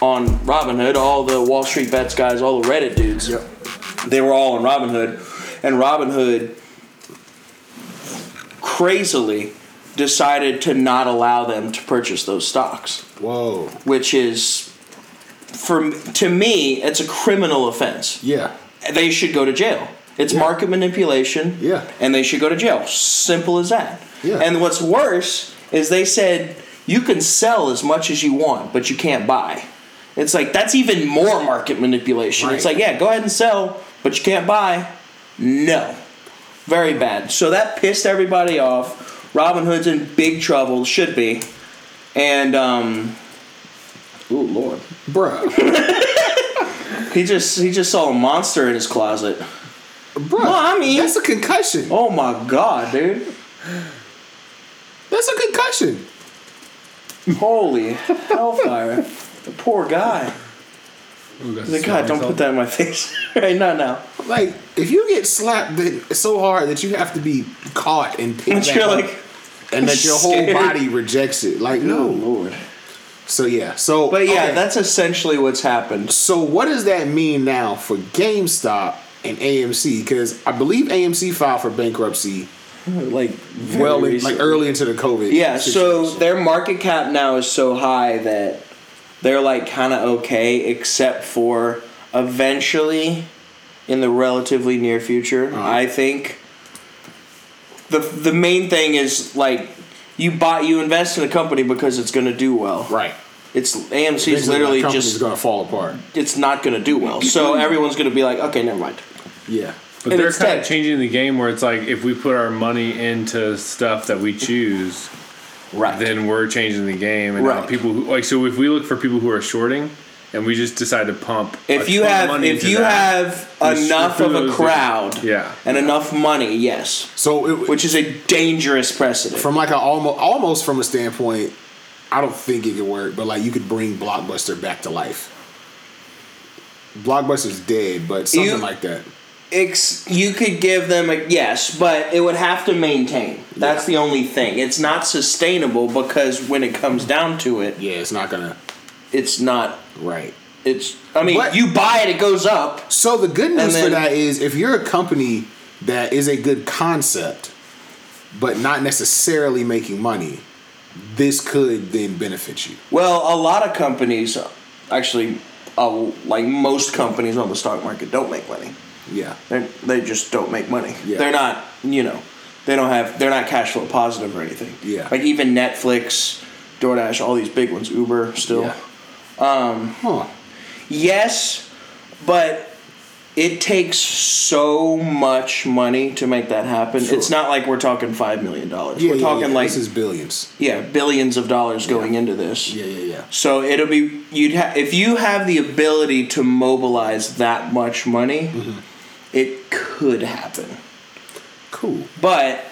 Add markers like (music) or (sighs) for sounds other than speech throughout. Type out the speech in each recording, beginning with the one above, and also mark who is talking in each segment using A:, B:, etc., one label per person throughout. A: on Robinhood, all the Wall Street Bets guys, all the Reddit dudes,
B: Yep.
A: they were all on Robinhood, and Robinhood crazily decided to not allow them to purchase those stocks,
B: Whoa.
A: which is for to me, it's a criminal offense.
B: Yeah.
A: They should go to jail. It's
B: Yeah.
A: market manipulation,
B: Yeah.
A: and they should go to jail. Simple as that.
B: Yeah.
A: And what's worse is they said you can sell as much as you want, but you can't buy. It's like that's even more market manipulation. It's
B: Right.
A: like, yeah, go ahead and sell, but you can't buy. No. Very bad. So that pissed everybody off. Robin Hood's in big trouble, should be. And um Ooh Lord.
B: Bruh.
A: He just he just saw a monster in his closet.
B: Bruh.
A: I mean-
B: that's a concussion.
A: Oh my god, dude.
B: That's a concussion.
A: Holy hellfire. The poor guy. Like, God, don't put that in my face. (laughs) right, not now.
B: Like, if you get slapped then so hard that you have to be caught and picked
A: And
B: back
A: you're
B: up,
A: like, (laughs)
B: and that your
A: scared.
B: whole body rejects it. Like, no.
A: Lord.
B: So yeah. So
A: But yeah,
B: okay.
A: that's essentially what's happened.
B: So what does that mean now for GameStop and AMC? Because I believe AMC filed for bankruptcy
A: Like,
B: well, in,
A: recently.
B: like early into the COVID.
A: Yeah, so
B: situation.
A: their market cap now is so high that they're like kind of okay, except for eventually, in the relatively near future,
B: Uh-huh.
A: I think. the The main thing is like you buy you invest in a company because it's going to do well.
B: right.
A: It's AMC's
B: Basically,
A: literally
B: the company's
A: just
B: gonna fall apart.
A: it's not going to do well,
B: (clears throat)
A: so everyone's going to be like, okay, never mind.
B: Yeah.
C: But
A: And
C: they're
A: instead-
C: kind of changing the game where it's like if we put our money into stuff that we choose,
A: Right.
C: then we're changing the game. And now
A: Right.
C: people who like so if we look for people who are shorting and we just decide to pump a
A: if you
C: ton of
A: have
C: money
A: if
C: into
A: you
C: that, we
A: have enough of
C: screw
A: a
C: those-
A: crowd,
C: Yeah.
A: and enough money, yes.
B: So it,
A: which is a dangerous precedent.
B: from like a almost almost from a standpoint, I don't think it could work. But like you could bring Blockbuster back to life. Blockbuster's dead, but something
A: You-
B: like that.
A: Ex- you could give them a yes, but it would have to maintain. That's the only thing. It's not sustainable because when it comes down to it,
B: Yeah, it's not gonna.
A: it's not.
B: Right.
A: It's. I mean,
B: What?
A: you buy it, it goes up.
B: So the good news
A: then-
B: for that is if you're a company that is a good concept, but not necessarily making money, this could then benefit you.
A: Well, a lot of companies, actually, uh, like most companies on the stock market, don't make money.
B: Yeah.
A: They they just don't make money.
B: Yeah.
A: They're not, you know, they don't have they're not cash flow positive or anything.
B: Yeah.
A: Like even Netflix, DoorDash, all these big ones, Uber still.
B: Yeah. Um. Huh.
A: Yes, but it takes so much money to make that happen.
B: Sure.
A: It's not like we're talking five million dollars.
B: Yeah,
A: we're
B: yeah,
A: talking
B: yeah.
A: like
B: this is billions.
A: yeah, billions of dollars going into this.
B: Yeah, yeah, yeah.
A: So it'll be you'd ha- if you have the ability to mobilize that much money,
B: Mm-hmm.
A: it could happen.
B: Cool.
A: But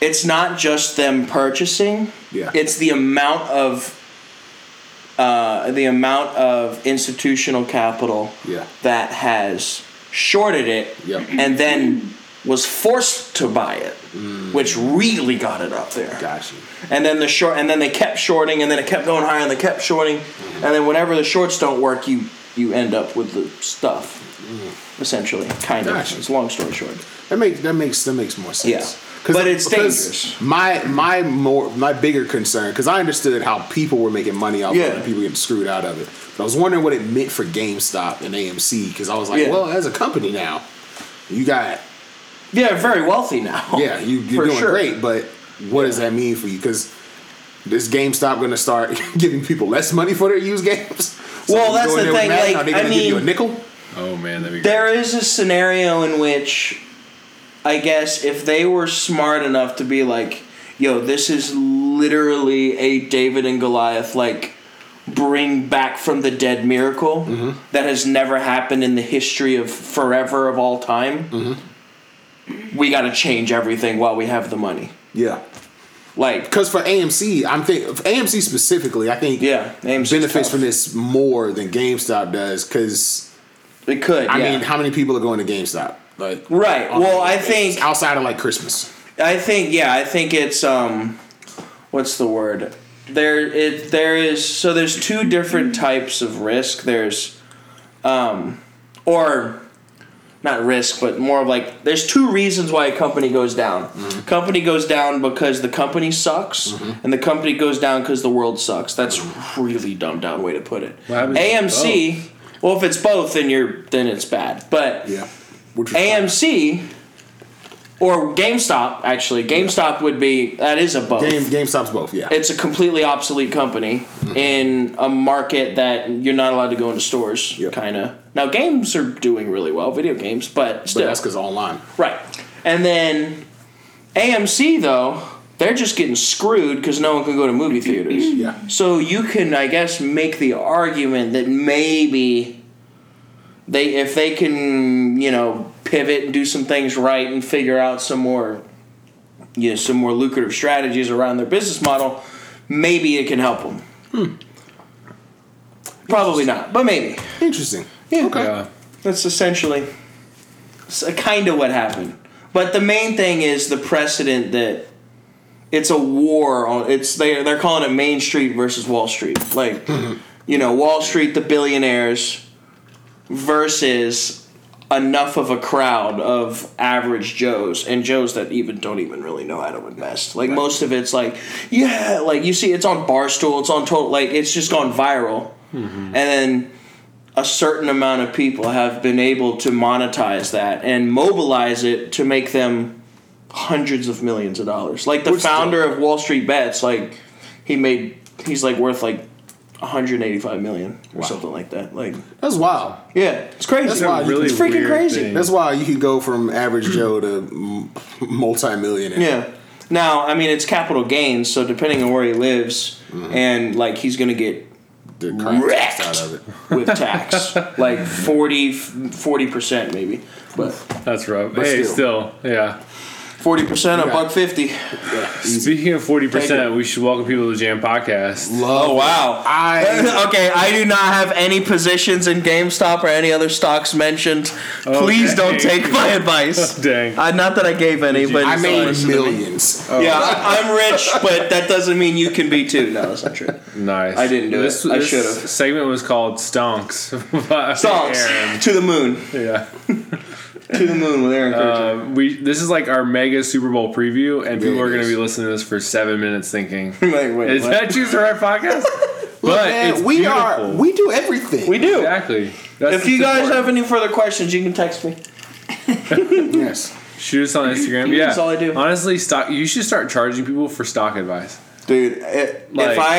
A: it's not just them purchasing.
B: Yeah.
A: It's the amount of uh, the amount of institutional capital
B: Yeah.
A: that has shorted it
B: Yep.
A: and then was forced to buy it, which really got it up there.
B: Mm. Got you.
A: And then the short, and then they kept shorting, and then it kept going higher, and they kept shorting,
B: Mm-hmm.
A: and then whenever the shorts don't work, you you end up with the stuff, essentially, kind
B: Mm. Gotcha.
A: of. It's a long story short.
B: That makes that makes that makes more sense.
A: Yeah. But it's dangerous.
B: My my more my bigger concern because I understood how people were making money off
A: Yeah.
B: of it, and people getting screwed out of it. But I was wondering what it meant for GameStop and AMC because I was like,
A: Yeah.
B: well, as a company now, you got
A: Yeah, very wealthy now.
B: yeah, you, you're
A: For
B: doing
A: sure.
B: great. But what does that mean for you? Because this GameStop going to start (laughs) giving people less money for their used games? So
A: Well,
B: you
A: that's
B: go in
A: the
B: there with
A: thing,
B: that,
A: like,
B: are they
A: I
B: going to give you a
A: mean-
B: nickel?
C: Oh man, that'd be great.
A: There is a scenario in which, I guess, if they were smart enough to be like, yo, this is literally a David and Goliath, like, bring back from the dead miracle
B: Mm-hmm.
A: that has never happened in the history of forever of all time,
B: Mm-hmm.
A: we gotta change everything while we have the money.
B: Yeah.
A: Like,
B: Because for AMC, I'm think for AMC specifically, I think
A: yeah, names
B: benefits from this more than GameStop does. Because
A: It could.
B: I
A: yeah.
B: mean, how many people are going to GameStop? Like,
A: right.
B: on
A: Well,
B: a
A: I
B: daily
A: think
B: basis, outside of like Christmas.
A: I think yeah, I think it's um what's the word? there it there is so there's two different types of risk. There's um or not risk, but more of like there's two reasons why a company goes down. Company goes down because the company sucks, and the company goes down because the world sucks. That's really dumbed down way to put it.
C: What happens if it's
A: AMC. Well, if it's both, then you're then it's bad. But
B: Yeah. Which was
A: AMC or GameStop actually, GameStop would be that is a both.
B: Game Mm-hmm. GameStop's both. Yeah.
A: it's a completely obsolete company in a market that you're not allowed to go into stores.
B: Yep.
A: Kind of. Now games are doing really well, video games, but
B: but
A: still,
B: that's because online.
A: right. And then AMC though, they're just getting screwed because no one can go to movie theaters.
B: (clears throat) Yeah.
A: So you can, I guess, make the argument that maybe they, if they can, you know, pivot and do some things right and figure out some more, you know, some more lucrative strategies around their business model, maybe it can help them. Probably not, but maybe.
B: Interesting. Okay.
C: Yeah.
A: That's essentially kind of what happened. But the main thing is the precedent that it's a war on it's they they're calling it Main Street versus Wall Street. Like you know, Wall Street the billionaires versus enough of a crowd of average Joes and Joes that even don't even really know how to invest. Like most of it's like yeah, like you see it's on Barstool, it's on total like it's just gone viral. And then a certain amount of people have been able to monetize that and mobilize it to make them hundreds of millions of dollars. Like the
B: Which
A: founder of Wall Street Bets, like he made he's like worth like 185 million or
B: Wow.
A: something like that. Like
B: That's wild.
A: yeah, it's crazy.
B: That's wild.
C: Really
A: it's freaking
C: weird
A: crazy.
C: thing.
B: That's why you can go from average Joe to m- multi-millionaire.
A: Yeah. Now, I mean, it's capital gains, so depending on where he lives and like he's going to get
B: The crap
A: Wrecked.
B: out of it.
C: (laughs)
A: with tax like 40 40% maybe. But
C: That's rough. hey,
B: still.
C: still. yeah.
A: Forty percent, a buck fifty.
B: Yeah.
C: Speaking of forty
A: Thank
C: percent, we should welcome people to the Jam Podcast.
B: Love.
A: Oh wow!
B: I-
A: (laughs) okay. I do not have any positions in GameStop or any other stocks mentioned. Please don't
C: Okay.
A: take (laughs) my advice.
C: Dang.
A: Uh, not that I Oh. gave any, but
B: I
A: it's
B: made
A: always-
B: millions.
A: (laughs) Yeah, I- I'm rich, but that doesn't mean you can be too. No, that's not (laughs) true.
C: Nice.
A: I didn't do
C: this,
A: it. I
C: this
A: should've.
C: Segment was called Stonks. (laughs) by
A: Songs
C: Aaron.
A: to the moon,
C: Yeah.
A: to the moon with Aaron. Kirchner.
C: Uh, we this is like our mega Super Bowl preview, and people
B: it
C: are going
B: is.
C: to be listening to this for seven minutes, thinking,
A: (laughs) Wait, wait,
C: "Is
A: what?
C: that choose the
A: (laughs)
C: right podcast?" but
B: Man,
C: it's
B: we
C: beautiful.
B: are. We do everything.
A: we do.
C: exactly. That's
A: If you
C: what's
A: guys have
C: important.
A: any further questions, you can text me.
B: yes.
C: shoot us on Instagram, yeah,
A: That's all I do.
C: Honestly, stock. You should start charging people for stock advice. (laughs)
A: dude it, if
C: Like-
A: i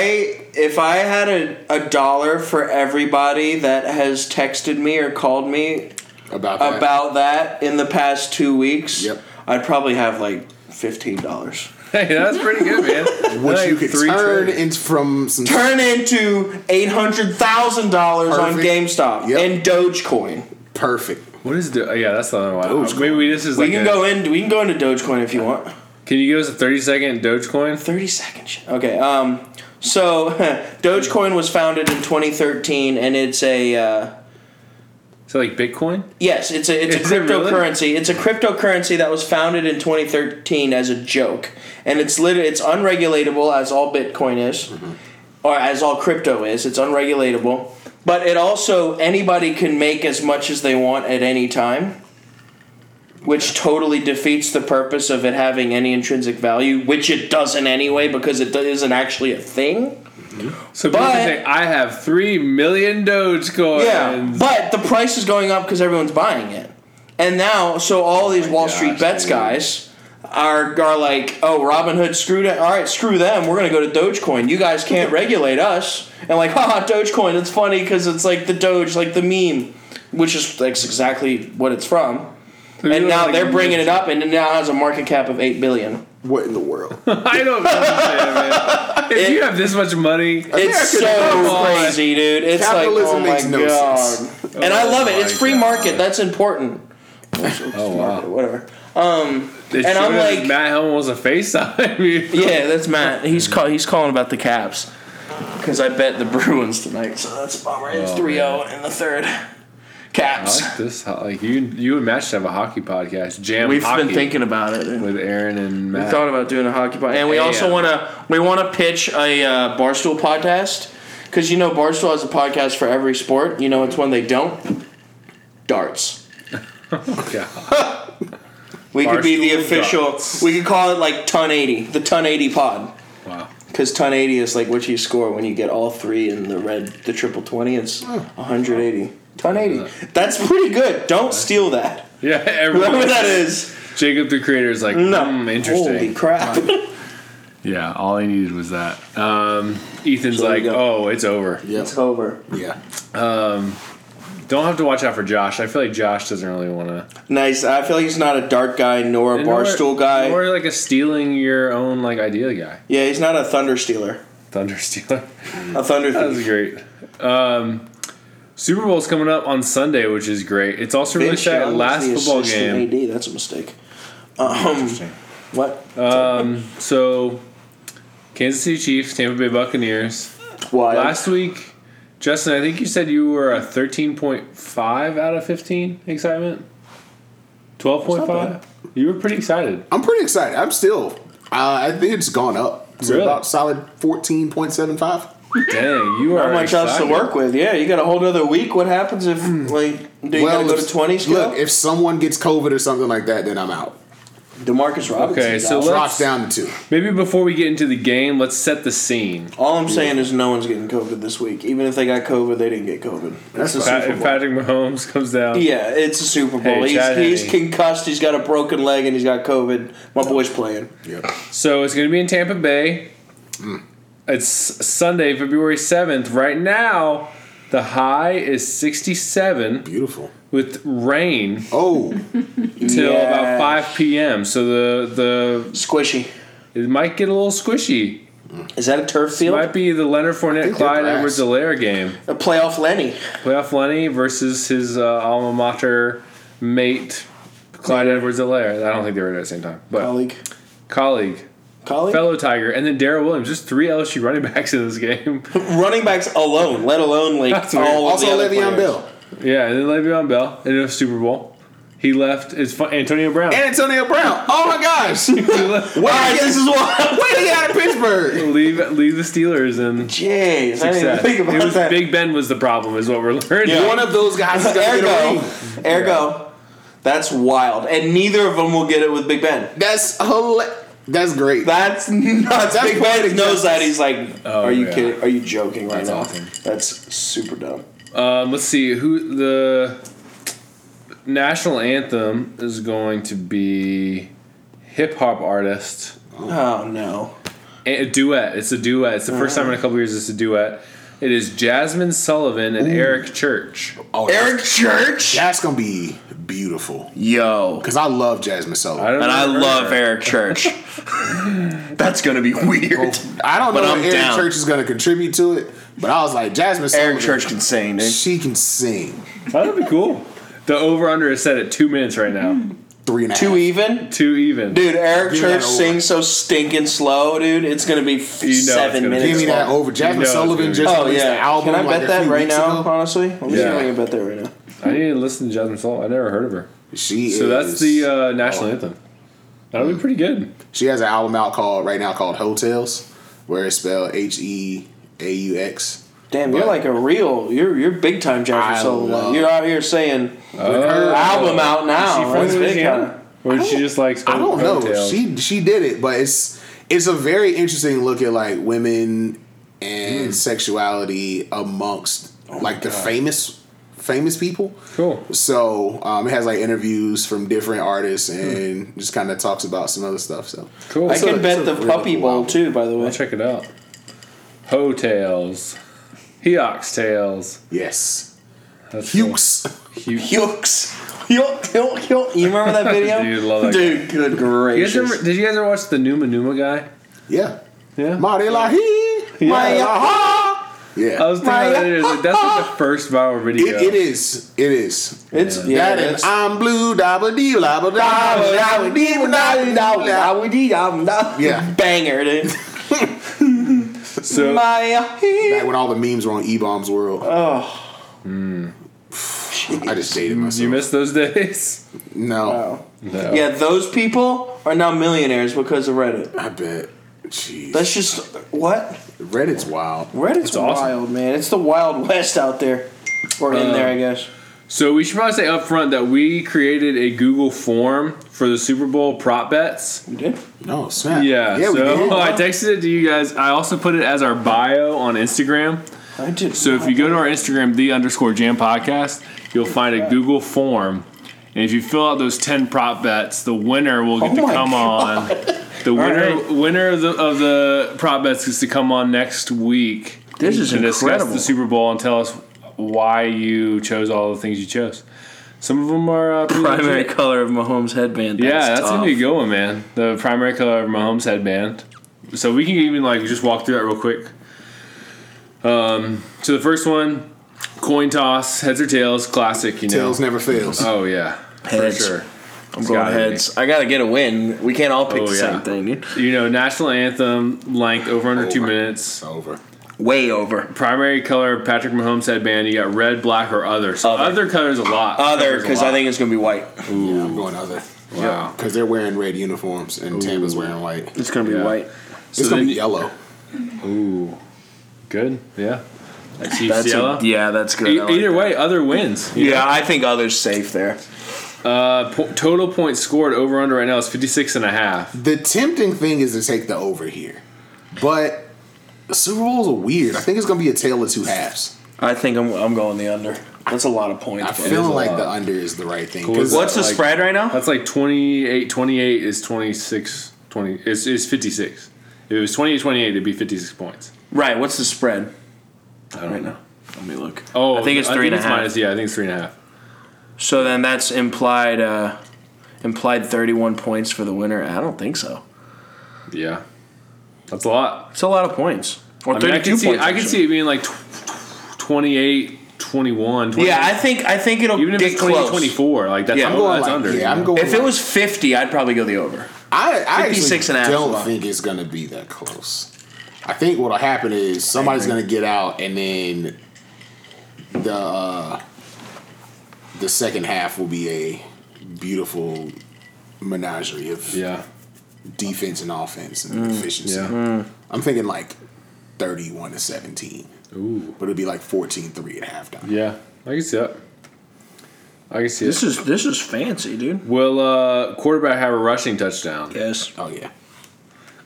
A: if i had a, a dollar for everybody that has texted me or called me
B: About that.
A: about that in the past two weeks
B: Yep.
A: i'd probably have like $15
C: Hey, that's pretty good,
A: (laughs)
C: man.
B: which
C: Like
B: you could
C: three
B: turn
C: trillion.
B: in from some
A: turn into $800000 on
B: Perfect.
A: gamestop
B: Yep.
A: and dogecoin
B: perfect.
C: What is the? oh, yeah, that's the other one.
B: Dogecoin.
C: Maybe we, this is
A: we
C: like.
A: can
C: a-
A: go in we can go into dogecoin if you want
C: Can you give us a thirty second Dogecoin?
A: 30 second shit. Okay. Um, so (laughs) Dogecoin was founded in 2013 and it's a, uh,
C: Is it like Bitcoin?
A: Yes, it's a it's a
C: Is it really?
A: cryptocurrency. It's a cryptocurrency that was founded in 2013 as a joke, and it's lit- it's unregulatable as all Bitcoin is,
C: Mm-hmm.
A: or as all crypto is. It's unregulatable, but it also anybody can make as much as they want at any time, which totally defeats the purpose of it having any intrinsic value, which it doesn't anyway because it do- isn't actually a thing.
C: So people
A: But-
C: can say, "I have three million Dogecoins." (laughs)
A: Yeah, but the price is going up because everyone's buying it, and now so all these Wall
B: gosh,
A: Street bets
B: dude.
A: guys are are like, oh, Robinhood screwed it. All right, screw them. We're gonna go to Dogecoin. You guys can't regulate us. And like, (laughs) haha, Dogecoin. It's funny because it's like the Doge, like the meme, which is like exactly what it's from.
C: Three
A: And now
C: million
A: they're bringing it up, and it now has a market cap of eight billion.
B: What in the world?
C: I don't understand, man. If you have this much money,
A: It's
B: America, come
A: so
B: on.
A: crazy, dude. It's
B: Capitalism
A: like, oh my
B: makes no
A: God.
B: sense.
A: And I
C: Oh
A: love it.
C: my
A: It's free
C: God.
A: market. That's important. oh
C: wow.
A: Whatever.
C: it
A: and I'm
C: showed us
A: like-
C: Matt Helm was a FaceTime. (laughs) you.
A: Yeah, that's Matt. He's call, he's calling about the Caps (laughs)
C: Oh,
A: because I bet the Bruins tonight. So that's a bummer. It's 3-0 in the oh third. Caps.
C: I like this. ho- Like you, you and Matt should have a hockey podcast. Jam.
A: We've
C: hockey
A: been thinking about it. and
C: with Aaron and
A: We
C: Matt.
A: thought about doing a hockey podcast, and we
C: Yeah.
A: also want to we want to pitch a uh, barstool podcast because you know barstool has a podcast for every sport. You know, it's when they don't darts.
C: yeah.
A: We could be the
C: Barstool
A: official.
C: darts.
A: We could call it like Ton Eighty, the Ton Eighty Pod,
C: Wow.
A: because Ton Eighty is like what you score when you get all three in the red, the triple twenty. It's
C: Hmm.
A: hundred eighty. Ton eighty. That's pretty good. Don't steal that.
C: Yeah. Everyone,
A: (laughs) Whatever that is.
C: Jacob the creator is like,
A: No.
C: "Hmm, interesting.
A: Holy crap.
C: Yeah, all I needed was that. Um, Ethan's
A: So there
C: like,
A: you go.
C: oh, it's over.
A: (laughs)
B: Yep.
A: it's over.
B: Yeah.
C: Don't have to watch out for Josh. I feel like Josh doesn't really want to.
A: Nice. I feel like he's not a dart guy nor a barstool guy.
C: Or like a stealing your own like idea guy.
A: Yeah, he's not a thunder stealer.
C: Thunder (laughs) stealer.
A: A thunder
C: that
A: thief.
C: was great. Um, Super Bowl's coming up on Sunday, which is great. It's also really
A: Vince
C: sad.
A: Young
C: Last
A: was the
C: football
A: assistant
C: game.
A: AD. That's a mistake. Um, what?
C: So, Kansas City Chiefs, Tampa Bay Buccaneers.
A: Wild.
C: Last week, Justin, I think you said you were a 13.5 out of 15 excitement. 12.5? You were pretty excited.
B: I'm pretty excited. I'm still. Uh, I think it's gone up to
C: Really?
B: about solid fourteen point seven five.
C: Dang, you are
A: Not much else
C: excited.
A: to work with. Yeah, you got a whole other week. What happens if
C: Hmm.
A: like do you gotta go
B: if-
A: to twenty still?
B: Look, if someone gets COVID or something like that, then I'm out.
A: Demarcus Robinson.
C: Okay, so
A: out.
C: let-
B: Drops down to two.
C: Maybe before we get into the game, let's set the scene.
A: all I'm saying is no one's getting COVID this week. Even if they got COVID, they didn't get COVID. That's a
C: Pat,
A: Super
C: if
A: Bowl.
C: Patrick Mahomes (laughs) comes down.
A: yeah, it's a Super
C: Hey,
A: Bowl.
C: Chad
A: he's, he's
C: Henne.
A: concussed. He's got a broken leg and he's got COVID. My boy's playing.
B: Yep.
C: So it's going to be in Tampa Bay. It's Sunday, February 7th. Right now, the high is 67
B: Beautiful.
C: with rain
B: Oh,
C: till
A: Yeah.
C: about 5 p.m. So the, the
A: Squishy.
C: It might get a little squishy.
A: Is that a turf field?
C: Might be the Leonard Fournette,
B: think they're
C: Clyde
B: grass.
C: Edwards Alaire game.
A: A playoff Lenny.
C: Playoff Lenny versus his uh, alma mater mate, Clyde Edwards Alaire. I don't think they were at the same time, but colleague,
A: Colleague. Colleague?
C: fellow Tiger, and then Darrell Williams. Just three LSU running backs in this (laughs) game.
A: running backs alone, let alone like
C: That's
A: all
C: weird.
A: of
B: also
A: the other players.
B: Le'Veon Bell
C: yeah, and then Le'Veon Bell in a Super Bowl. He left. It's fun, Antonio Brown.
B: and Antonio Brown. Oh my gosh, where
C: (laughs) He
A: (laughs)
C: left-
A: All right, this is wild.
B: did he out of Pittsburgh?
C: leave leave the
A: (laughs)
C: Steelers and.
A: Jeez, I didn't even
C: success.
A: think
C: it
A: about
C: was
A: that.
C: Big Ben was the problem, is what we're learning.
A: Yeah.
B: One of those guys is gonna get a
A: Ergo,
B: ring.
A: ergo, that's wild, and neither of them will get it with Big Ben.
B: That's hila- That's great.
A: That's (laughs) nuts.
B: That's
A: Big Ben
B: poetic
A: knows
B: justice.
A: that. He's like,
C: Oh,
A: "Are you
C: yeah.
A: kidding? Are you joking right
C: That's
A: now?"
C: awesome.
A: That's super dumb.
C: Um, let's see who the national anthem is going to be. Hip hop artist,
A: Oh no!
C: a a duet. It's a duet. It's the first time in a
A: Uh-huh.
C: couple years it's a duet. It is Jasmine Sullivan and Eric Church.
B: oh,
A: Eric Church.
B: That's gonna be beautiful
A: Yo,
B: because I love Jasmine
C: I
B: Sullivan.
C: don't
A: and I
C: know her.
A: love Eric Church.
B: (laughs)
A: that's gonna be weird.
B: I don't
A: But
B: know
A: I'm
B: if Eric
A: down.
B: Church is gonna contribute to it, but I was like Jasmine Sullivan.
A: Eric Church can sing. Dude.
B: she can sing
C: That'd be cool. The over under is set at two minutes
A: Mm.
C: right now.
B: three and a half.
A: Too even.
C: Two even.
A: Dude, Eric
B: Give me
A: Church
B: that over.
A: sings so stinking slow, dude. It's gonna be f-
C: know it's
A: seven
C: gonna be-
A: minutes.
B: Give me that
A: long.
B: over. Jasmine
C: know it's gonna
B: Sullivan
C: be-
B: just
A: Oh
B: released
A: yeah.
B: the album.
A: Can I
B: like,
A: bet
B: a
A: that
B: few
A: right
B: weeks
A: now?
B: ago.
A: Honestly, let me see if I
C: Yeah.
A: can bet that right now.
C: I need to listen to Jasmine Sullivan. I never heard of her.
B: She
C: So that's
B: is-
C: the uh, national anthem. That'll be pretty good.
B: She has an album out called right now called Hotels, where it's spelled H E A U X.
A: Damn, you're
B: But-
A: like a real, you're you're big time
B: I
A: Jasmine
B: love-
A: Sullivan. You're out here saying
C: Oh.
A: album out
C: Is she
A: now.
C: from
A: That's big
C: Louisiana?
A: time.
C: Or did she just like
B: I don't know.
C: hotels?
B: She she did it, but it's it's a very interesting look at like women
C: Mm.
B: and sexuality amongst
C: Oh
B: like the famous famous people.
C: Cool.
B: So um, it has like interviews from different artists and just kind of talks about some other stuff. So
C: Cool.
A: I
B: It's a-
A: can bet
B: it's a
A: the
B: really
A: puppy
B: cool
A: bowl
B: album.
A: too. By the way, (laughs)
C: I'll check it out. Hotels. Heox tails.
B: yes,
C: That's
B: Hughes.
C: cool. Hukes.
A: yooks, yook, yook, yook. You remember that video,
C: (laughs) Dude, love that
A: Dude, good
C: You guys
A: gracious.
C: ever, did you guys ever watch the Numa Numa guy?
B: yeah,
C: Yeah.
B: Mari Lahi, Mari Laha. Yeah,
C: I was thinking about that. It is like, that's like the
B: (laughs)
C: first viral video.
B: it, it is. It is.
A: it's yeah,
B: Yeah, that and
A: it's-
B: I'm blue, dabba dee,
A: (laughs)
B: dabba dabba dabba dabba
C: (laughs)
B: Yeah.
A: Banger, (laughs) dude.
C: So
A: My
C: Hmm.
B: Back when all the memes were on E Bombs World.
A: oh,
B: I just dated myself.
C: You missed those days? (laughs)
B: no,
A: Wow.
C: No.
A: Oh. Yeah, those people are now millionaires because of Reddit.
B: I bet. Jeez,
A: That's just what
B: Reddit's wild.
A: Reddit's
C: That's awesome.
A: wild, man. It's the wild west out there, or in
C: Uh,
A: there, I guess.
C: So we should probably say up front that we created a Google form for the Super Bowl prop bets.
A: You did?
B: No snap.
C: Yeah.
B: yeah,
C: so oh,
B: we did.
C: (laughs) I texted it to you guys. I also put it as our bio on Instagram.
A: I did.
C: So if you go to our Instagram, the underscore jam podcast, you'll find a Google form. And if you fill out those 10 prop bets, the winner will get
A: Oh
C: to
A: my
C: come on. The winner
A: right.
C: winner of the, of the prop bets gets to come on next week.
A: This is
C: to
A: incredible.
C: discuss the Super Bowl and tell us why you chose all the things you chose. Some of them are uh, pretty
A: primary
C: legit.
A: color of Mahomes' headband.
C: Yeah, that's
A: tough.
C: gonna be a good one, man. The primary color of Mahomes headband. So we can even like just walk through that real quick. Um, so the first one, coin toss, heads or tails, classic. You know.
B: Tails never fails.
C: Oh yeah,
A: Heads.
C: for sure.
A: I'm going heads. I gotta get a win. We can't all pick
C: Oh,
A: the
C: yeah.
A: same thing, dude.
C: You know, national anthem length over under two
B: Over.
C: minutes.
B: over.
A: Way over.
C: Primary color Patrick Mahomes headband. You got red, black, or other. So
A: Other.
C: other, colors a lot.
A: Other,
C: Covers a
A: because I
C: lot.
A: think it's gonna be white.
B: Yeah, I'm going other.
C: Wow.
B: Because they're wearing red uniforms and Tampa's wearing white.
A: It's gonna be
C: Yeah.
A: white.
B: It's gonna
C: then
B: be
C: you-
B: yellow.
C: Ooh, good. Yeah. That's E-
A: That's a, yeah, that's good. I like
C: Either
A: that.
C: way, other wins. you
A: Yeah, I think others safe there.
C: Uh, po- total points scored over under right now is 56 and a half.
B: The tempting thing is to take the over here, but Super Bowls are weird. I think it's gonna be a tale of two halves.
A: I think I'm, I'm going the under. That's a lot of points.
B: I
A: bro.
B: feel
C: a
B: like
C: lot.
B: the under is the right thing.
C: Cool.
B: 'cause
A: What's the
C: like-
A: spread right now?
C: That's like 28. 28 is 26. 20 is, is 56. If it was 28 28, it'd be 56 points.
A: Right. What's the spread
C: I don't
A: right
C: know.
A: now? Let me look.
C: Oh,
A: I think it's three and a half.
C: minus- yeah, I think it's three and a half.
A: So then that's implied uh, implied 31 points for the winner. I don't think so.
C: Yeah. That's a lot.
A: It's a lot of points. Or
C: I
A: 32
C: mean, I can see,
A: points.
C: I can
A: actually.
C: see it being like tw- tw- 28, 21. 20,
A: Yeah, I think I think it'll
C: even if
A: get
C: it's 28,
A: close.
C: 24. Like, that's,
A: Yeah.
C: I'm
A: I'm
B: I'm going
C: that's
B: like-
C: under.
B: Yeah,
C: you
B: I'm
C: know?
B: going.
A: If it
B: like-
A: was 50, I'd probably go the over.
B: I, I
A: 56
B: actually
A: and a half
B: don't
A: is fine.
B: think it's gonna be that close. I think what'll happen is somebody's gonna get out, and then the uh, the second half will be a beautiful menagerie of
C: Yeah.
B: defense and offense and
A: Mm,
B: efficiency.
C: Yeah.
B: I'm thinking like 31 to 17,
C: Ooh.
B: but it'd be like 14-3 at halftime.
C: Yeah. I can see that. I can see it.
A: This is this is fancy, dude.
C: Will uh, quarterback have a rushing touchdown?
A: Yes.
B: Oh yeah,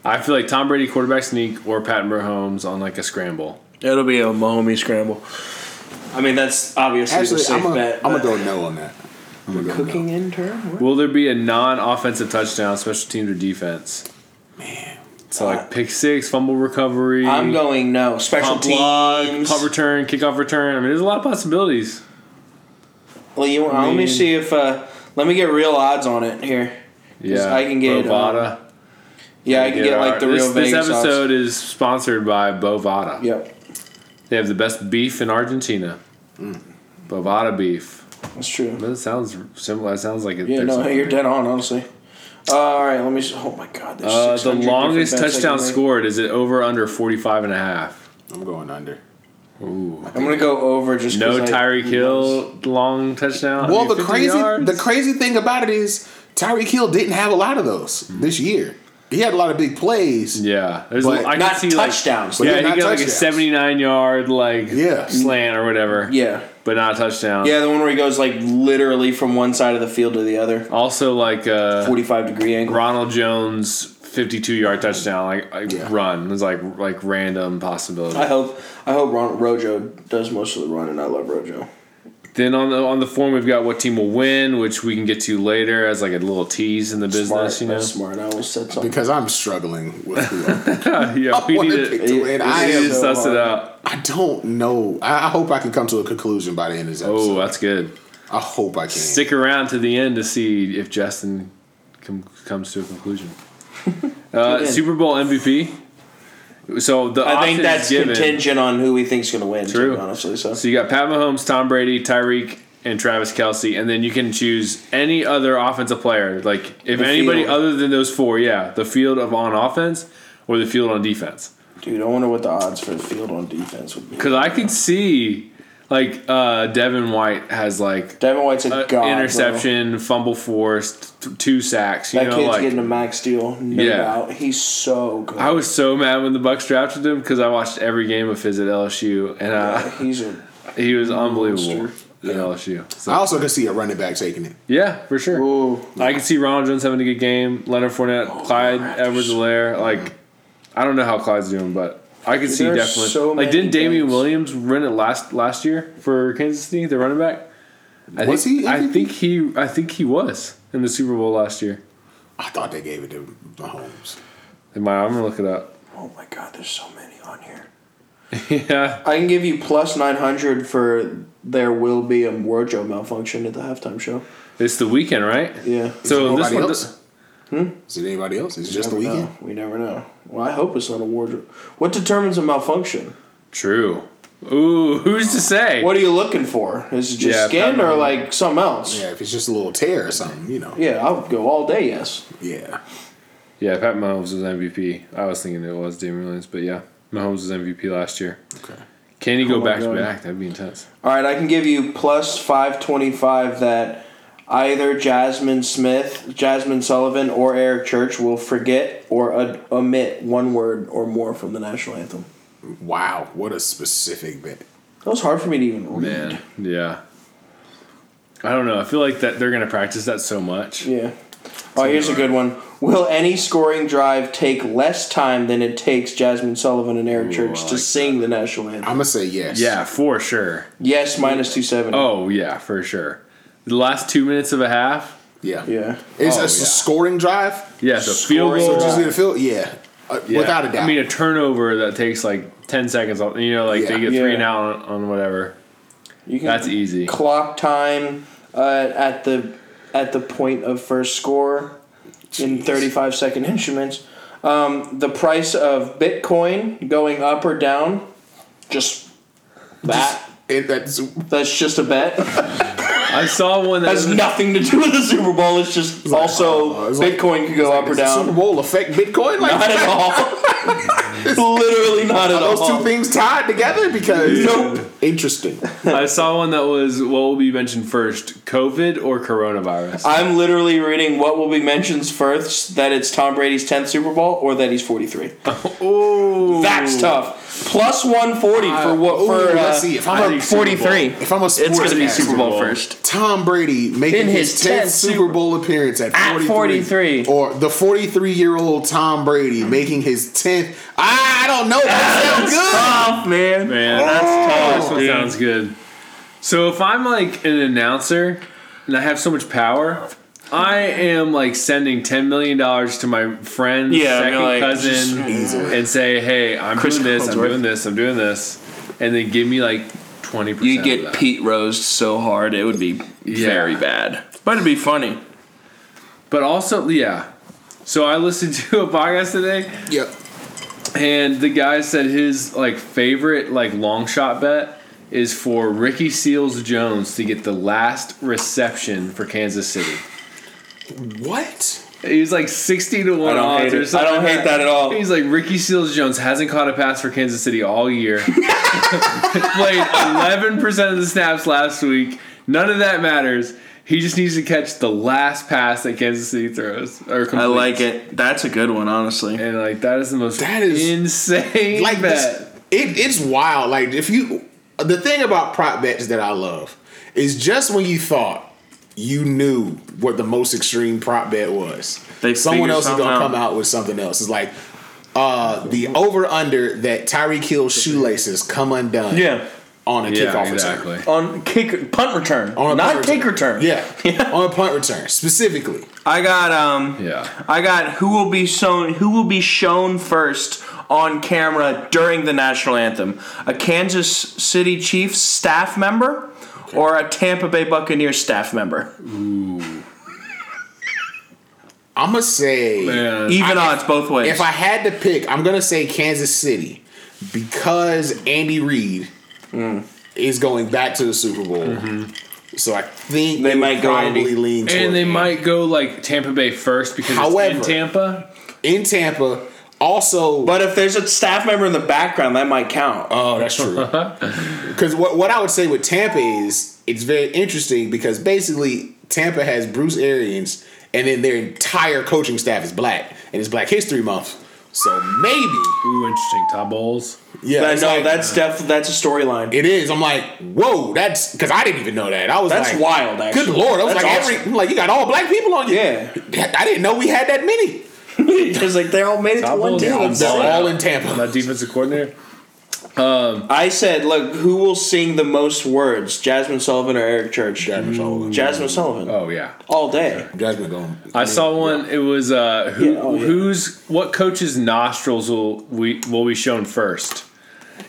C: I feel like Tom Brady quarterback sneak or Pat Mahomes on like a scramble.
A: It'll be a Mahomey scramble. I mean, that's obviously the
B: actually,
A: safe
B: I'm gonna
A: bet.
B: I'm
A: but-
B: go no on that. I'm gonna go
A: Cooking intern? What?
C: Will there be a non-offensive touchdown, special teams or defense? Man, so like pick six, fumble recovery,
A: Uh, I'm going no. Special
C: pump block,
A: teams.
C: punt return, kickoff return. I mean, there's a lot of possibilities.
A: Well, you, let me
C: mean-
A: see if. Uh, let me get real odds on it here.
C: Yeah,
A: I can get,
C: Bovada.
A: Yeah, I can get like the
C: this,
A: real
C: This
A: Vegas odds.
C: episode is sponsored by Bovada.
A: Yep,
C: They have the best beef in Argentina.
A: Mm.
C: Bovada beef.
A: that's true.
C: That sounds similar. That sounds like it.
A: Yeah,
C: there's
A: no,
C: something
A: you're dead on, honestly. Uh, all right, let me. s oh my God, there's
C: Uh, the
A: 600
C: longest
A: different bets I
C: touchdown
A: can make.
C: scored is it over under 45 and a half.
B: I'm going under.
C: Ooh.
A: I'm gonna go over just
C: No
A: 'cause I-
C: Tyreek Hill long touchdown. I
B: Well,
C: mean,
B: the
C: 50
B: crazy
C: yards?
B: the crazy thing about it is Tyreek Hill didn't have a lot of those this year. He had a lot of big plays.
C: Mm-hmm. yeah, there's
B: But
C: I
A: Not
C: can see
A: touchdowns.
C: Like,
B: Yeah,
C: yeah, he
B: not
C: got like a
B: touchdowns.
C: 79 yard like
B: Yeah.
C: slant or whatever.
A: yeah,
C: but not a touchdown.
A: yeah, the one where he goes like literally from one side of the field to the other,
C: Also like uh,
A: 45 degree angle.
C: Ronald Jones 52 yard touchdown like, like
B: Yeah.
C: run. It was like like random possibility.
A: I hope I hope Ron, Rojo does most of the running. I love Rojo.
C: Then on the on the form we've got what team will win, which we can get to later as like a little tease in the business.
A: smart,
C: You know, (laughs)
A: that's smart. I almost said something.
B: Because I'm struggling with who I-
C: yeah,
B: I
C: we
B: want
C: need
B: to
C: to,
B: pick to win. (laughs) I,
C: we need
A: am
C: to
A: so
B: am,
C: (laughs) suss
A: hard.
C: it out.
B: I don't know. I, I hope I can come to a conclusion by the end of this
C: Oh,
B: episode.
C: that's good.
B: I hope I can.
C: Stick around to the end to see if Justin com- comes to
A: (laughs)
C: a conclusion. Uh,
A: in.
C: Super Bowl MVP. So the
A: I think
C: options
A: that's
C: given.
A: contingent on who we think's gonna win.
C: True.
A: True, honestly. So
C: So you got Pat Mahomes, Tom Brady, Tyreek, and Travis Kelsey, and then you can choose any other offensive player. Like if
A: The
C: anybody
A: field.
C: other than those four, yeah, the field of on offense or the field on defense.
A: Dude, I wonder what the odds for the field on defense would be.
C: Because I could see, Like uh, Devin White has like
A: Devin White's a
C: a
A: god.
C: uh, interception, fumble forced, t- two sacks. You
A: Bro. That
C: know,
A: kid's
C: like
A: getting a max deal. No
C: Yeah.
A: doubt. He's so good.
C: I was so mad when the Bucks drafted him because I watched every game of his at LSU, and uh,
A: He's a
C: he was unbelievable
A: Monster.
C: at LSU.
B: I
C: So,
B: also could see a running back taking it.
C: yeah, for sure.
A: ooh.
C: I could see Ronald Jones having a good game. Leonard Fournette, Clyde
A: Raptors.
C: edwards alaire Like, I don't know how Clyde's doing, but I could see
A: There's
C: definitely.
A: so
C: like,
A: many
C: didn't Damian
A: things.
C: Williams run it last last year for Kansas City, the running back? I
B: Was
C: think,
B: he
C: I
B: MVP?
C: think he. I think he was in the Super Bowl last year.
B: I thought they gave it to Mahomes.
C: Am I- I'm gonna look it up.
A: Oh my god, there's so many on here.
C: yeah,
A: I can give you plus 900 for there will be a wardrobe malfunction at the halftime show.
C: it's the weekend, right?
A: Yeah.
C: So this
B: Nobody
C: one, Hmm?
B: else? Is it anybody else? It's just the
A: Never know.
B: weekend.
A: We never know. Well, I hope it's not a wardrobe. What determines a malfunction?
C: true. Ooh, who's to say?
A: What are you looking for? Is it just
C: Yeah,
A: skin or
C: probably.
A: like something else?
B: Yeah, if it's just a little tear or something, you know.
A: Yeah, I would go all day, yes.
B: Yeah.
C: Yeah, Pat Mahomes was MVP. I was thinking it was Damian Williams, but yeah, Mahomes was MVP last year.
B: Okay.
C: Can he
A: Oh
C: go
A: my
C: back to
A: God.
C: back? That'd be intense.
A: All right, I can give you plus 525 that either Jasmine Smith, Jasmine Sullivan, or Eric Church will forget or ad- omit one word or more from the national anthem.
B: Wow, what a specific bet.
A: That was hard for me to even read.
C: Man, yeah. I don't know. I feel like that they're gonna practice that so much.
A: Yeah. Oh, here's a good one. Will any scoring drive take less time than it takes Jasmine Sullivan and Eric
C: Ooh,
A: Church
C: I
A: to
C: like
A: sing the national anthem?
B: I'm gonna say yes.
C: Yeah, for sure.
A: Yes, minus 270.
C: Oh yeah, for sure. The last two minutes of a half.
B: Yeah.
A: Yeah.
B: It's
C: Oh,
B: a
C: yeah.
B: scoring drive.
C: Yes, a field
A: Scoring
C: goal.
B: So just need a field. Yeah. Uh,
C: Yeah.
B: Without a doubt.
C: I mean, a turnover that takes like ten seconds. off- You know, like
B: Yeah.
C: they get three
A: Yeah.
C: and out on, on whatever.
A: You can
C: That's e- easy.
A: Clock time uh, at the at the point of first score in
B: Jeez.
A: 35 second instruments. Um, the price of Bitcoin going up or down, just that.
B: And that's
A: That's just a bet.
C: I saw one that
A: has
C: was-
A: nothing to do with the Super Bowl. It's just
B: like,
A: also
B: uh, it's like-
A: Bitcoin could go up or
B: does the Super
A: down.
B: Bowl affect Bitcoin? Like
A: Not at all. Literally not at
B: (laughs) those
A: all.
B: two things tied together because
A: Nope.
B: (laughs) interesting.
C: I saw one that was what will be mentioned first: COVID or coronavirus.
A: I'm literally reading what will be mentioned first that it's Tom Brady's 10th Super Bowl or that he's
B: (laughs)
A: 43.
C: Oh,
A: That's tough. Plus 140 for what?
B: Ooh,
A: for uh,
B: let's see if
C: I
B: I'm a,
C: think Super Bowl.
A: 43.
B: if I'm a
A: it's going
B: sports
A: to be
B: fan,
A: Super
C: Super
A: Bowl
C: Bowl.
A: first.
B: Tom Brady making
A: In
B: his,
A: his
B: 10th
A: 10th
B: Super Bowl appearance at
A: At 43.
B: 43, Or the 43 year old Tom Brady making his 10th. I don't know. (laughs) That
A: Tough, man.
C: man,
B: Oh,
C: that's tough. This one
A: dude.
C: sounds good. So if I'm like an announcer and I have so much power, I am like sending ten million dollars to my friend,
A: Yeah, I mean,
C: second
A: like,
C: cousin, and say, "Hey, I'm
A: Chris
C: doing this. I'm
A: Collinsworth.
C: doing this. I'm doing this," and then give me like twenty percent.
A: You'd get Pete Rose so hard, it would be very bad. But it'd be funny.
C: but also yeah. So I listened (laughs) to a podcast today
B: sounds good. yep.
C: And the guy said his like favorite like long shot bet is for Ricky Seals Jones to get the last reception for Kansas City.
B: What?
C: He was like sixty to one
A: don't hate
C: odds or
A: it.
C: something.
A: I don't
C: like
A: hate that at all.
C: He's like Ricky Seals Jones hasn't caught a pass for Kansas City
B: (laughs)
C: all year. Played eleven percent of the snaps last week. None of that matters. He just needs to catch the last pass that Kansas City throws or completes.
A: I like it. That's a good one, honestly.
C: And like that is the most
B: That is-
C: insane
B: Like
C: bet.
B: this, it, it's wild. Like if you, the thing about prop bets that I love is just when you thought you knew what the most extreme prop bet was,
A: They
B: someone
A: figured
B: else is gonna
A: something out.
B: come out with something else. It's like. Uh, the over under that Tyreek Hill's shoelaces come undone.
A: Yeah.
B: on a
C: Yeah,
B: kickoff
C: exactly.
B: return.
A: On kick punt return,
B: On a
A: not
B: punt
A: kick return. (laughs)
B: Yeah, on a punt return specifically.
A: I got um.
C: Yeah.
A: I got who will be shown who will be shown first on camera during the national anthem: a Kansas City Chiefs staff member or a Tampa Bay Buccaneers staff member.
B: I'm gonna say
C: Man.
A: Even odds both ways.
B: if I had to pick, I'm gonna say Kansas City because Andy Reid
A: Mm.
B: is going back to the Super Bowl. So I think
A: Mm-hmm. They
B: would
A: might go
B: probably
A: Andy.
B: lean toward
C: And they
B: Andy.
C: might go like Tampa Bay first because
B: However-
C: it's in Tampa.
B: in Tampa. Also,
A: But if there's a staff member in the background, that might count.
B: Oh, that's
C: (laughs)
B: true. Because what, what I would say with Tampa is it's very interesting because basically Tampa has Bruce Arians and then their entire coaching staff is black and it's Black History Month. So maybe,
C: Ooh, interesting. Todd Bowles.
B: yeah,
A: But
B: it's
A: no,
B: like-
A: that's def- that's a storyline. (laughs)
B: it is. I'm like, whoa, that's because I didn't even know that. I was
A: That's
B: like,
A: wild, actually.
B: Good lord, I was
A: That's
B: like,
A: awesome.
B: every, I'm like you got all black people on you.
A: Yeah.
B: I didn't know we had that many.
A: Because like they all made it to
C: Todd
A: one
C: Bowles.
A: team.
B: They're all in Tampa.
C: That defensive coordinator.
A: I said, look, who will sing the most words, Jasmine Sullivan or Eric Church?
B: Jasmine Sullivan.
A: Jasmine Sullivan.
C: Oh yeah.
A: All day.
B: Jasmine going.
C: I saw one. It was uh, who,
A: Yeah, oh, yeah.
C: who's what coach's nostrils will we will be shown first,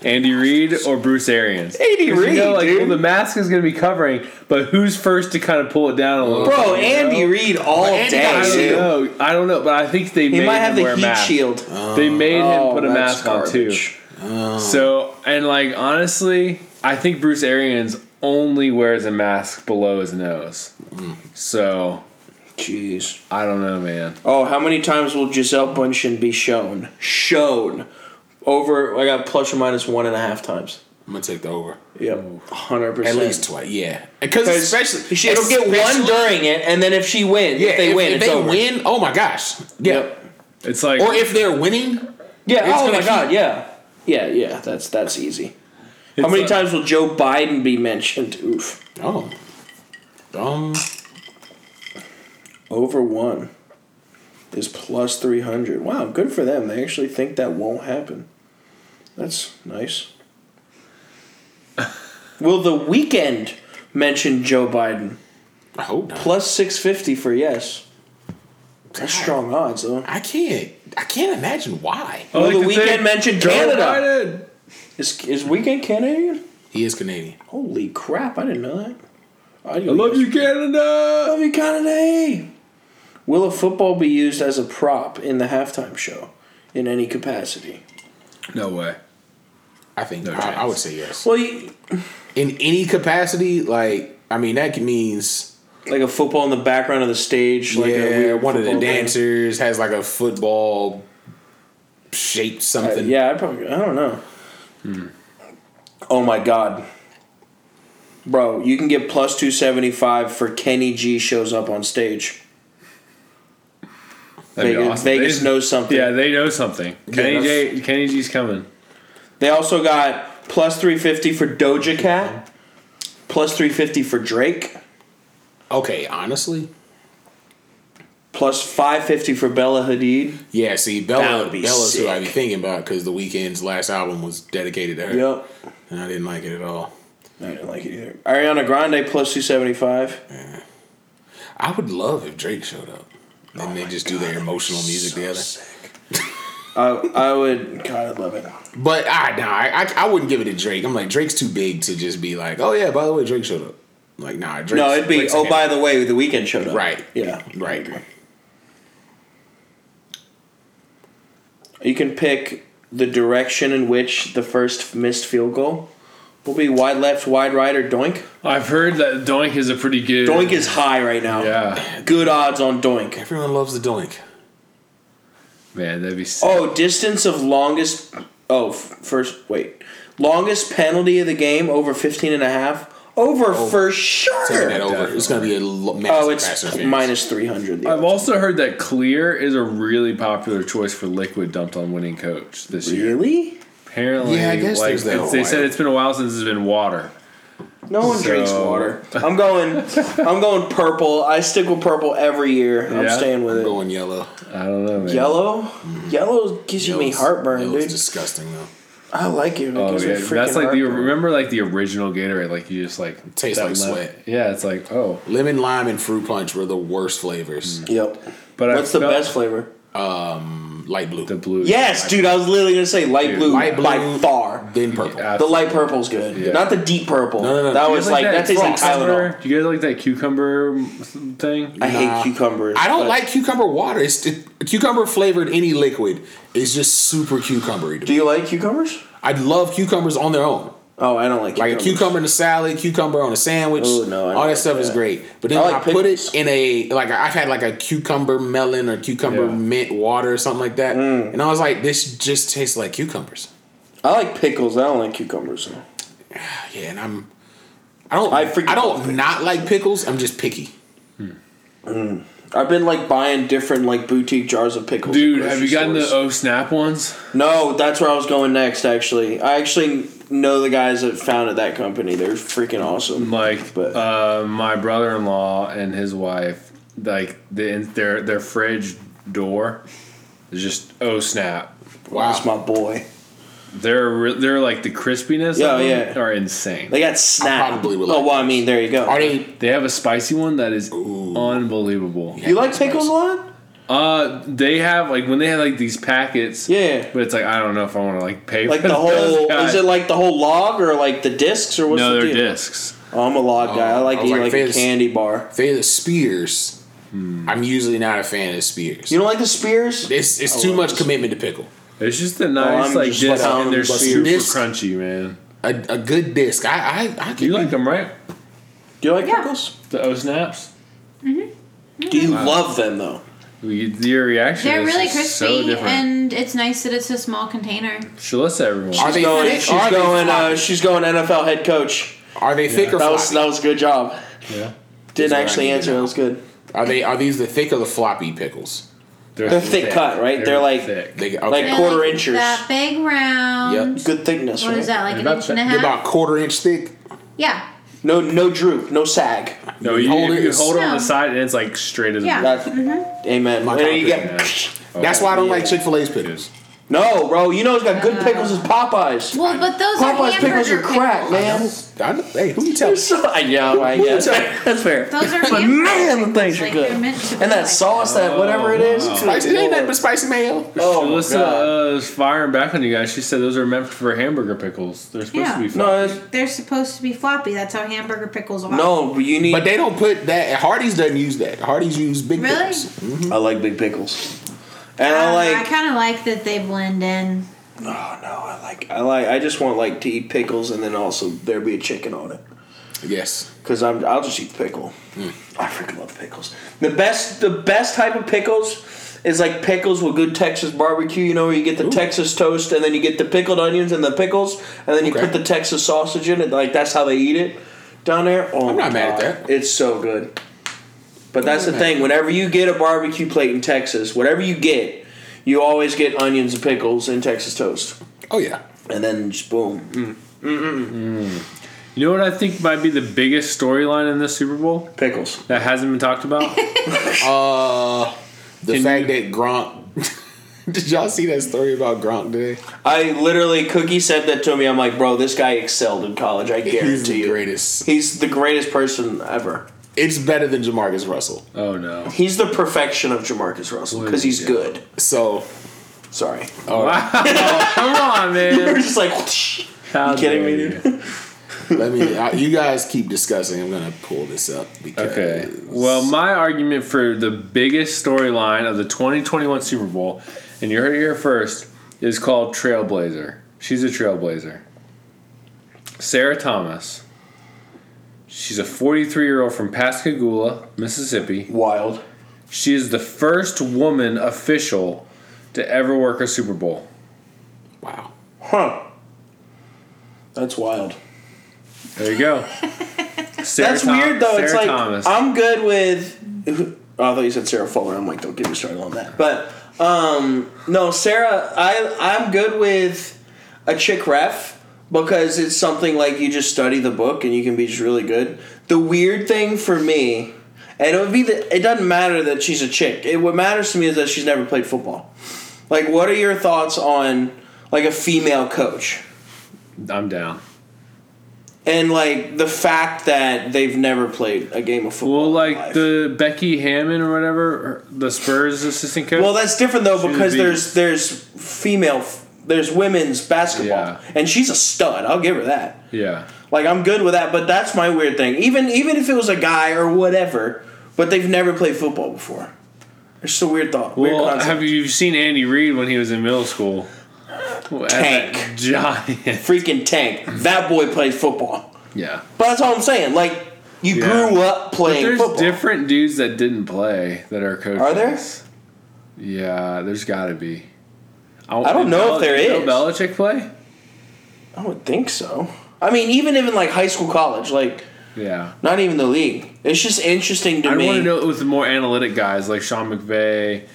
C: Andy Reid or Bruce Arians?
A: Andy
C: 'Cause you
A: Reid,
C: know, like,
A: dude.
C: well, the mask is going to be covering, but who's first to kind of pull it down a little? bit?
A: Bro, Andy Reid all
B: Andy got
C: I
A: day.
B: a
C: don't
A: dude.
B: shield.
C: know. I don't know, but I think they
A: He
C: made
A: might have
C: him
A: the
C: wear a
A: heat
C: mask.
A: shield.
C: They made him
A: Oh,
C: put a
A: that's
C: mask on too.
A: garbage. Oh.
C: So and like honestly, I think Bruce Arians only wears a mask below his nose. So
A: Jeez.
C: I don't know, man.
A: Oh, how many times will Giselle Bundchen be shown? Shown. Over, I got plus or minus one and a half times.
B: I'm gonna take the over.
A: Yep. 100%.
B: At least twice, yeah. Because especially,
A: she, it'll get one
B: especially-
A: during it, and then if she wins,
B: Yeah,
A: if they
B: if,
A: win,
B: if
A: it's
B: they
A: over.
B: win, oh my gosh, yeah.
A: Yep.
C: It's like
B: Or if they're winning,
A: Yeah.
B: It's
A: oh
B: gonna
A: my
B: keep-
A: god. Yeah. Yeah. Yeah. That's that's easy. How
C: It's
A: many
C: a-
A: times will Joe Biden be mentioned? Oof.
B: oh, um,
A: Over one is plus three hundred. Wow. Good for them. They actually think that won't happen. That's nice.
C: (laughs)
A: will the weekend mention Joe Biden?
B: I hope not.
A: Plus six fifty for yes. That's strong odds though.
B: I can't. I can't imagine why.
C: I like
A: Will the
C: to
A: weekend
C: think
A: mention
C: Joe
A: Canada?
C: Biden.
A: Is is weekend Canadian?
B: He is Canadian.
A: Holy crap! I didn't know that. I
C: I love you, Canada.
A: Love you, Kanade. Will a football be used as a prop in the halftime show in any capacity?
C: No way.
B: I think.
C: No
B: I, I
C: chance.
B: would say yes.
A: Well, you,
B: In any capacity, like I mean, that means
A: like a football in the background of the stage, like
B: yeah.
A: a weird
B: one of the
A: football thing.
B: dancers has like a football shaped
A: Uh,
B: something.
A: yeah, I probably. I don't know.
C: Hmm.
A: Oh my god, bro! You can get plus two seventy five for Kenny G shows up on stage.
C: That'd be
A: Vegas-
C: awesome.
A: Vegas
C: They-
A: knows something.
C: Yeah, they know something. Kenny
B: that's-
C: J, Kenny G's coming.
A: They also got plus three fifty for Doja Cat, plus three fifty for Drake.
B: Okay. Honestly.
A: plus 550 for Bella Hadid.
B: Yeah, see,
A: That
B: Bella,
A: would be
B: Bella's who I'd be
A: sick.
B: thinking about because the weekend's last album was dedicated to her,
A: Yep.
B: and I didn't like it at all.
A: I didn't like it either. Ariana Grande plus 275.
B: I would love if Drake showed up. And
A: Oh
B: they just do their emotional music together.
A: I, I would, God, I'd love it.
B: But I nah, I, I I wouldn't give it to Drake. I'm like Drake's too big to just be like, oh yeah, by the way, Drake showed up. Like nah, Drake's,
A: No, it'd be,
B: Drake's
A: oh,
B: a
A: by the way, the weekend showed up.
B: Right.
A: Yeah.
B: right.
A: You can pick the direction in which the first missed field goal will be wide left, wide right, or doink.
C: I've heard that Doink is a pretty good.
A: Doink is high right now.
C: Yeah,
A: Good odds on doink.
B: Everyone loves the doink.
C: man, that'd be. Sick.
A: Oh, distance of longest. Oh, f- first. Wait. Longest penalty of the game over 15 and a half? Over, for sure.
B: Taking that over. It's gonna be Oh, a lo- massive
A: Oh,
B: pass
A: it's
B: interference.
A: minus 300. the
C: I've
A: odds.
C: also heard that Clear is a really popular choice for liquid dumped on winning coach this year.
A: Really?
C: Apparently,
B: Yeah, I guess
C: like,
B: there's that
C: it's- they
B: whole
C: said
B: wire.
C: it's been a while since it's been water.
A: No one drinks
C: So-
A: water. I'm going. I'm going purple. I stick with purple every year. I'm
C: Yeah?
A: staying with it.
B: going yellow.
C: I don't know, man.
A: Yellow. Yellow gives you me
B: Yellow's-
A: heartburn,
B: yellow's
A: dude.
B: disgusting though.
A: I like it. it
C: Oh
A: gives me
C: yeah,
A: freaking
C: that's like the
A: heartburn.
C: remember like the original Gatorade. Like you just like
B: Tastes
C: that
B: like
C: lemon-
B: sweat.
C: Yeah, it's like oh,
B: Lemon, lime, and fruit punch were the worst flavors.
A: Yep.
C: but I
A: What's the
C: felt
A: best flavor? Mm.
B: Light blue.
C: The blue.
A: Yes, dude. I was literally gonna say light blue
B: light blue.
A: by far.
B: then purple.
A: The light purple's good,
C: Yeah.
A: not the deep purple.
B: No, no, no.
A: That
B: You
A: was like that tastes like Tylenol.
C: cucumber? Do you guys like that cucumber thing?
A: I
B: Nah.
A: hate cucumbers.
B: I don't
A: but-
B: like cucumber water. It's cucumber flavored any liquid is just super cucumbery. To
A: Do
B: me.
A: you like cucumbers?
B: I love cucumbers on their own.
A: Oh, I don't like
B: Like a cucumber in a salad, cucumber on a sandwich,
A: Oh, no, I don't
B: all
A: like
B: that stuff is
A: that.
B: great. But then
A: I
B: when
A: like
B: I put
A: pickles.
B: it in a like I've had like a cucumber melon or cucumber
C: Yeah.
B: mint water or something like that,
A: Mm.
B: and I was like, this just tastes like cucumbers.
A: I like pickles. I don't like cucumbers. though.
B: Yeah, and I'm I don't
A: I
B: I,
A: freaking love
B: don't
A: pickles.
B: not like pickles. I'm just picky.
A: I've been like buying different like boutique jars of pickles. at
C: Dude, have
A: grocery
C: you gotten the uh,
A: stores.
C: O Snap ones?
A: No, that's where I was going next. Actually, I actually know the guys that founded that company. They're freaking awesome.
C: Like
A: But-
C: Mm. uh, my brother in law and his wife, like the, their their fridge door is just O Snap.
B: Wow.
A: That's my boy.
C: They're re- they're like the crispiness.
A: Yeah,
C: of them
A: yeah.
C: are insane.
A: They got snap.
B: probably would
A: oh
B: like
A: well, I mean, there you go.
B: Are they
C: they have a spicy one that is
B: Ooh.
C: unbelievable.
A: you like pickles a lot?
C: Uh, they have like when they have like these packets.
A: Yeah.
C: But it's like I don't know if I want to like pay
A: Like
C: for (laughs)
A: the
C: those
A: whole?
C: guys.
A: Is it like the whole log or like the discs or what's
C: no,
A: the
C: they're
A: deal?
C: discs.
A: Oh, I'm a log guy. I
B: Oh,
A: like
B: I was
A: eating
B: like,
A: like a
B: fizz.
A: candy bar.
B: they're the spears? Hmm. I'm usually not a fan of spears.
A: You don't like the spears?
B: it's it's too
A: love
B: much
A: this.
B: commitment to pickle.
C: It's just a nice
A: Oh, I'm
C: like
A: just
C: disc,
A: like,
C: and they're
A: I'm just
C: super
B: disc.
C: crunchy, man.
B: A, a good disc. I I, I can
C: You like them, right?
A: Do you like
D: Yeah.
A: pickles?
C: The O snaps.
A: Do you love them though?
C: We- Your reaction.
D: They're
C: is
D: really
C: just
D: crispy,
C: So different.
D: and it's nice that it's a small container.
C: Shalissa, everyone.
B: Are they
A: She's going.
B: thick?
A: She's
B: Are they
A: going. Uh,
B: floppy?
A: she's going NFL head coach.
B: Are they thick or
A: That was
B: floppy?
A: that was a good job.
C: yeah.
A: Didn't
B: what I
A: actually
B: needed
A: answer. That was good.
B: Are they are these the thick or the floppy pickles?
A: They're thick cut, right? They're like-
C: thick.
B: They okay.
A: Like
D: They're
A: quarter inchers.
D: That big round.
B: Yep.
A: Good thickness.
D: What
A: right?
D: is that? Like
C: They're
D: an
C: about
D: inch and a
C: that-
B: they're
D: half.
B: about quarter inch thick.
D: yeah.
A: No, no droop, no sag.
C: No, you,
B: Hold
C: hold,
B: it.
C: you hold it on
D: No.
C: the side and it's like straight as
D: Yeah. Mm-hmm.
C: a
A: That's, Amen.
B: My
A: And then you
B: confidence,
A: get-
B: That's why I don't
A: yeah.
B: like Chick Fil A's pickles.
A: no, bro. You know, it's got good pickles as Popeyes.
D: Uh, Well, but those are
A: Popeyes
D: hamburger
A: pickles are crap, man.
B: I know- hey, who you telling?
A: So, (laughs) I know. I guess (laughs) that's fair.
D: Those are
A: But
D: hamburger
A: man, the things are
D: Like,
A: good.
D: they're meant to be
A: And that
D: like
A: sauce, that whatever it is.
C: wow.
A: good
B: Spicy, it ain't nothing but
A: lord.
B: spicy mayo.
A: Oh, my
C: Shalissa
A: God.
C: uh, is firing back on you guys. She said those are meant for hamburger pickles. They're supposed
D: Yeah.
C: to be fun.
A: No, it's-
D: They're supposed to be floppy. That's how hamburger pickles are.
A: no. You need.
B: But they don't put that. Hardee's doesn't use that. Hardee's use big
D: Really?
B: pickles.
A: I like big pickles. And
D: Uh, Um, I,
A: I like.
D: kind of like that they blend in.
A: Oh no, I like I like I just want like to eat pickles and then also there be a chicken on it
B: Yes.
A: because I'm I'll just eat pickle.
B: Hmm.
A: I freaking love pickles. The best the best type of pickles is like pickles with good Texas barbecue. You know where you get the Texas toast and then you get the pickled onions and the pickles and then you
B: Okay.
A: put the Texas sausage in it. Like that's how they eat it down there. Oh,
B: I'm
A: my
B: not mad at
A: God.
B: that.
A: It's so good. But that's the
B: not mad.
A: thing. Whenever you get a barbecue plate in Texas, whatever you get, you always get onions and pickles and Texas toast
B: Oh yeah.
A: and then just boom.
C: You know what I think might be the biggest storyline in this Super Bowl
A: Pickles.
C: that hasn't been talked
D: (laughs)
C: about?
B: Uh, the
C: Can
B: fact that Gronk. (laughs) Did y'all see that story about Gronk today?
A: I literally, Cookie said that to me. I'm like, bro, this guy excelled in college. I
B: He's
A: guarantee
B: the
A: you.
B: greatest.
A: He's the greatest person ever.
B: It's better than Jamarcus Russell.
C: oh no.
A: He's the perfection of Jamarcus Russell because he's
C: Yeah.
A: good.
B: So
A: Sorry. (laughs)
C: Come on,
A: We're (laughs)
C: man.
A: just like,
C: How
A: You kidding me,
C: dare
A: dude?
C: you.
B: let me. I, you guys keep discussing. I'm gonna pull this up because.
C: Okay. Well, my argument for the biggest storyline of the 2021 Super Bowl, and you heard it here first, is called Trailblazer. She's a trailblazer. Sarah Thomas. She's a 43 year old from Pascagoula, Mississippi.
A: wild.
C: She is the first woman official to ever work a Super Bowl.
B: Wow.
A: Huh. That's wild.
C: There
A: (laughs)
C: you go. Sarah
A: That's
C: Thom-
A: weird, though. it's like,
C: Sarah Thomas.
A: I'm good with. Oh, I thought you said Sarah Fuller. I'm like, don't get me started on that. But, um, no, Sarah, I, I'm good with a chick ref because it's something like you just study the book and you can be just really good. The weird thing for me, and it would be that it doesn't matter that she's a chick. It what matters to me is that she's never played football. Like, what are your thoughts on like a female coach
C: I'm down.
A: and like the fact that they've never played a game of football?
C: Well,
A: in their
C: like
A: life?
C: the Becky Hammond or whatever, her- the Spurs assistant coach.
A: Well, that's different though
C: She's a
A: because there's
C: beast.
A: there's female, there's women's basketball,
C: Yeah.
A: and she's a stud. I'll give her that.
C: yeah.
A: Like I'm good with that, but that's my weird thing. Even even if it was a guy or whatever, but they've never played football before. It's just a weird thought. Weird
C: Well,
A: concept.
C: have you seen Andy Reid when he was in middle school?
A: Tank. (laughs)
C: Giant.
A: Freaking tank. That boy played football.
C: Yeah.
A: But that's all I'm saying. Like, you
C: Yeah.
A: grew up
C: But
A: playing
C: there's
A: football.
C: different dudes that didn't play that are coaches.
A: Are there?
C: Yeah, there's got to be.
A: I don't know if there
C: there is.
A: is.
C: Bill Belichick play?
A: I don't think so. I mean, even even like high school, college, like
C: Yeah.
A: not even the league. It's just interesting to
C: I
A: me.
C: want to know with the more analytic guys like Sean McVay,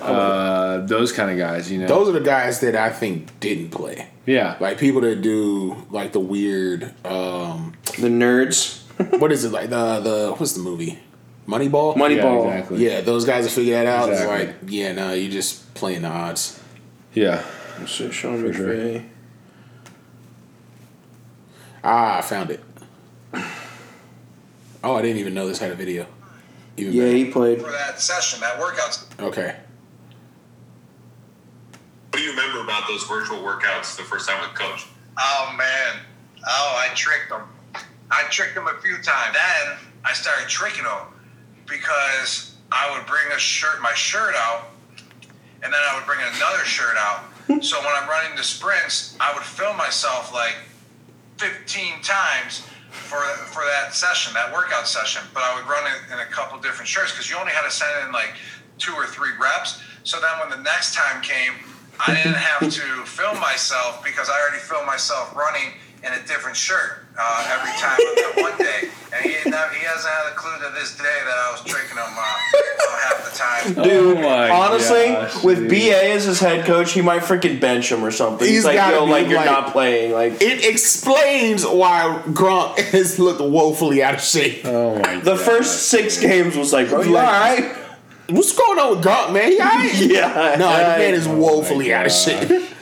C: uh, those kind of guys. You know.
B: Those are the guys that I think didn't play.
C: Yeah.
B: Like people that do like the weird um
A: the nerds,
B: what is it like the the what's the movie? Moneyball?
C: yeah,
A: Moneyball.
C: exactly.
B: Yeah, those guys that figure that out.
C: Exactly.
B: It's like, yeah, no, you just playing the odds.
C: Yeah.
A: So Sean McVay.
C: sure.
B: Ah, I found it. (sighs) Oh, I didn't even know this had a video. Even
A: Yeah, he played.
E: for that session, that workout.
B: better. Okay.
F: What do you remember about those virtual workouts the first time with coach?
E: Oh man! Oh, I tricked them. I tricked them a few times. Then I started tricking them because I would bring a shirt, my shirt out, and then I would bring another shirt out. so when I'm running the sprints, I would film myself like 15 times for for that session, that workout session. But I would run it in a couple different shirts because you only had to send in like two or three reps. So then when the next time came, I didn't have to film myself because I already filmed myself running in a different shirt uh, every time on that one day. And he, didn't have- he hasn't had a clue to this day that I was tricking him uh, uh, half the time.
A: Dude,
C: Oh my
A: honestly,
C: gosh,
A: with
C: dude.
A: BA as his head coach, he might freaking bench him or something. He's,
B: He's
A: like,
B: gotta
A: yo,
B: be
A: like you're
B: like-
A: not playing. Like
B: It explains why Gronk (laughs) has looked woefully out of shape.
C: Oh my.
A: the first six games was like, bro, you all
B: Like-
A: right?
B: What's going on with Gronk, man? He all
A: (laughs)
B: right?
A: Yeah. (laughs)
B: No,
A: I- oh
B: the man is woefully out of shape. (laughs)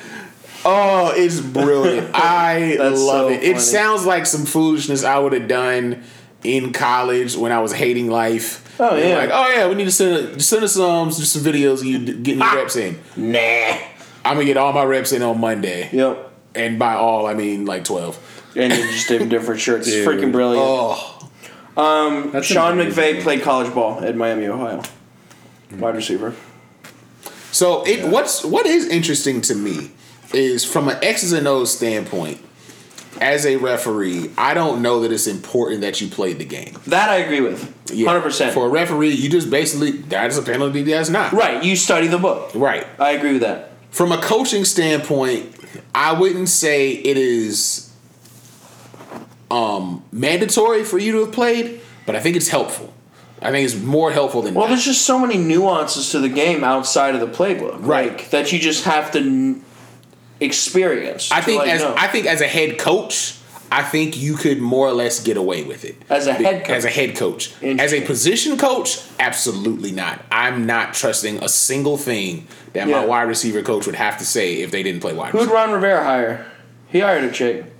B: Oh,
A: (laughs)
B: it's brilliant. I
A: That's
B: love
A: so
B: it. It
A: funny.
B: sounds like some foolishness I would have done in college when I was hating life.
A: Oh,
B: They're
A: yeah.
B: Like, oh yeah, we need to send send us um, just some videos of you d- getting your reps in.
A: Nah.
B: I'm gonna get all my reps in on Monday.
A: Yep.
B: And by all I mean like twelve.
A: And they just did different shirts. It's
C: Dude.
A: freaking brilliant.
B: Oh
C: That's
A: Sean
C: amazing.
A: McVay played college ball at Miami, Ohio. Wide receiver.
B: So it what's what is interesting to me is from an X's and O's standpoint, as a referee, I don't know that it's important that you played the game.
A: That I agree with.
B: Yeah.
A: 100%.
B: For a referee, you just basically that is a penalty, that's not.
A: right. You study the book.
B: Right.
A: I agree with that.
B: From a coaching standpoint, I wouldn't say it is um mandatory for you to have played, but I think it's helpful. I think it's more helpful than
A: Well,
B: not.
A: there's just so many nuances to the game outside of the playbook.
B: Right.
A: like, that you just have to n- experience.
B: I
A: to,
B: think
A: like,
B: as
A: know.
B: I think as a head coach, I think you could more or less get away with it.
A: As a
B: Be-
A: head coach.
B: As a head coach. As a
A: Interesting.
B: position coach, absolutely not. I'm not trusting a single thing that
A: Yeah.
B: my wide receiver coach would have to say if they didn't play wide
A: Who'd
B: receiver.
A: Ron Rivera hire? He hired a chick.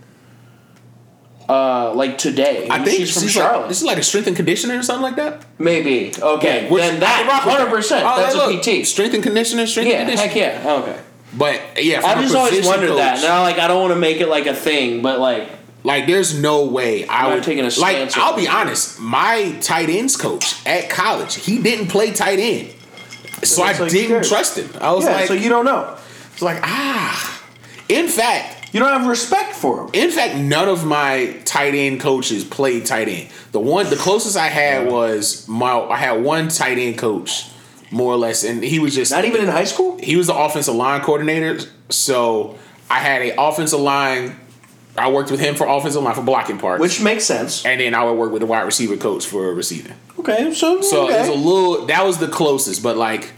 A: Uh, like today.
B: I think
A: she's from
B: like-
A: Charlotte.
B: this is like a strength and conditioning or something like that.
A: Maybe. Okay.
B: Which-
A: then
B: I can rock
A: that
B: with
A: hundred percent.
B: Oh,
A: That's
B: hey,
A: a
B: look,
A: PT.
B: Strength and conditioning, strength
A: yeah.
B: and conditioning.
A: Heck yeah. Okay.
B: But yeah, from
A: I've
B: a
A: just always
B: position
A: wondered that.
B: coach,
A: Now, like, I don't want to make it like a thing, but like,
B: Like, there's no way I
A: I'm not
B: would
A: taking a
B: like.
A: stance
B: I'll
A: on
B: be
A: it.
B: honest. My tight ends coach at college, he didn't play tight end, so I
A: that's like scary.
B: didn't trust him. I was
A: yeah.
B: like,
A: so you don't know.
B: it's like ah. In fact,
A: You don't have respect for him.
B: in fact, none of my tight end coaches played tight end. The one, the closest I had was my. I had one tight end coach, more or less, and he was just
A: Not even in high school.
B: he was the offensive line coordinator. So I had a offensive line. I worked with him for offensive line for blocking parts,
A: Which makes sense.
B: and then I would work with the wide receiver coach for receiving.
A: Okay, so,
B: So
A: okay.
B: it was a little. That was the closest, but like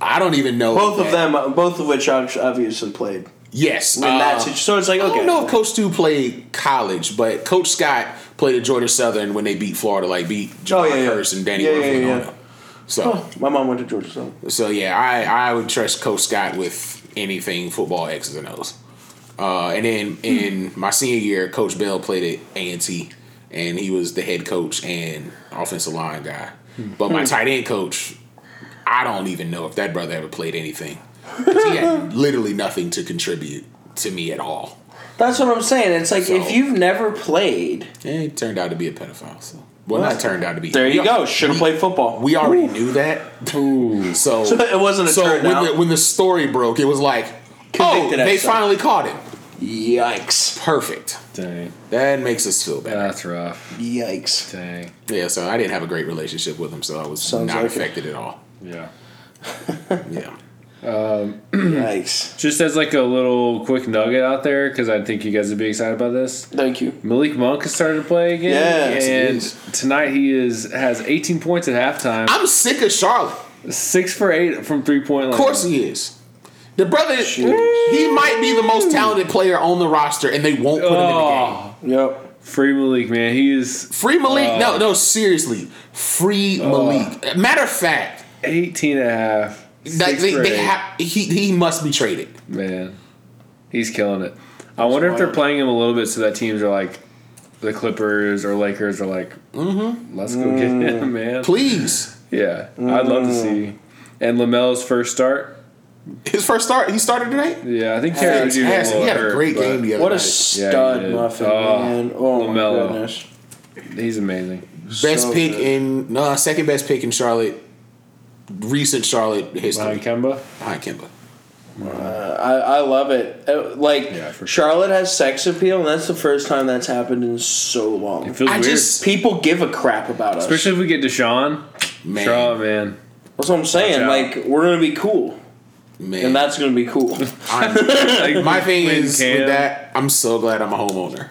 B: I don't even know
A: both of
B: that-
A: them, uh, both of which obvi- obviously played
B: Yes,
A: in that
B: uh,
A: situation. So it's like okay,
B: I don't know if Coach Two played college, but Coach Scott played at Georgia Southern when they beat Florida, like beat John
A: Oh, yeah, yeah.
B: Hurst and Danny
A: Yeah,
B: Worth
A: yeah,
B: and
A: yeah.
B: all that. So,
A: Huh, my mom went to Georgia Southern.
B: so yeah, I, I would trust Coach Scott with anything football X's and O's. Uh, and then in my senior year, Coach Bell played at A and T, and he was the head coach and offensive line guy. But my tight end coach, I don't even know if that brother ever played anything. 'Cause He had literally nothing to contribute to me at all.
A: That's what I'm saying. It's like if
B: So-
A: you've never played,
B: And he turned out to be a pedophile. So. Well,
A: Well,
B: not turned out to be.
A: there you
B: we-
A: go. Should have played football.
B: We already knew that. So,
A: it wasn't a (laughs)
B: so
A: turn
B: when
A: out.
B: the, when the story broke, it was like, Oh,
A: Convicted
B: they
A: of something.
B: finally caught him.
A: Yikes.
B: Perfect.
C: Dang.
B: That makes us feel better.
C: That's rough.
A: Yikes.
C: Dang.
B: yeah, so I didn't have a great relationship with him, so I was
A: Sounds
B: not
A: like it.
B: affected at all.
C: Yeah.
B: Yeah.
C: Hmm.
A: Yikes.
C: Just as like a little quick nugget out there, because I think you guys would be excited about this.
A: Thank you.
C: Malik Monk has started to play again.
A: Yes, he
C: and
B: is.
C: tonight he is has 18 points at halftime,
B: I'm sick of Charlotte.
C: six for eight from three point line.
B: Of course he is. The brother, he
A: Shoot.
B: might be the most talented player on the roster, and they won't put him in the game.
C: Oh,
A: Yep.
C: free Malik, man. He is
B: Free Malik.
A: Oh.
B: no, no, seriously. Free Malik. Matter of fact,
C: 18 and a half.
B: that
C: six
B: they,
C: for
B: they
C: eight.
B: ha- he, he must be traded.
C: Man, he's killing it. I wonder if they're
A: wild.
C: playing him a little bit so that teams are like the Clippers or Lakers are like, mm-hmm. let's go get him, man.
B: Mm. Please. Mm.
C: Yeah, I'd love to see. And Lamelo's first start.
B: His first start, he started tonight?
C: Yeah, I think Terry
B: Fantastic.
C: Duke was a
B: He
C: little
B: had a
C: hurt,
B: great
C: but
B: game the other
A: What a
B: night.
A: stud
C: did.
A: muffin,
C: Oh,
A: man. Oh, my
C: LaMelo.
A: goodness.
C: He's amazing.
B: Best
A: so
B: pick
A: good.
B: in, no, second best pick in Charlotte, recent Charlotte history.
C: Behind Kemba.
B: Behind Kimba.
A: I, I love it. Uh, Like
C: Yeah, for sure.
A: Charlotte has sex appeal, and that's the first time that's happened in so long.
C: It feels
B: I
C: weird.
B: just-
A: People give a crap about us.
C: Especially if we get Deshaun.
B: Man.
C: Charlotte, man.
A: that's what I'm saying.
C: Watch out.
A: Like we're gonna be cool,
B: Man.
A: and that's gonna be
C: (laughs)
A: cool.
B: I'm- (laughs)
C: Like,
B: my
C: (laughs)
B: thing
C: Quinn
B: is
C: Cam.
B: with that, I'm so glad I'm a homeowner.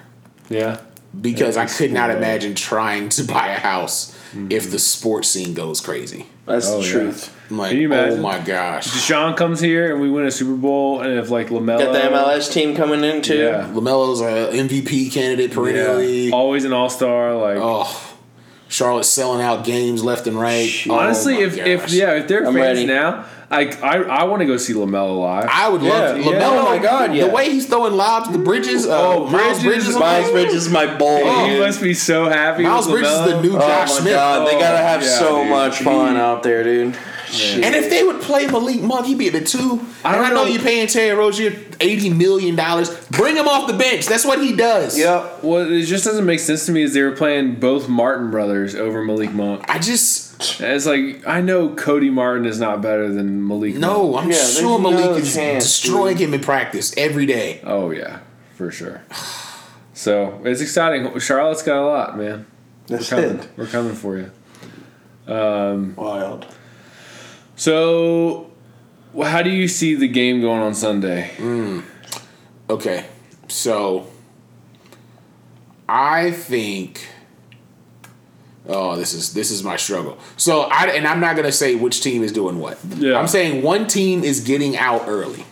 C: Yeah.
B: Because I
C: That's
B: could not
C: cool. Mm-hmm.
B: imagine trying to buy a house if the sports scene goes crazy.
A: That's
C: Oh,
A: the
C: yeah.
A: truth.
B: I'm like,
C: Can you
B: oh
C: imagine?
B: my gosh.
C: Deshaun comes here and we win a Super Bowl, and if like Lamelo,
A: Got the MLS team coming in too.
C: yeah,
B: LaMelo's a MVP candidate perennially.
C: yeah, always an All Star. Like
B: Oh, Charlotte's selling out games left and right.
A: Shit.
C: honestly,
B: Oh my
C: if if
B: gosh.
C: yeah, if they're
A: I'm
C: fans
A: ready.
C: now, I I, I want to go see Lamelo live.
B: I would love
A: Yeah,
B: to.
A: yeah.
B: LaMelo.
A: Oh my God, yeah.
B: The way he's throwing lobs, the bridges. Uh,
C: Oh,
B: Miles
C: Bridges,
B: Bridges.
A: Miles Bridges is my boy.
B: Oh,
C: he must be so happy.
B: Miles
C: with
B: Bridges is the
C: LaMelo. Oh,
B: new
A: Oh
B: Josh
A: my
B: Smith.
A: god, they gotta have
C: yeah,
A: so
C: dude.
A: much fun out there, dude. Shit.
B: And if they would play Malik Monk, he'd be at the two. I
C: I don't
B: and I know,
C: know.
B: you're paying Terry Rozier eighty million dollars. Bring him off the bench. That's what he does.
A: yep,
C: What it just doesn't make sense to me is they were playing both Martin brothers over Malik Monk.
B: I just
C: And it's like I know Cody Martin is not better than Malik. Monk.
B: no. I'm
A: Yeah, there's
B: sure Malik
A: no
B: is
A: chance,
B: destroying him in practice every day.
C: Oh yeah, for sure. (sighs) So it's exciting. Charlotte's got a lot, man.
A: that's
C: We're coming.
A: it.
C: We're coming for you.
A: Wild.
C: So, wh- how do you see the game going on Sunday?
B: Okay, so I think. Oh, this is this is my struggle. So I and I'm not gonna say which team is doing what.
C: Yeah.
B: I'm saying one team is getting out early.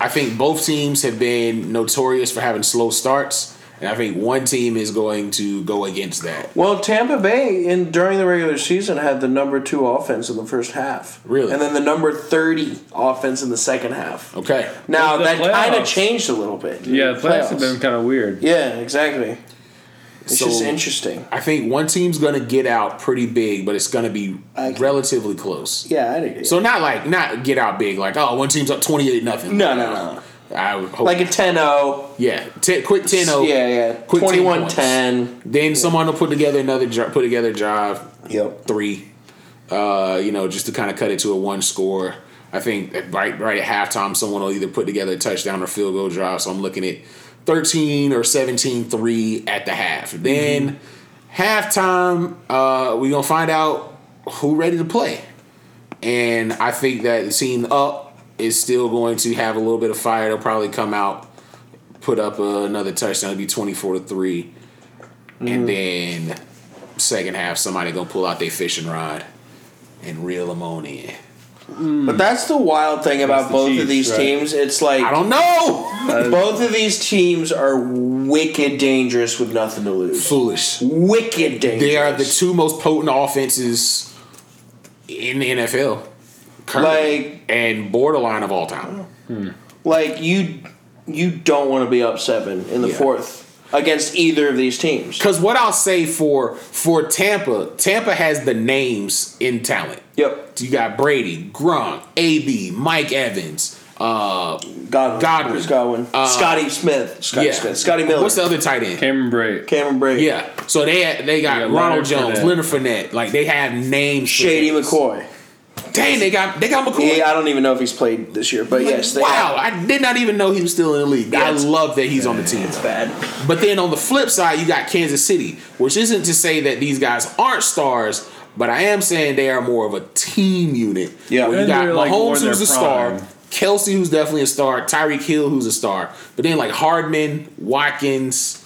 B: I think both teams have been notorious for having slow starts, and I think one team is going to go against that.
A: Well, Tampa Bay in during the regular season had the number two offense in the first half.
B: Really?
A: And then the number thirty offense in the second half.
B: Okay.
A: Now
C: The
A: that kind
C: playoffs.
A: of changed a little bit.
C: Yeah, the playoffs have been kind of weird.
A: Yeah, exactly. It's
B: So-
A: just interesting.
B: I think one team's gonna get out pretty big, but it's gonna be
A: I-
B: relatively close.
A: Yeah, I agree.
B: So not like not get out big, like oh one team's up twenty eight nothing.
A: no, no, no.
B: I would hope
A: Like a 10-0.
B: Yeah, ten, quick 10 0.
A: Yeah, yeah.
B: Quick 10 points.
A: 21-10.
B: Then someone will put together another dri- put together drive
A: Yep.
B: three. Uh, you know, just to kind of cut it to a one score. I think at right right at halftime, someone will either put together a touchdown or field goal drive. So I'm looking at 13 or 17 3 at the half. Then halftime, uh, we're going to find out who ready to play. And I think that the team up is still going to have a little bit of fire. They'll probably come out, put up uh, another touchdown. It'll be 24 to 3. And then second half, somebody going to pull out their fishing rod and reel them on in.
A: But that's the wild thing about
C: the
A: both
C: Chiefs,
A: of these
C: right?
A: teams. It's like
B: I don't know.
A: both of these teams are wicked dangerous with nothing to lose.
B: Foolish.
A: Wicked dangerous.
B: They are the two most potent offenses in the NFL. Currently,
A: Like-
B: and borderline of all time.
A: like you you don't want to be up seven in the
B: Yeah.
A: fourth against either of these teams.
B: Because what I'll say for for Tampa, Tampa has the names in talent.
A: Yep.
B: You got Brady, Gronk, AB, Mike Evans, uh,
A: Godwin.
B: Godwin.
A: Chris Godwin.
B: Uh,
A: Scotty Smith. Scotty
B: yeah,
A: Smith. Scotty Miller.
B: What's the other tight end?
C: Cameron Brake.
A: Cameron Brady.
B: Yeah. So they they got
C: Yeah,
B: Ronald
C: Leonard
B: Jones,
C: Fournette.
B: Leonard Fournette. Like they have names. for
A: Shady
B: things.
A: McCoy.
B: Dang, they got they got McCoy.
A: He, I don't even know if he's played this year, but yes, they
B: wow, I did not even know he was still in the league.
A: Yeah,
B: I
A: it's-
B: love that he's on the team.
A: It's bad.
B: But then on the flip side, you got Kansas City, which isn't to say that these guys aren't stars, but I am saying they are more of a team unit.
A: Yeah.
B: where you
C: And
B: got
C: they're, like, more
B: Mahomes,
C: in their
B: who's a
C: prime.
B: star, Kelsey, who's definitely a star, Tyreek Hill, who's a star, but then like Hardman, Watkins,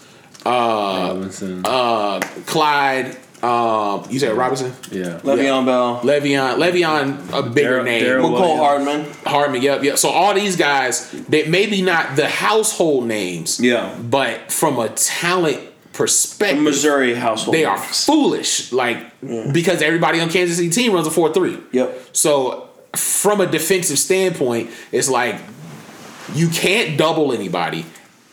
C: Robinson.
B: uh, Clyde, uh, you said Robinson,
C: yeah.
A: Le'Veon Bell,
B: Le'Veon, Le'Veon, a bigger
C: Darryl-
B: name.
C: Darryl-
A: McCole
C: Williams.
A: Hardman.
B: Hardman, yep, yep. So all these guys, they maybe not the household names,
A: Yeah.
B: but from a talent perspective,
A: Missouri household.
B: they are foolish. Like because everybody on Kansas City team runs a four three.
A: Yep.
B: So from a defensive standpoint, it's like you can't double anybody.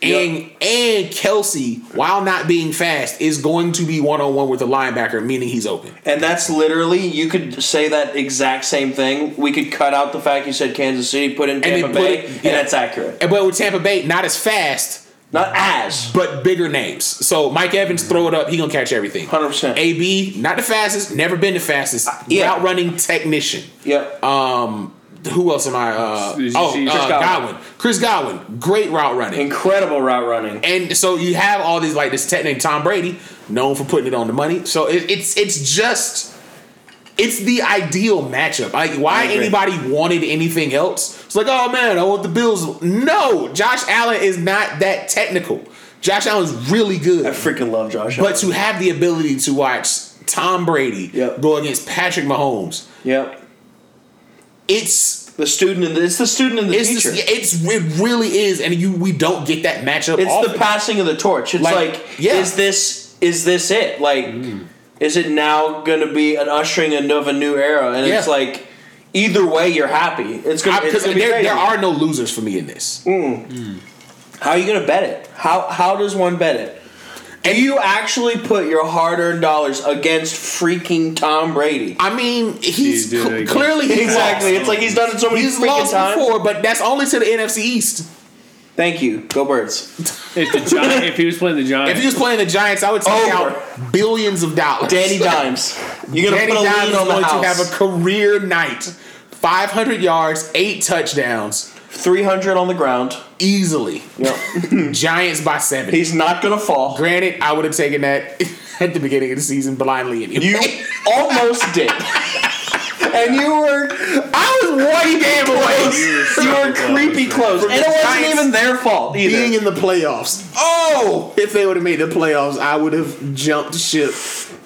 B: And and Kelsey, while not being fast, is going to be one on one with the linebacker, meaning he's open.
A: And that's literally you could say that exact same thing. We could cut out the fact you said Kansas City, put in
B: then
A: Tampa
B: put
A: Bay,
B: it-
A: and
B: yeah.
A: that's accurate.
B: And but with Tampa Bay, not as fast,
A: Not as
B: but bigger names. So Mike Evans, throw it up, he gonna catch everything.
A: 100%.
B: AB, not the fastest, never been the fastest.
A: Uh, yeah.
B: Route running technician.
A: Yep.
B: Um, Who else am I? Uh,
C: Did you
B: oh,
C: see-
B: uh,
C: Chris
A: Godwin.
B: Godwin. Chris Godwin, great route running.
A: Incredible route running.
B: And so you have all these like this tech named Tom Brady, known for putting it on the money. So it, it's it's just it's the ideal matchup. Like why
A: agree.
B: anybody wanted anything else? It's like oh man, I want the Bills. No, Josh Allen is not that technical. Josh Allen's really good.
A: I freaking love Josh.
B: But
A: Allen.
B: to have the ability to watch Tom Brady
A: Yep.
B: go against Patrick Mahomes,
A: yep.
B: it's
A: The student and the, it's the student and the
B: it's
A: teacher.
B: just, it's it really is, and you we don't get that matchup.
A: it's
B: often.
A: the passing of the torch. It's like,
B: Like, yeah. Mm.
A: is this is this it? Like, is it now going to be an ushering in of a new era? And it's
B: Yeah.
A: like, either way, you're happy. It's gonna, it's
B: because
A: gonna be
B: there,
A: crazy.
B: there are no losers for me in this.
A: How are you gonna bet it? How how does one bet it? Do you actually put your hard earned dollars against freaking Tom Brady?
B: I mean, he's
C: He did it
B: cl-
C: again.
B: clearly (laughs) he's
A: Exactly.
B: lost.
A: It's like he's done it so many
B: He's
A: freaking
B: lost
A: times.
B: before, but that's only to the NFC East.
A: Thank you. Go birds.
C: If, the Giant, if he was playing the
B: If
C: Giants,
B: he was playing the Giants, I would take
A: Over.
B: out billions of dollars.
A: Danny Dimes. You're gonna
B: Danny
A: put a
B: Dimes
A: lead
B: is
A: on the
B: going to
A: house.
B: have a career night, five hundred yards, eight touchdowns,
A: Three hundred on the ground.
B: easily.
A: Yep.
B: (laughs) Giants by seven.
A: he's not gonna fall.
B: Granted, I would have taken that (laughs) at the beginning of the season blindly. Anyway.
A: You almost did. And you were
B: I was (laughs) one game away
A: you were creepy close. And it wasn't
B: Giants
A: even their fault either.
B: being in the playoffs. Oh, if they would have made the playoffs, I would have jumped ship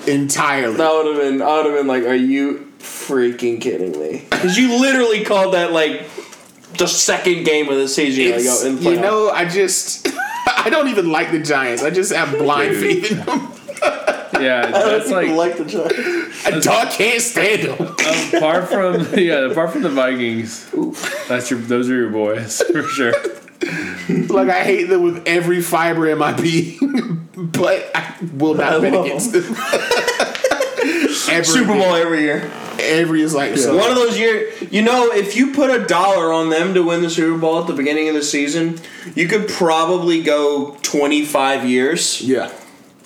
B: entirely.
A: That would have been. I would have been like, "Are you freaking kidding me?" Because you literally called that like the second game of the season. Like,
B: It's-
A: oh, in the
B: you
A: playoff.
B: know, I just (laughs) I don't even like the Giants. I just have blind faith in them.
C: yeah, that's like
A: the Giants.
B: A dog can't stand them. (laughs)
C: apart from (laughs) yeah, apart from the Vikings, that's your those are your boys (laughs) for sure.
B: Like I hate them with every fiber in my being, (laughs) but I will not
A: I
B: bet
A: love
B: against them. (laughs) Ever
A: Super
B: again.
A: Bowl every year.
B: every is like so.
A: One of those years, you know, if you put a dollar on them to win the Super Bowl at the beginning of the season, you could probably go twenty five years
B: yeah,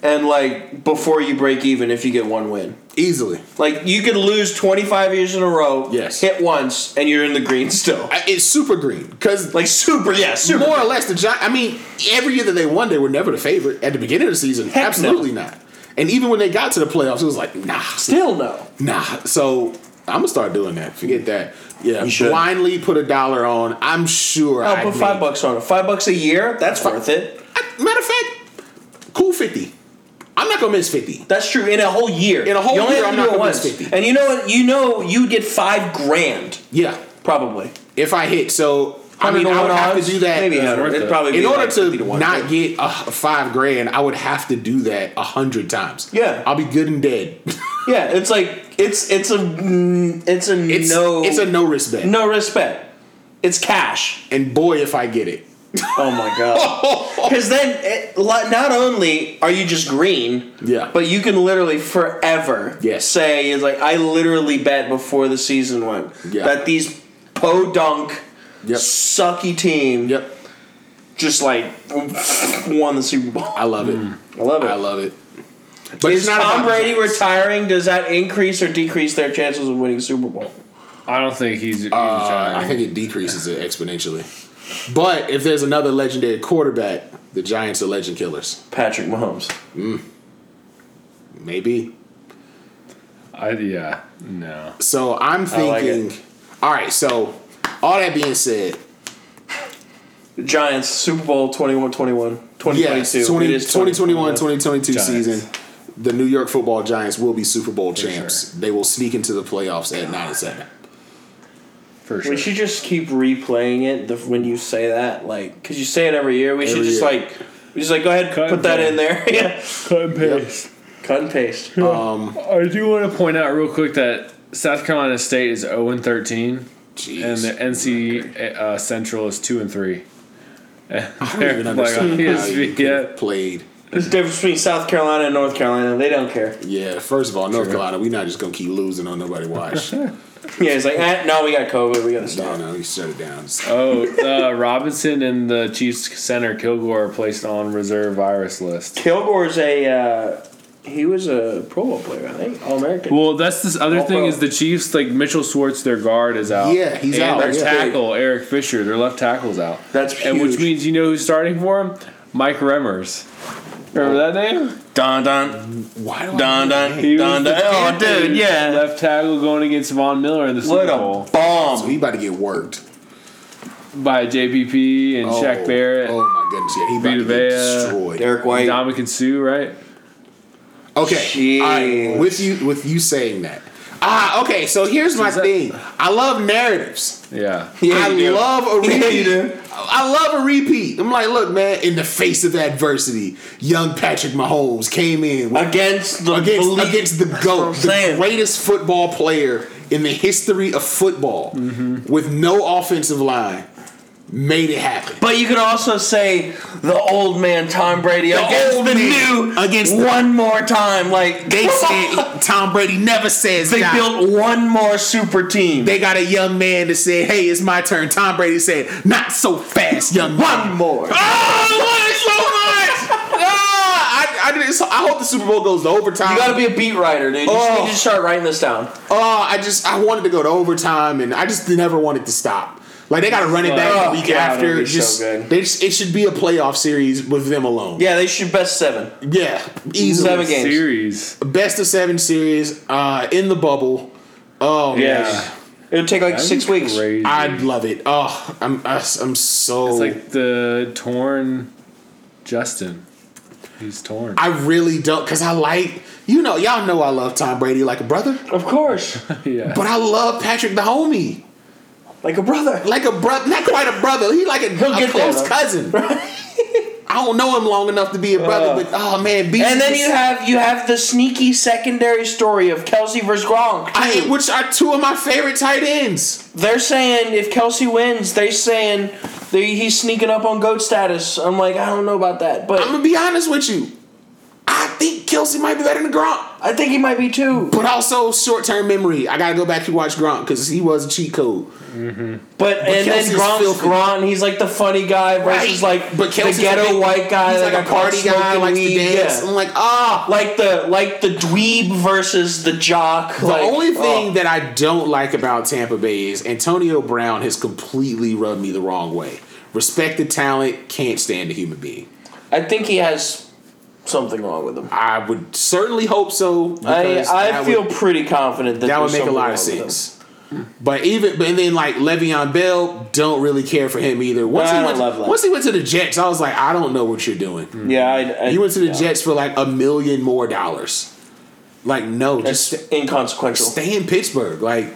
A: and like before you break even if you get one win.
B: easily.
A: Like you could lose twenty five years in a row.
B: Yes.
A: hit once and you're in the green still.
B: I- It's super green because
A: Like super, yeah, super.
B: more or less the Giants. I mean, every year that they won, they were never the favorite at the beginning of the season.
A: Heck no.
B: absolutely not. And even when they got to the playoffs, it was like nah,
A: Still no.
B: nah. So I'm gonna start doing that. Forget that. Yeah,
A: You should.
B: blindly put a dollar on. I'm sure.
A: I'll
B: I'd
A: Oh, put five
B: make-
A: bucks on it. Five bucks a year? That's
B: Fuck.
A: worth it.
B: I- matter of fact, cool fifty. I'm not gonna miss fifty.
A: That's true. In a whole year.
B: In a whole
A: you only
B: year,
A: have to
B: I'm
A: do it
B: not gonna
A: once.
B: miss 50.
A: And you know what? You know you'd get five grand
B: Yeah,
A: probably.
B: if I hit. So I mean, I would have to do that.
A: Maybe
C: That's
A: 100.
C: worth
A: It'd
C: it.
A: probably be
B: in order
A: like 50
B: to
A: one.
B: not get a five grand, I would have to do that a hundred times.
A: Yeah.
B: I'll be good
A: (laughs)
B: and dead.
A: Yeah, it's like it's it's a mm, it's a
B: It's
A: no
B: it's a no risk bet.
A: no respect. It's cash.
B: and boy, if I get it.
A: Oh my
B: (laughs)
A: god. Because then, it, li- not only are you just green,
B: Yeah.
A: but you can literally forever
B: Yes.
A: say it's like I literally bet before the season went
B: Yeah.
A: that these podunk
B: Yep.
A: sucky team
B: Yep.
A: just like won the Super Bowl.
B: I love it.
A: I love
B: I love it. But
A: Is Tom
B: about-
A: Brady retiring? Does that increase or decrease their chances of winning Super Bowl?
C: I don't think he's. he's a
B: Uh, I
C: giant.
B: think it decreases it exponentially. But if there's another legendary quarterback, the Giants are legend killers.
A: Patrick Mahomes.
B: Maybe.
C: I, yeah, no.
B: So I'm
A: like it.
B: thinking. all right. So all that being said,
A: Giants, Super Bowl 21 21. 2022.
B: yes, 20,
A: It is
B: 2021, 2022
C: Giants.
B: season, the New York Football Giants will be Super Bowl champs.
C: sure.
B: They will sneak into the playoffs at nine and seven.
C: For sure.
A: We should just keep replaying it the, when you say that, like, because you say it every year. We should
B: Every
A: just
B: year.
A: like, we just like go ahead,
C: Cut
A: put
C: and
A: that
C: paste.
A: in there, (laughs) yeah,
C: Cut and paste.
A: cut and
C: (laughs)
A: paste. Um,
C: I do want to point out real quick that South Carolina State is 0 and 13, and
B: Jeez.
C: the NC uh, Central is 2 and 3.
B: (laughs) I don't even understand how you
C: PSV,
B: could have
C: yeah.
B: played.
A: There's a difference between South Carolina and North Carolina. They don't care. (laughs)
B: Yeah, first of all, North Carolina, we're not just gonna keep losing on
A: (laughs)
B: nobody watch. no,
A: Yeah, it's like, eh, no, we got COVID. We got to stop.
B: no, you shut it down.
C: Oh, uh, (laughs) Robinson and the Chiefs center Kilgore are placed on reserve virus list.
A: Kilgore's a, uh, he was a Pro Bowl player, I think, All American.
C: Well, that's this other
A: Oh,
C: thing
A: bro.
C: is the Chiefs like Mitchell Swartz, their guard is out.
B: Yeah, he's
C: and
B: out,
C: Their
B: yeah.
C: tackle Eric Fisher, their left tackle's out.
A: That's huge.
C: and which means you know who's starting for him? Mike Remmers. Remember that name?
A: Don Don
B: Why do I
A: Don Don
C: He was
A: Don
C: the
A: Don. Oh, dude,
C: Panthers'
A: yeah.
C: Left tackle going against Von Miller in the Super
A: What
C: Bowl
A: a
B: So
A: bomb!
B: he about to get worked.
C: by JPP and
B: Oh,
C: Shaq Barrett,
B: Oh my goodness, yeah, he about to
C: Vita
B: get
C: Vea,
B: destroyed.
A: Derek White.
C: Dominican Sue, right?
B: Okay, all right,
A: Jeez.
B: with you with you saying that. Ah, okay. So here's my
C: Is that-
B: thing. I love narratives.
C: Yeah.
A: Yeah,
B: I
A: you do.
B: love a
A: (laughs) Yeah, you
B: repeat.
A: do.
B: I love a repeat. I'm like, look, man. In the face of adversity, young Patrick Mahomes came in with
A: Against the
B: against,
A: belief-
B: against the
A: what
B: GOAT,
A: I'm
B: the
A: saying.
B: greatest football player in the history of football,
A: Mm-hmm.
B: with no offensive line, made it happen.
A: But you could also say the old man Tom Brady
B: The
A: against
B: old
A: the
B: man
A: new
B: against the-
A: one more time. Like
B: They said Tom Brady never says
A: they
B: die.
A: built one more super team.
B: They got a young man that said, "Hey, it's my turn." Tom Brady said, "Not so fast, young
A: one
B: man."
A: more.
B: Oh, I want it so much. Ah, I, I, didn't- so I hope the Super Bowl goes to overtime.
A: You gotta be a beat writer, dude. You just
B: Oh.
A: need to start writing this down.
B: Oh, I just I wanted to go to overtime, and I just never wanted to stop. Like they got to run it back
A: Oh,
B: the week
A: God,
B: after.
A: that'd be so
B: Just,
A: good.
B: they just it should be a playoff series with them alone.
A: Yeah, they should best seven.
B: yeah, easily.
A: Seven games.
C: Series.
B: Best of seven series uh, in the bubble. Oh yeah,
C: Yeah.
A: It would take like
C: That'd
A: six
C: be
A: weeks.
C: crazy.
B: I love it. Oh, I'm I, I'm so
C: It's like the torn Justin. He's torn.
B: I really don't because I like you know y'all know I love Tom Brady like a brother,
A: Of course,
C: yeah.
B: but I love Patrick the homie
A: like a brother.
B: like a brother, not quite a brother. He like a,
A: He'll
B: a
A: get there,
B: close
A: though. (laughs)
B: cousin. I don't know him long enough to be a brother,
A: Uh.
B: but oh man, beats
A: And then you have you have the sneaky secondary story of Kelsey versus Gronk.
B: I, which are two of my favorite tight ends.
A: They're saying if Kelsey wins, they're saying they, he's sneaking up on goat status. I'm like, I don't know about that, but
B: I'm gonna be honest with you. I think Kelsey might be better than Gronk,
A: I think he might be too.
B: but also short term memory. I gotta go back and watch Gronk because he was a cheat code.
A: But, and
B: Kelsey's
A: then Gronk's
B: filthy.
A: Gron, he's like the funny guy versus
B: Right.
A: like
B: but Kelsey's
A: the ghetto
B: a big-
A: white guy,
B: He's
A: that
B: like,
A: got
B: a
A: caught
B: party guy,
A: smoking
B: likes
A: weed,
B: to dance.
A: yeah.
B: I'm like, ah,
A: Like the like the dweeb versus the jock. oh.
B: The only thing that I don't like about Tampa Bay is Antonio Brown has completely rubbed me the wrong way. Respect the talent, can't stand a human being.
A: I think he has something wrong with him.
B: I would certainly hope so.
A: I
B: because
A: I
B: that
A: feel
B: would,
A: pretty confident that
B: that would
A: there's
B: make a
A: something
B: lot of
A: wrong with him.
B: sense. But even but then like Le'Veon Bell, don't really care for him either. Once,
A: Ah, I
B: he
A: don't
B: went,
A: love Le'Veon.
B: once he went to the Jets, I was like, I don't know what you're doing.
A: Yeah, I, I,
B: You went to the
A: yeah.
B: Jets for like a million more dollars. Like no, just
A: It's inconsequential.
B: stay in Pittsburgh. Like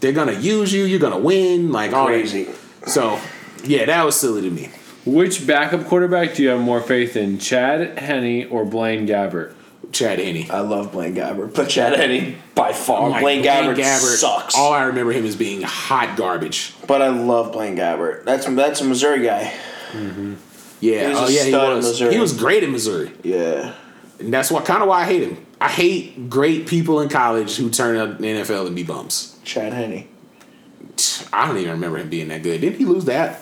B: they're gonna use you. You're gonna win. Like all that.
A: Crazy.
B: So yeah, that was silly to me.
C: Which backup quarterback do you have more faith in, Chad Henney or Blaine Gabbert?
B: Chad Henney.
A: I love Blaine Gabbert, but Chad Henney by far.
B: Like,
A: Blaine, Gabbert, sucks,
B: All I remember him is being hot garbage.
A: but I love Blaine Gabbert. That's that's a Missouri guy.
B: Yeah.
A: He was
B: oh
A: a
B: yeah. He
A: stud in
B: was.
A: Missouri.
B: He was great in Missouri,
A: Yeah,
B: and that's what kind of why I hate him. I hate great people in college who turn up in the NFL and be bums.
A: Chad Henney.
B: I don't even remember him being that good. Didn't he lose that?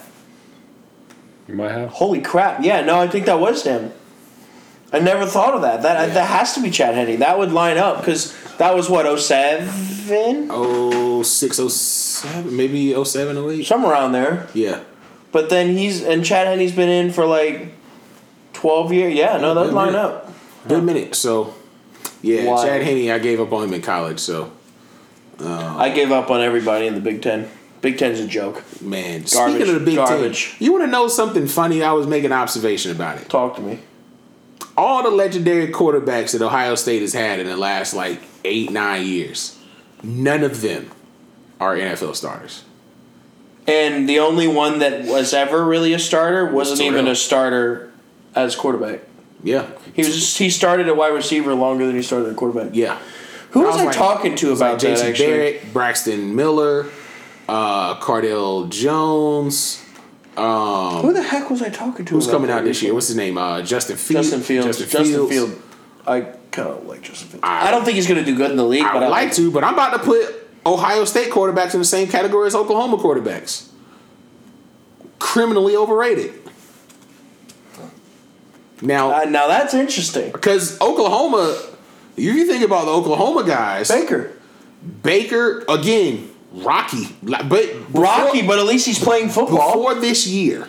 C: You might have.
A: Holy crap! Yeah, no, I think that was him. I never thought of that. That that has to be Chad Henney. That would line up because That was what 07?
B: Oh six, oh seven, maybe oh seven, oh eight.
A: somewhere around there.
B: Yeah.
A: But then he's and Chad Henney's been in for like twelve years. Yeah, no, that
B: Yeah,
A: line
B: yeah.
A: up.
B: Good minute. So, yeah,
A: Why?
B: Chad Henney, I gave up on him in college. So,
A: I gave up on everybody in the Big Ten. Big Ten's a joke.
B: man,
A: Garbage,
B: speaking of the Big
A: garbage.
B: Ten, you want to know something funny? I was making an observation about it.
A: Talk to me.
B: All the legendary quarterbacks that Ohio State has had in the last like eight, nine years, none of them are NFL starters.
A: And the only one that was ever really a starter wasn't
B: Terrell.
A: even a starter as quarterback.
B: Yeah,
A: He was he started at wide receiver longer than he started at quarterback.
B: yeah.
A: Who was I,
B: I was like-
A: talking to
B: It's like
A: about that?
B: Jason
A: Actually,
B: Barrett, Braxton Miller, uh, Cardell Jones.
A: who the heck was I talking to?
B: Who's
A: about
B: coming
A: that
B: out this
A: recently?
B: year? What's his name? Uh, Justin Fields.
A: Justin Fields. Justin, Fields. I kind of like Justin Fields. I,
B: I-
A: don't think he's going to do good in the league,
B: I
A: but
B: would like to, but I'm about to put Ohio State quarterbacks in the same category as Oklahoma quarterbacks. Criminally overrated.
A: Uh,
B: Now,
A: now that's interesting.
B: because Oklahoma, if you think about the Oklahoma guys,
A: Baker.
B: Baker again, Rocky, Like, but before-
A: Rocky, but at least he's playing football.
B: before this year,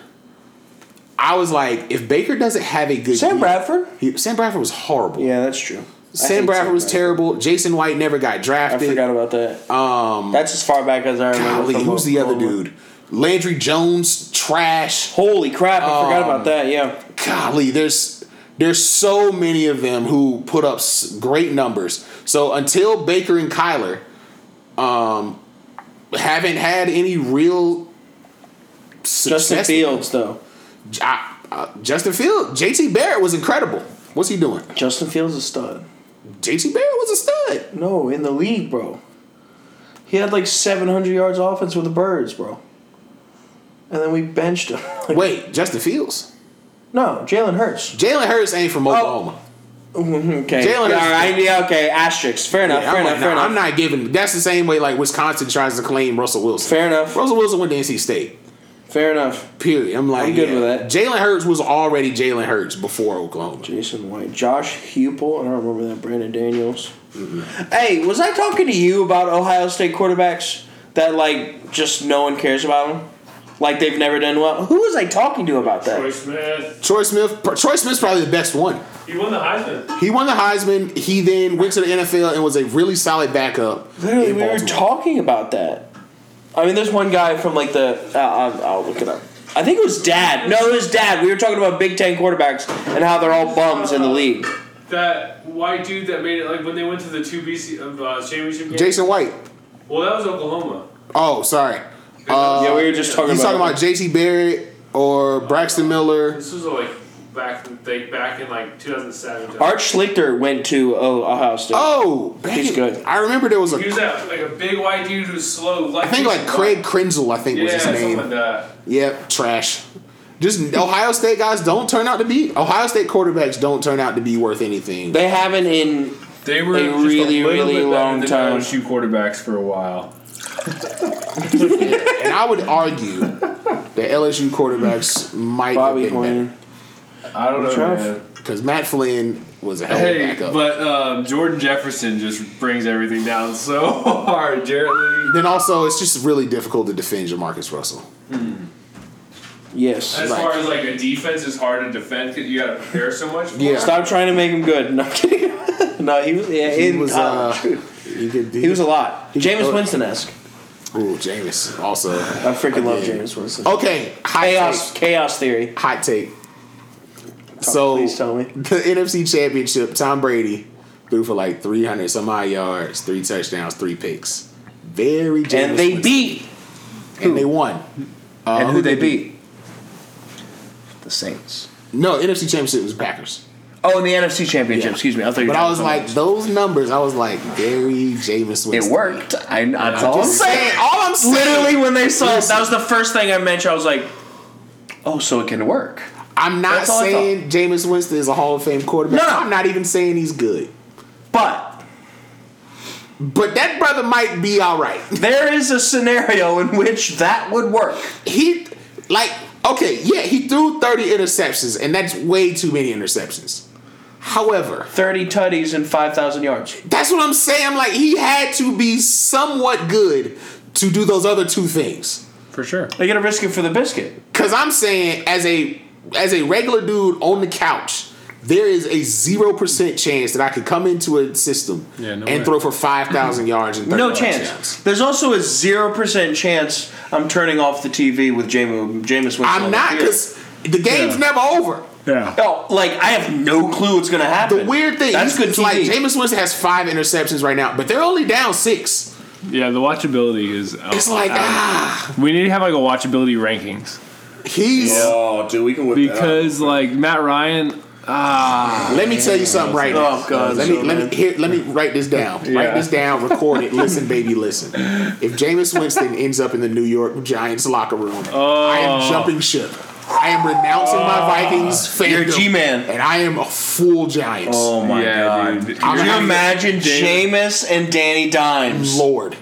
B: I was like, if Baker doesn't have a good
A: Sam
B: year-
A: Bradford.
B: he- Sam Bradford was horrible.
A: Yeah, that's true. I
B: Sam
A: hate
B: Bradford was
A: Bradford.
B: terrible. Jason White never got
A: I
B: drafted.
A: forgot about that.
B: Um,
A: That's as far back as I remember.
B: golly,
A: from
B: who's the other
A: Oklahoma.
B: dude? Landry Jones, trash.
A: Holy crap! I forgot
B: Um,
A: about that. Yeah,
B: Golly, there's there's so many of them who put up s- great numbers. So until Baker and Kyler, um, haven't had any real
A: Justin
B: success-
A: Fields though.
B: I- I- Justin Fields, JT Barrett was incredible. What's he doing?
A: Justin Fields is a stud.
B: JT Barrett was a stud.
A: No, in the league, bro. He had like 700 yards offense with the Birds, bro. And then we benched him. (laughs) Like,
B: Wait, Justin Fields.
A: no, Jalen Hurts.
B: Jalen Hurts ain't
A: Oh.
B: from Oklahoma.
A: Okay.
B: Jalen
A: All
B: Hurts-
A: right. Yeah. Okay. Asterisks. Fair enough.
B: Yeah,
A: fair
B: I'm,
A: enough.
B: like,
A: fair
B: nah,
A: enough.
B: I'm not giving. That's the same way like Wisconsin tries to claim Russell Wilson.
A: Fair enough.
B: Russell Wilson went to NC State.
A: Fair enough.
B: Period. I'm like,
A: I'm good
B: yeah.
A: with that.
B: Jalen Hurts was already Jalen Hurts before Oklahoma.
A: Jason White, Josh Hupel. I don't remember that. Brandon Daniels.
B: Mm-hmm.
A: Hey, was I talking to you about Ohio State quarterbacks that like just no one cares about them, like they've never done well? Who was I talking to about
G: Troy
A: that?
G: Smith.
B: Troy Smith. pr- Troy Smith's probably the best one.
G: He won the Heisman.
B: He won the Heisman. He then went to the NFL and was a really solid backup.
A: Literally,
B: in
A: we were
B: Baltimore.
A: talking about that. I mean, there's one guy from like the. Uh, I'll, I'll look it up. I think it was Dad. No, it was Dad. We were talking about Big Ten quarterbacks and how they're all bums in the league.
G: That white dude that made it like when they went to the two BC of uh, championship game.
B: Jason White.
G: Well, that was Oklahoma.
B: Oh, sorry.
A: yeah, we were just talking
B: Uh, He's
A: about.
B: talking about JT Barrett or Braxton Miller.
G: This was like back like back in like 2007.
A: Art Schlichter went to oh, Ohio State.
B: Oh, dang
A: He's
B: it.
A: good.
B: I remember there was
G: He
B: a.
G: was that like a big white dude who's slow.
B: I think like Craig Krenzel. I think
G: Yeah,
B: was his
G: something
B: name.
G: like that.
B: Yep, trash. Just Ohio State guys don't turn out to be Ohio State quarterbacks don't turn out to be worth anything.
A: They haven't in
C: They were
A: A
C: just
A: really,
C: a little
A: really
C: bit better
A: long
C: than
A: time.
C: LSU quarterbacks for a while.
B: and I would argue that LSU quarterbacks might
A: Bobby
B: have been
A: Hoyer.
C: I don't know,
A: Trav-
C: man.
B: because Matt Flynn was a
A: Oh,
B: hell of a
C: Hey,
B: backup.
C: but um, Jordan Jefferson just brings everything down so (laughs) hard. Jared Lee.
B: then also, it's just really difficult to defend Jamarcus Russell.
A: Yes.
G: As
B: Right.
G: far as like a defense is hard to defend because you got to prepare so much. for
B: Yeah,
A: Stop trying to make him good. No, I'm kidding. no he was yeah,
B: he
A: in
B: was. Uh,
A: college.
B: he, could,
A: he was a lot.
B: he-
A: Jameis
B: oh.
A: Winston esque.
B: Ooh, Jameis also.
A: I freaking love
B: Again.
A: Jameis Winston.
B: Okay, hot
A: Chaos,
B: take.
A: chaos theory.
B: Hot take. So
A: please tell me.
B: the NFC Championship, Tom Brady threw for like three hundred some odd yards, three touchdowns, three picks. Very Jameis
A: And they
B: Winston.
A: beat.
B: and they won. Uh,
A: and Oh, who
B: who
A: they
B: did they
A: beat? The Saints.
B: No, NFC Championship was Packers.
A: Oh, in the NFC Championship.
B: Yeah.
A: Excuse me. I thought you. were
B: But
A: talking
B: I was
A: about
B: like, those numbers. I was like, very Jameis Winston.
A: it worked. I, that's
B: I'm
A: all I'm
B: just
A: saying.
B: saying. All I'm saying.
A: (laughs) Literally, when they saw it,
B: Listen.
A: that was the first thing I mentioned. I was like, "Oh, so it can work."
B: I'm not
A: That's all I
B: saying Jameis Winston is a Hall of Fame quarterback.
A: No.
B: I'm not even saying he's good.
A: But
B: But that brother might be all right. (laughs)
A: There is a scenario in which that would work.
B: He, like, okay, yeah, he threw 30 interceptions, and that's way too many interceptions. However,
A: 30 tutties and 5,000 yards.
B: that's what I'm saying. I'm like, he had to be somewhat good to do those other two things.
C: for sure.
A: They gotta risk it for the biscuit.
B: Cause I'm saying as a as a regular dude on the couch, there is a zero percent chance that I could come into a system
C: Yeah, no
B: and
C: way.
B: throw for five thousand yards and 30
A: No
B: yards.
A: chance. There's also a 0% chance I'm turning off the TV with Jameis Jameis Winston.
B: I'm
A: on
B: not
A: the field.
B: because the game's
C: Yeah.
B: never over.
C: Yeah.
A: No, like, I have no clue what's gonna happen.
B: The weird thing
A: That's
B: is
A: good
B: it's
A: TV.
B: like Jameis Winston has five interceptions right now, but they're only down six.
C: Yeah, the watchability is.
B: It's like
A: Uh,
B: ah,
C: we need to have like a watchability rankings
B: he's.
A: oh, dude, we can whip
C: because like Matt Ryan, ah,
B: Let me tell you something right now.
A: Oh, God,
B: let me
A: so
B: let
A: bad.
B: me here, let me write this down. Write
C: Yeah.
B: this down. Record it. Listen, baby, listen. If Jameis Winston ends up in the New York Giants locker room, I
A: Oh.
B: am jumping ship. I am renouncing my Vikings fandom,
A: You're a G-man.
B: and I am a full Giants.
A: Oh my
C: Yeah,
A: god.
C: dude.
A: Could you
B: I'm-
A: imagine
C: Danny-
A: Jameis and Danny Dimes?
B: Lord,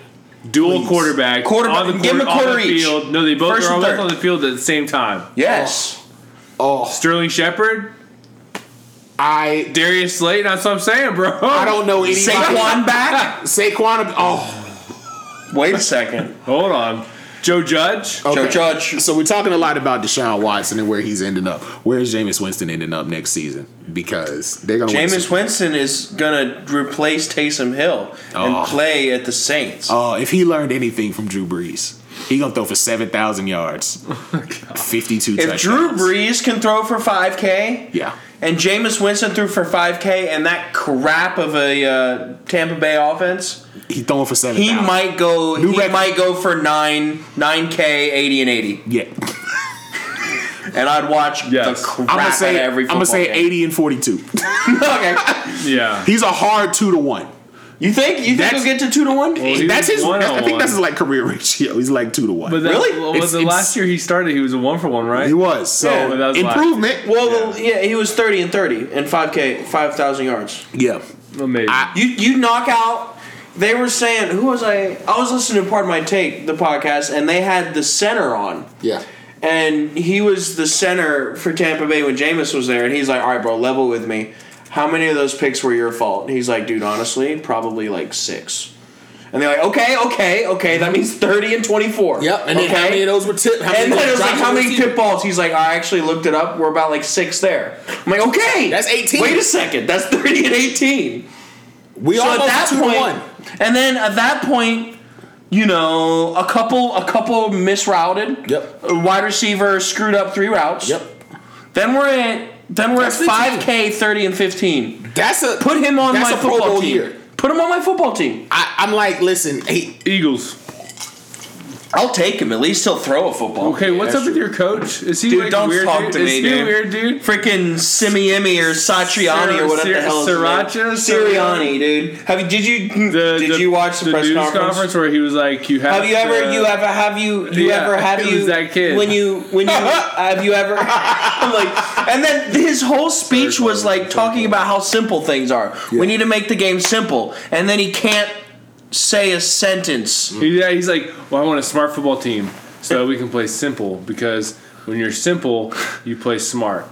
C: dual
B: please.
C: quarterback,
A: Quarterback,
C: on the
A: give him a
C: on
A: quarter
C: the
A: each.
C: Field. No, they both
A: First
C: are
A: and
C: both
A: third.
C: on the field at the same time.
A: Yes.
B: oh,
C: Sterling Shepard,
B: I
C: Darius Slay. That's what I'm saying, bro.
B: I don't know anybody.
A: Saquon back?
B: Saquon. Oh,
A: Wait a second.
C: (laughs) Hold on, Joe Judge.
A: Joe
B: okay.
A: Judge.
B: So we're talking a lot about Deshaun Watson and where he's ending up. Where is Jameis Winston ending up next season? Because they're gonna win
A: Jameis (laughs)
B: some-
A: Winston is gonna replace Taysom Hill and
B: Oh.
A: play at the Saints.
B: Oh, if he learned anything from Drew Brees, he gonna throw for seven thousand yards, fifty-two.
A: if
B: touchdowns.
A: Drew Brees can throw for five K
B: yeah,
A: and Jameis Winston threw for five K and that crap of a uh, Tampa Bay offense,
B: he throwing for seven.
A: he might go
B: New
A: he
B: record.
A: might go for nine nine K, eighty and eighty.
B: Yeah,
A: And I'd watch
C: Yes.
A: the crap
B: I'm gonna say
A: out of every
B: I'm gonna say
A: football game.
B: eighty and forty-two.
A: (laughs) okay.
C: Yeah,
B: He's a hard two to one.
A: You think you think
B: That's-
A: he'll get to two to one?
C: he
B: that's
C: was
B: his.
C: one
B: That's, I
C: on
B: think that's his
C: one.
B: like career ratio. He's like two to one.
C: but that,
A: Really?
C: Well,
B: It's-
C: the
B: it's-
C: last year he started, he was a one for one, right?
B: he was so
A: Yeah, but
C: that was last
B: improvement.
A: Well, yeah. he was thirty and thirty and five k, five thousand yards.
B: yeah,
C: Amazing.
B: I-
A: You you knock out. They were saying who was I? I was listening to part of my take the podcast, and they had the center on,
B: yeah.
A: and he was the center for Tampa Bay when Jameis was there, and he's like, "All right, bro, level with me. How many of those picks were your fault?" And he's like, "Dude, honestly, probably like six. And they're like, "Okay, okay, okay. That means thirty and twenty-four. okay?
B: those were tipped?
A: And then it was like, how many tip balls? He's like, I actually looked it up. We're about like six there. I'm like, okay.
B: That's 18.
A: Wait a second. That's 30 and 18.
B: We
A: So at
B: almost
A: that
B: two
A: point,
B: to one.
A: and then at that point, you know, a couple, a couple misrouted.
B: Yep.
A: A wide receiver screwed up three routes. Then we're at, then we're
B: That's
A: at
B: 15.
A: five K, 30 and 15.
B: That's a
A: Put him on
B: That's
A: my
B: a Pro
A: football
B: Bowl
A: team.
B: year.
A: Put him on my football team.
B: I, I'm like, listen, he,
C: Eagles.
A: I'll take him. At least he'll throw a football.
C: Okay, what's up with your coach? Is he
A: Dude,
C: like
A: don't
C: weird?
A: talk
C: dude?
A: to
C: Is
A: me,
C: he
A: dude.
C: a weird dude?
A: freaking Simiemi or Satriani or whatever the hell is
C: Sriracha?
A: Sirianni, dude. Have you did you (laughs) did you watch the, press
C: news
A: conference?
C: where he was like, "You have
A: Have you ever
C: to-
A: you ever have you you
C: yeah,
A: ever have
C: (laughs) it was
A: you
C: that kid.
A: when you
B: (laughs)
A: when you have you ever I'm (laughs) like and then his whole speech was like talking about how simple things are. We need to make the game simple, and then he can't say a sentence.
C: He- Yeah, he's like, well, I want a smart football team so that we can play simple because when you're simple, you play smart.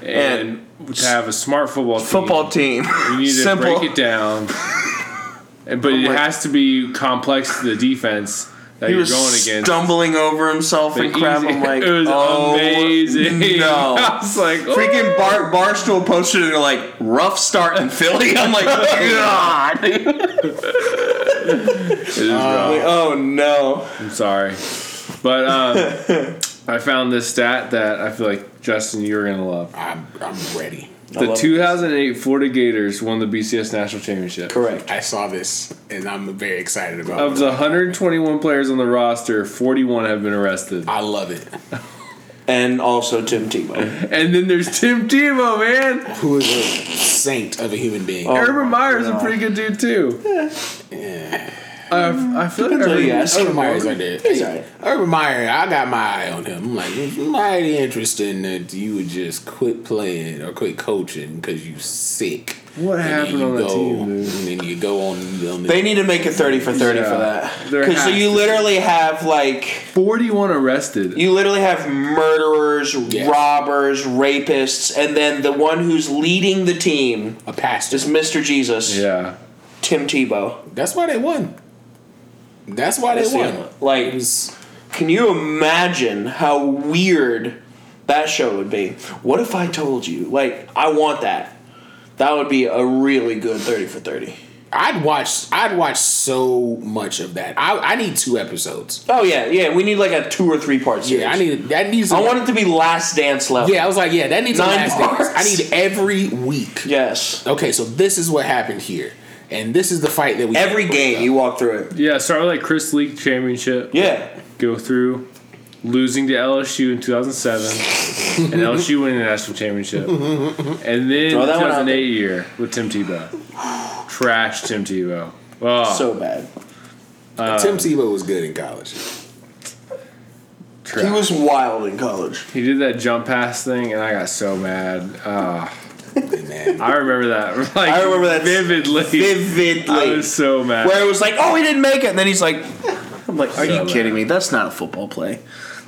C: And, to have a smart football team,
A: Football team,
C: you need to
A: simple.
C: break
A: (laughs)
C: it down. And, but it
A: Oh my-
C: has to be complex to the defense that
A: He (laughs)
C: you're
A: was
C: going against.
A: stumbling over himself and
C: But
A: crap.
C: (laughs) easy-
A: I'm like,
C: it was
A: oh,
C: amazing. (laughs) I
A: No.
C: was like, "Oh,
A: Freaking Bar- Barstool posted it like rough start in Philly. I'm like, God. (laughs) Like, oh no.
C: I'm sorry. But um,
A: (laughs)
C: I found this stat that I feel like Justin, you're gonna love.
B: I'm, I'm ready.
C: The
A: love
C: 2008 Florida Gators won the BCS national championship.
A: Correct.
B: I saw this and I'm very excited about
C: Of
B: it.
C: the 121 players on the roster, 41 have been arrested.
B: I love it.
A: And also Tim Tebow.
C: And then there's Tim Tebow, man.
B: Who is a
C: Oh.
A: Oh
B: saint of a human being?
C: Urban Meyer's a pretty good dude too.
B: Yeah.
C: I, I feel like I
A: So
C: heard-
A: you ask.
B: Urban Meyer's I did.
A: He's alright.
B: Urban Meyer, I got my eye on him. I'm like, it's mighty interesting that you would just quit playing or quit coaching because you sick. And
C: What
B: then
C: happened
B: you
C: on that
B: go-
C: team, dude?
B: And then you go on. on the,
A: They need to make it thirty for thirty
C: Yeah.
A: for that.
C: There
A: Because so
C: has
A: you
C: to
A: literally have like
C: 41 arrested.
A: you literally have murderers,
B: Yeah.
A: robbers, rapists, and then the one who's leading the team
B: a pastor.
A: is Mr. Jesus,
C: yeah.
A: Tim Tebow.
B: That's why they won. That's why they
A: That's the
B: won.
A: other one. Like-
B: it was,
A: Can you imagine how weird that show would be? What if I told you? Like, I want that. That would be a really good 30 for 30.
B: I'd watch. I'd watch so much of that. I, I need two episodes.
A: Oh, yeah, yeah. We need like a two or three part series.
B: Yeah, I need that needs.
A: I want it to be last dance level.
B: Yeah, I was like, yeah, that needs a
A: Nine
B: last dance. I
A: parts.
B: need every week.
A: Yes.
B: Okay, so this is what happened here, and this is the fight that we
A: Every game you walk through it.
C: Yeah, start with like Chris League Championship.
A: Yeah.
C: Go through losing to LSU in
A: (laughs)
C: 2007 and LSU winning the national championship. And then
A: Throw
C: the
A: that one out
C: 2008
A: there.
C: year with Tim Tebow. Trash Tim Tebow. Oh,
A: So bad.
B: Tim Tebow was good in college.
A: He
C: trash.
A: was wild in college.
C: He did that jump pass thing, and I got so mad. Ah,
A: (laughs)
B: Man,
C: I remember that. (laughs) Like,
A: I remember that
C: vividly.
A: Vividly.
C: I was so mad.
A: where it was like, oh, he didn't make it. And then he's like, I'm like, are you
C: bad.
A: kidding me? That's not a football play.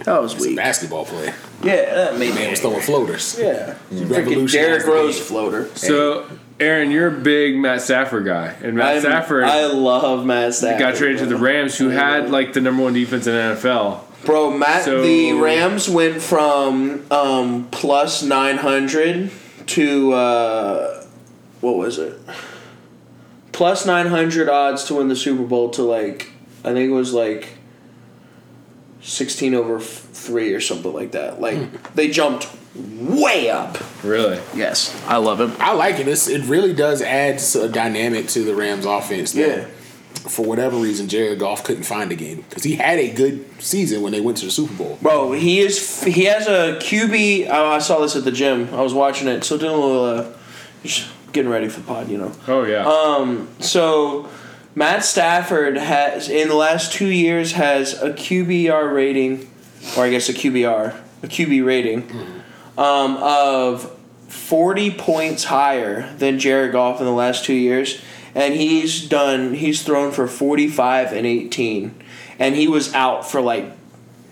A: That was weak.
B: basketball player.
A: Yeah, that made
B: Man was
A: me.
B: throwing floaters.
A: Yeah. Freaking
B: Revolutionized
A: Derrick
B: the
A: Rose
B: game.
A: floater.
C: so, Aaron, you're a big Matt Stafford guy, and Matt
A: I'm-
C: Stafford
A: I love Matt Stafford.
C: got traded to the Rams, who had like the number one defense in the NFL.
A: Bro, Matt,
C: So-
A: the Rams went from um, plus 900 to, uh, what was it? Plus 900 odds to win the Super Bowl to like, I think it was like 16 over f- 3 or something like that. Like, they jumped way up.
C: Really?
A: Yes, I love him.
B: I like it. It's, it really does add s- a dynamic to the Rams offense. that,
A: Yeah.
B: For whatever reason, Jared Goff couldn't find a game because he had a good season when they went to the Super Bowl.
A: Bro, he is. He has a QB. Oh, I saw this at the gym. I was watching it. So doing a little, uh, just getting ready for the pod. You know.
C: Oh yeah.
A: So Matt Stafford has in the last two years has a QBR rating, or I guess a QBR, a QB rating, um, of forty points higher than Jared Goff in the last two years, and he's done. He's thrown for forty five and eighteen, and he was out for like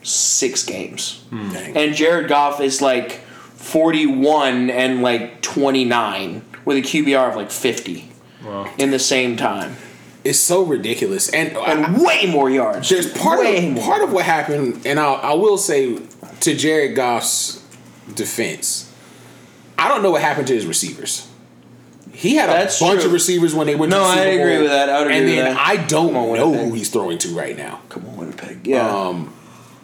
A: six games
B: Dang.
A: and Jared Goff is like 41 and like 29 with a QBR of like 50
C: Wow.
A: in the same time
B: It's so ridiculous. And, I-
A: and way more yards.
B: There's part
A: way
B: of part of what happened, and I, I will say to Jared Goff's defense, I don't know what happened to his receivers. He had
A: That's
B: a bunch
A: true.
B: of receivers when they went.
A: No,
B: to the Super
A: I agree
B: Bowl,
A: with that. I would agree
B: and
A: with
B: then
A: that.
B: I don't
A: on,
B: know
A: Winnipeg.
B: who he's throwing to right now.
A: Come on, Winnipeg. Yeah,
B: Um,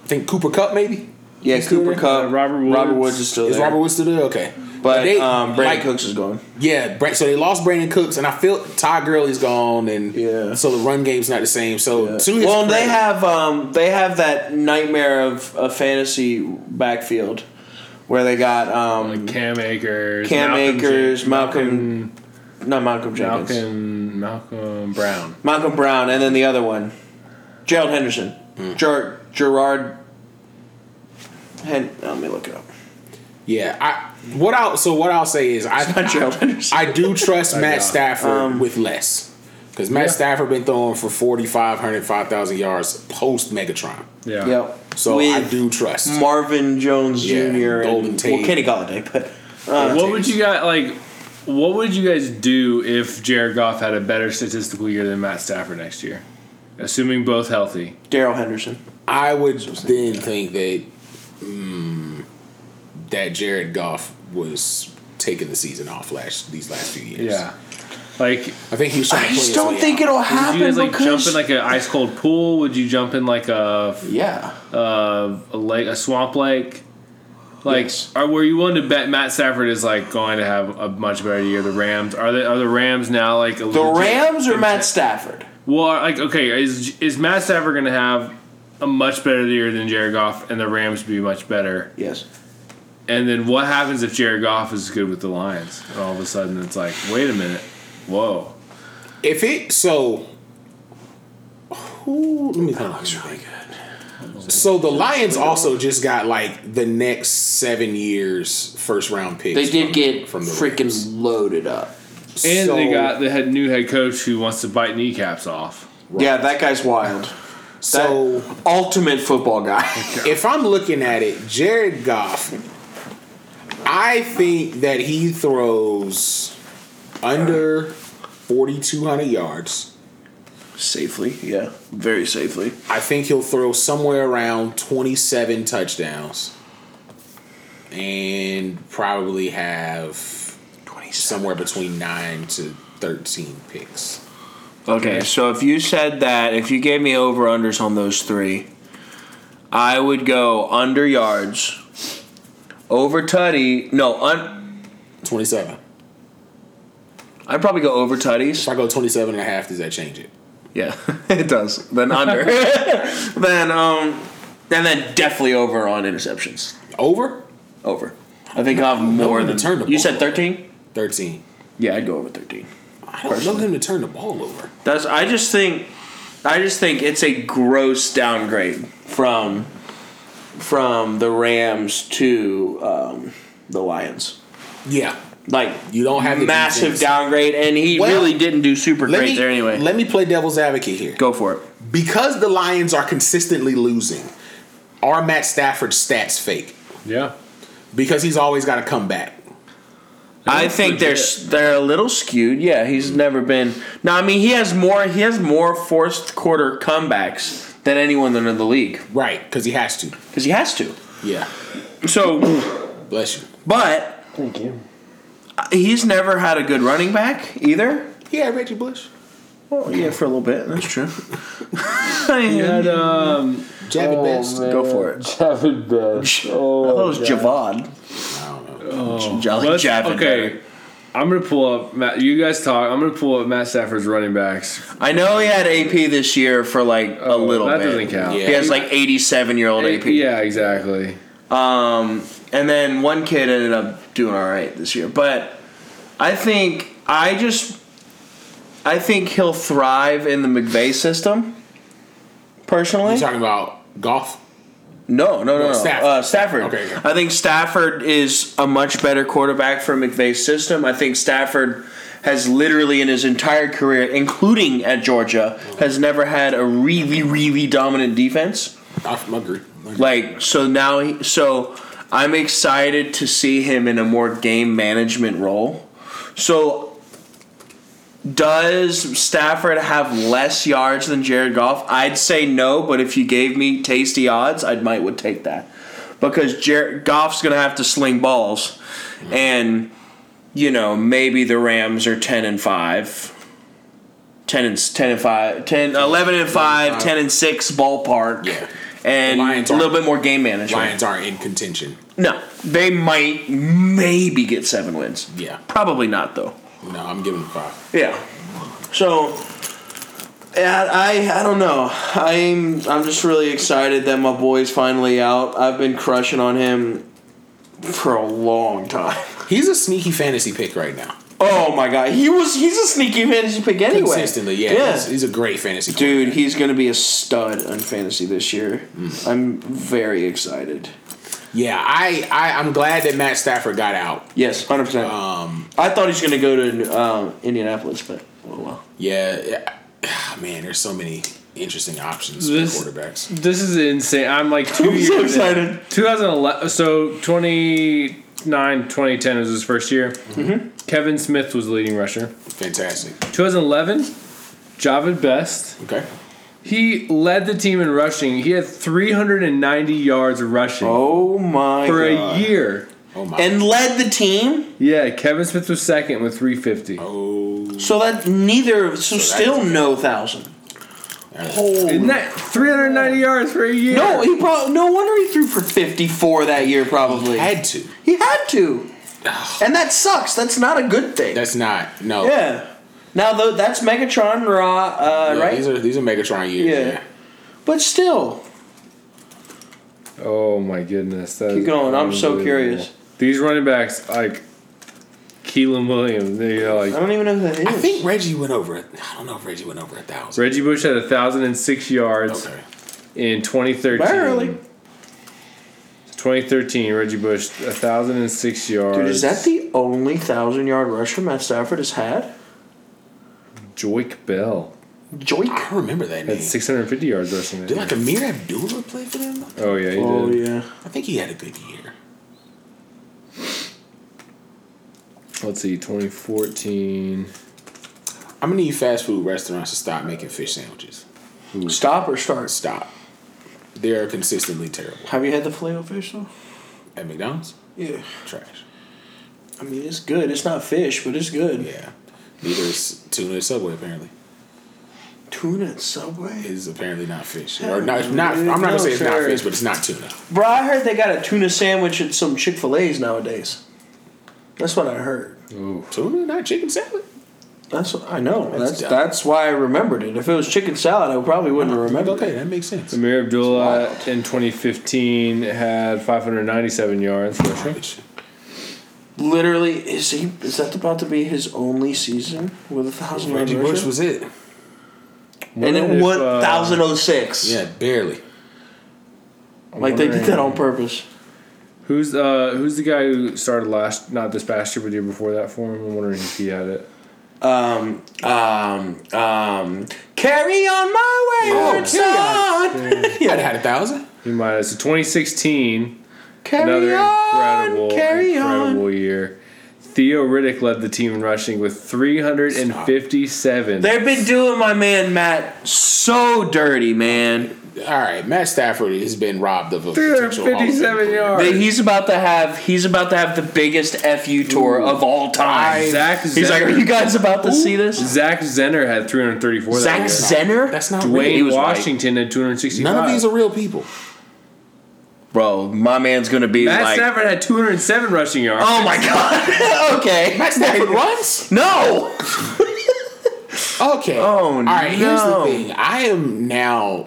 B: I think Cooper Cup maybe
A: yeah. Cooper
B: there?
A: Cup.
C: Uh, Robert Woods.
A: is still
B: is
A: there.
B: Robert Woods still there? Okay,
A: but um, Brandon
B: like,
A: Cooks is gone.
B: Yeah, Bra- so they lost Brandon Cooks, and I feel Todd Gurley's gone, and
A: Yeah.
B: so the run game's not the same. So to his
A: Uh, Well, they
B: credit-
A: have um, they have that nightmare of a fantasy backfield where they got um,
C: Cam Akers.
A: Cam
C: Malcolm
A: Akers,
C: Jen-
A: Malcolm, not Malcolm Jenkins,
C: Malcolm. Malcolm Brown.
A: Malcolm Brown, and then the other one, Gerald Henderson, Ger- Gerard. Hen- oh, let me look it up. (laughs)
B: Yeah, I what I'll so what I'll say is I
A: not Gerald Henderson.
B: I, do trust Matt
C: know.
B: Stafford
A: um,
B: with less because Matt
C: uh, Yeah.
B: Stafford been throwing for 4,500, 5,000 yards post Megatron,
C: Yeah.
A: Yep.
B: so I
A: With
B: do trust.
A: Marvin Jones
B: Yeah,
A: Jr.
B: Golden
A: and
B: Tate.
A: well, Kenny Galladay, but
C: What would you guys like? What would you guys do if Jared Goff had a better statistical year than Matt Stafford next year, assuming both healthy?
A: Daryl Henderson.
B: I would then think that mm, that Jared Goff was taking the season off last these last few years.
C: Yeah. Like,
B: I think he was trying to
A: I
B: play
A: just
B: his
A: don't
B: way
A: think
B: out.
A: it'll
C: would
A: happen
C: you guys like
A: because
C: jump in like an ice cold pool? Would you jump in like a
A: yeah,
C: uh, a lake, a swamp lake. Like,
A: Yes.
C: are were you willing to bet Matt Stafford is like going to have a much better year? The Rams are they are the Rams now like a
A: the Rams or Matt Stafford.
C: Well, are- like okay, is is Matt Stafford going to have a much better year than Jared Goff, and the Rams be much better?
A: Yes.
C: And then what happens if Jared Goff is good with the Lions, and all of a sudden it's like, wait a minute, whoa,
B: If it so, Ooh, let me that looks really good. So the Lions also just got like the next seven years first round picks.
A: They did
B: from-
A: get
B: from the
A: freaking
B: Rams.
A: loaded up.
C: And
B: So-
C: they got the head, new head coach who wants to bite kneecaps off.
A: Yeah, that guy's wild.
B: so
A: Ultimate football guy.
B: if I'm looking at it, Jared Goff, I think that he throws under 4,200 yards.
A: safely, yeah, very safely.
B: I think he'll throw somewhere around 27 touchdowns and probably have
A: Twenty
B: somewhere between 9 to 13 picks.
A: Okay, so if you said that, if you gave me over unders on those three, I would go under yards, over tutty. No, un,
B: 27.
A: I'd probably go over tutties.
B: If I go 27 and a half, does that change it?
A: Yeah, (laughs) it does. Then (laughs) under. then um, and then definitely over on interceptions.
B: Over?
A: Over. I think I'll have more
B: one
A: than
B: returned the
A: You said
B: ball.
A: thirteen.
B: 13.
A: Yeah, I'd go over thirteen.
B: I don't love him to turn the ball over.
A: That's. I just think. I just think it's a gross downgrade from from the Rams to um, the Lions.
B: Yeah.
A: Like
B: You don't have the
A: massive
B: defense.
A: downgrade, and he
B: Well,
A: really didn't do super great there anyway.
B: Let me play devil's advocate here.
A: Go for it.
B: Because the Lions are consistently losing, are Matt Stafford's stats fake?
C: Yeah.
B: Because he's always got to come back.
A: I think they're s- they're a little skewed. Yeah, he's never been. No, I mean he has more. He has more fourth quarter comebacks than anyone in the league
B: Right, because he has to.
A: because he has to.
B: Yeah.
A: So
B: Bless you.
A: But thank you. He's never had a good running back either.
B: Yeah, Reggie Bush.
A: Well, yeah, for a little bit. That's true. (laughs) yeah,
C: Um,
B: Jabby
A: Oh,
B: Best.
A: go for it. I thought it was Javad. Jolly
C: let's-
A: Javon.
C: Oh. okay. (laughs) I'm gonna pull up Matt. You guys talk. I'm gonna pull up Matt Stafford's running backs.
A: I know he had AP this year for like a
C: Oh,
A: little
C: that
A: bit.
C: doesn't count.
A: He has like 87 year old AP.
C: Yeah, exactly.
A: Um, and then one kid ended up doing all right this year. But I think I just I think he'll thrive in the McVay system. Personally,
B: You talking about golf?
A: No, no, no, no.
B: Stafford.
A: Uh, Stafford.
B: Okay, okay.
A: I think Stafford is a much better quarterback for McVay's system. I think Stafford has literally in his entire career, including at Georgia, has never had a really, really dominant defense.
B: I I agree.
A: Like so now, he, so I'm excited to see him in a more game management role. So. Does Stafford have less yards than Jared Goff? I'd say no, but if you gave me tasty odds, I might would take that because Jared Goff's going to have to sling balls, and you know maybe the Rams are ten and five. 10 and, 10 and 5 10 11 and 5 10 and 6 ballpark
B: Yeah.
A: and
B: The Lions
A: a little
B: aren't-
A: bit more game management
B: Lions aren't in contention.
A: no they might maybe get 7 wins
B: Yeah.
A: probably not though
B: No, I'm giving him five.
A: yeah. So yeah, I I don't know. I'm I'm just really excited that my boy's finally out. I've been crushing on him for a long time. (laughs)
B: He's a sneaky fantasy pick right now.
A: Oh my god. He was he's a sneaky fantasy pick anyway.
B: Consistently, yeah. He's, he's a great fantasy
A: Dude,
B: quarterback.
A: he's going to be a stud on fantasy this year.
B: Mm.
A: I'm very excited.
B: Yeah, I, I I'm glad that Matt Stafford got out.
A: Yes, 100%.
B: Um,
A: I thought he's going to go to um, Indianapolis, but oh well.
B: yeah, yeah. (sighs) Ah, man, there's so many interesting options
C: This-
B: for quarterbacks.
C: This is insane. I'm like
A: (laughs)
C: 2
A: I'm
C: years.
A: so
C: in.
A: excited.
C: 2011. So 29, 2010 was his first year.
A: Mm-hmm.
C: Kevin Smith was the leading rusher.
B: Fantastic.
C: 2011, Javid Best.
B: Okay.
C: He led the team in rushing. He had 390 yards rushing
A: Oh my
C: for
A: God.
C: a year.
B: Oh my.
A: And led the team
C: Yeah, Kevin Smith was second with 350.
B: oh.
A: So that neither, so,
B: that-
A: still no thousand. Holy.
C: Isn't that 390 yards for a year?
A: No, he probably. No wonder he threw for fifty-four that year. Probably
B: Had to.
A: he had to, and that sucks. That's not a good thing.
B: That's not no.
A: yeah. Now though, that's Megatron, Ra, uh,
B: Yeah,
A: right?
B: These are these are Megatron years.
A: Yeah.
B: yeah.
A: but still,
C: Oh my goodness. that
A: Keep
C: is
A: going, I'm so
C: unbelievable.
A: curious.
C: These running backs, like, Keelan Williams. They, uh,
A: I
C: like,
A: don't even know who that is.
B: I think Reggie went over. it. I don't know if Reggie went over a thousand.
C: Reggie Bush had 1,006 yards
B: Okay.
C: in 2013.
A: Barely.
C: 2013, Reggie Bush, 1,006 yards.
A: Dude, is that the only thousand yard rusher Matt Stafford has had?
C: Joik Bell?
A: Joik.
B: I remember that name.
C: Had 650 yards rushing. that
B: Did
C: year.
B: like Amir Abdullah play for them?
C: Oh, yeah, he
A: Oh
C: did.
A: yeah.
B: I think he had a good year.
C: Let's see, 2014.
B: I'm gonna need fast food restaurants to stop making fish sandwiches.
A: Stop or start.
B: Stop. They are consistently terrible.
A: Have you had the filet fish though?
B: At McDonald's,
A: Yeah.
B: trash.
A: I mean, it's good. It's not fish, but it's good.
B: Yeah. Neither is tuna at Subway apparently.
A: Tuna at Subway.
B: Is apparently not fish. Or not, not I'm not gonna say it's not fish, but it's not tuna.
A: Bro, I heard they got a tuna sandwich at some Chick Fil A's nowadays. That's what I heard.
B: Tuna, not chicken salad.
A: That's what I know. That's
B: dumb.
A: that's, why I remembered it. If it was chicken salad, I probably wouldn't remember.
B: Okay, that makes sense.
C: Amir Abdullah in 2015 had 597 yards rushing.
B: Garbage.
A: Literally, is he? Is that about to be his only season with a thousand yard
B: Reggie Bush
A: rusher?
B: was it.
A: And it
C: Wonder if,
A: won
C: uh,
A: thousand oh six.
B: Yeah, barely.
C: I'm
A: like they did
C: wondering-
A: that on purpose.
C: Who's uh Who's the guy who started last? Not this past year, but the year before that for him. I'm wondering if he had it.
A: Um, um, um. Carry on my wayward
B: Oh, carry
A: son. Yeah.
B: I'd had a thousand.
C: He might. Have. So 2016,
A: Carry
C: another
A: on,
C: incredible,
A: carry
C: incredible
A: on.
C: year. Theo Riddick led the team in rushing with 357.
A: They've been doing my man Matt so dirty, man.
B: All right, Matt Stafford has been robbed of a potential Hall of Fame
C: 357
B: career.
C: yards.
A: That he's about to have he's about to have the biggest fu tour of all time.
C: Zach
A: He's like, are you guys about to see this?
C: Zach Zenner had 334. that
A: Zach
C: year.
A: Zenner,
B: That's not real.
A: He
C: Dwayne
A: was
C: Washington had 265.
B: None of these are real people.
A: bro. My man's gonna be
C: Matt
A: like,
C: Stafford had 207 rushing yards.
A: oh my (laughs) god. Oh, okay,
B: (laughs) Matt Stafford (laughs) runs.
A: No.
B: Okay.
A: Oh,
B: All right. Here's
A: no.
B: the thing. I am now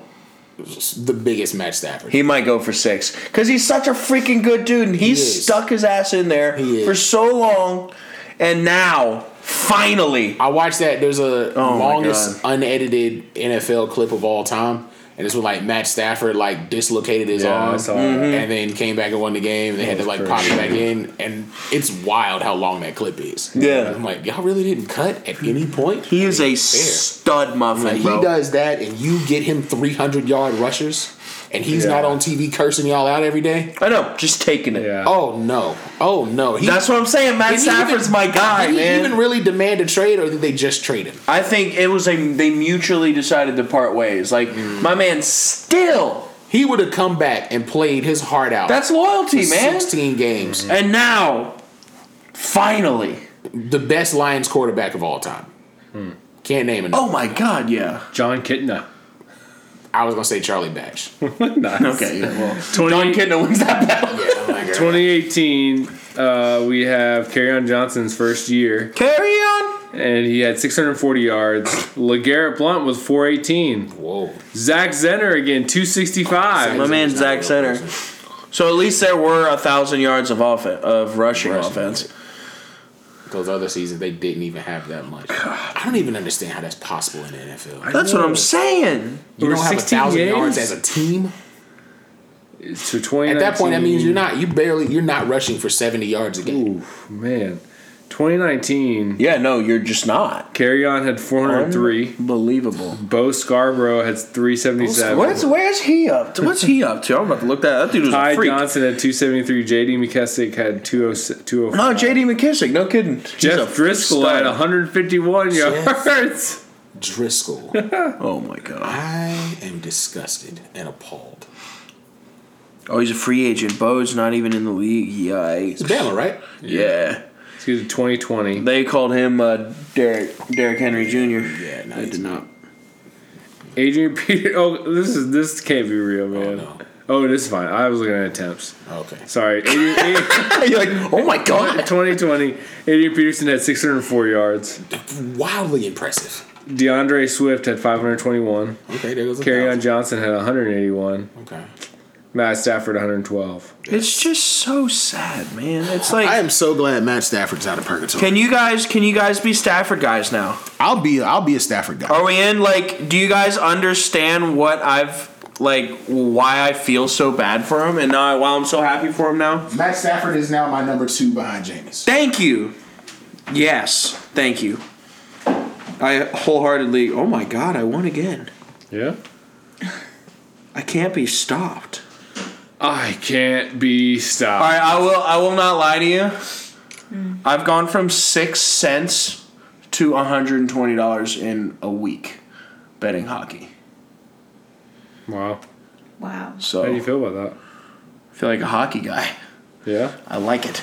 B: the biggest Matt Stafford.
A: He might go for six because he's such a freaking good dude, and he's
B: is.
A: stuck his ass in there
B: He is.
A: for so long, and now finally,
B: I watched that. There's a
A: Oh, my
B: longest unedited NFL clip of all time, and it's when like Matt Stafford like dislocated his
C: Yeah, I
B: arm
C: saw that.
B: and then came back and won the game. And they had to like pop it
C: crazy.
B: back in, and it's wild how long that clip is.
A: Yeah.
B: I'm like, y'all really didn't cut at any point.
A: he is a
B: fair.
A: stud muffin,
B: Like,
A: bro.
B: he does that, and you get him 300 yard rushers, and he's
C: Yeah.
B: not on TV cursing y'all out every day.
A: I know, just taking it.
C: Yeah.
B: Oh no! Oh no! He,
A: That's what I'm saying. Matt
B: did he even-
A: Stafford's my guy,
B: did he
A: man.
B: even really demand a trade, or did they just trade him?
A: I think it was a they mutually decided to part ways. Like my man, still
B: He would have come back and played his heart out.
A: that's loyalty,
B: for
A: man.
B: 16 games.
A: And now, finally,
B: The best Lions quarterback of all time. Can't name it.
A: oh my god, yeah.
C: John Kitna.
B: I was gonna say Charlie Batch.
C: nice.
A: Okay, yeah, (laughs) well,
C: 20
A: Don Kitna wins that battle.
B: Twenty.
C: 2018, uh, we have Carryon Johnson's first year,
A: Carry on.
C: and he had 640 yards. LeGarrette Blunt was 418.
B: Whoa.
C: Zach Zenner again, 265.
A: My man Zach Center. So at least there were a thousand yards of offense of rushing,
B: Rushing,
A: offense.
B: Those other seasons they didn't even have that much. I don't even understand how that's possible in the NFL.
A: That's what I'm saying.
B: you
C: Over
B: don't have a
C: 16
B: thousand yards
C: games?
B: as a team.
C: So 2019.
B: At that point, that means you're not. You barely. You're not rushing for 70 yards a game.
C: Oof, man. 2019,
A: Yeah, no, you're just not.
C: Carryon had 403.
A: Unbelievable.
B: Um,
C: Bo Scarborough had 377.
A: What's where's he up to? What's he up to? I'm about to look that. That dude was
C: Ty
A: a freak.
C: Johnson had 273. JD McKessick had 200 205.
A: Oh, J.D. McKissick, no kidding. He's a
C: Jeff Driscoll
A: stud.
C: had 151
B: Jeff.
C: yards.
B: Driscoll.
A: Oh my god.
B: (laughs) I am disgusted and appalled.
A: Oh, he's a free agent. Bo's not even in the league. Yikes.
B: It's Bama, right?
A: Yeah.
C: Excuse me, 2020.
A: They called him uh, Derek Derrick Henry Jr.
B: Yeah, no,
A: They
B: it's
A: did not.
C: Adrian Peter. Oh, this is this can't be real, man.
B: no. Oh,
C: Oh, it is fine. I was looking at attempts.
B: (laughs) Okay.
C: Sorry. Adrian, Adrian-
A: You're like, oh my (laughs) god.
C: 2020. Adrian Peterson had 604 yards.
B: Wildly impressive.
C: DeAndre Swift had 521.
B: Okay, there goes a
C: Carry on
B: thousand.
C: Johnson had 181.
B: Okay.
C: Matt Stafford 112.
A: It's just so sad, man. It's like
B: I am so glad Matt Stafford's out of purgatory.
A: Can you guys can you guys be Stafford guys now?
B: I'll be I'll be a Stafford guy.
A: Are we in like do you guys understand what I've like why I feel so bad for him and now why I'm so happy for him now?
B: Matt Stafford is now my number two behind Jameis.
A: Thank you. Yes, thank you. I wholeheartedly oh my god, I won again.
C: Yeah.
A: I can't be stopped.
C: I can't be stopped.
A: Alright, I will I will not lie to you.
C: Hmm.
A: I've gone from six cents to $120 in a week betting hockey.
C: Wow.
D: Wow.
A: So
C: How do you feel about
A: feel like a hockey guy.
C: that? Yeah.
A: I like it.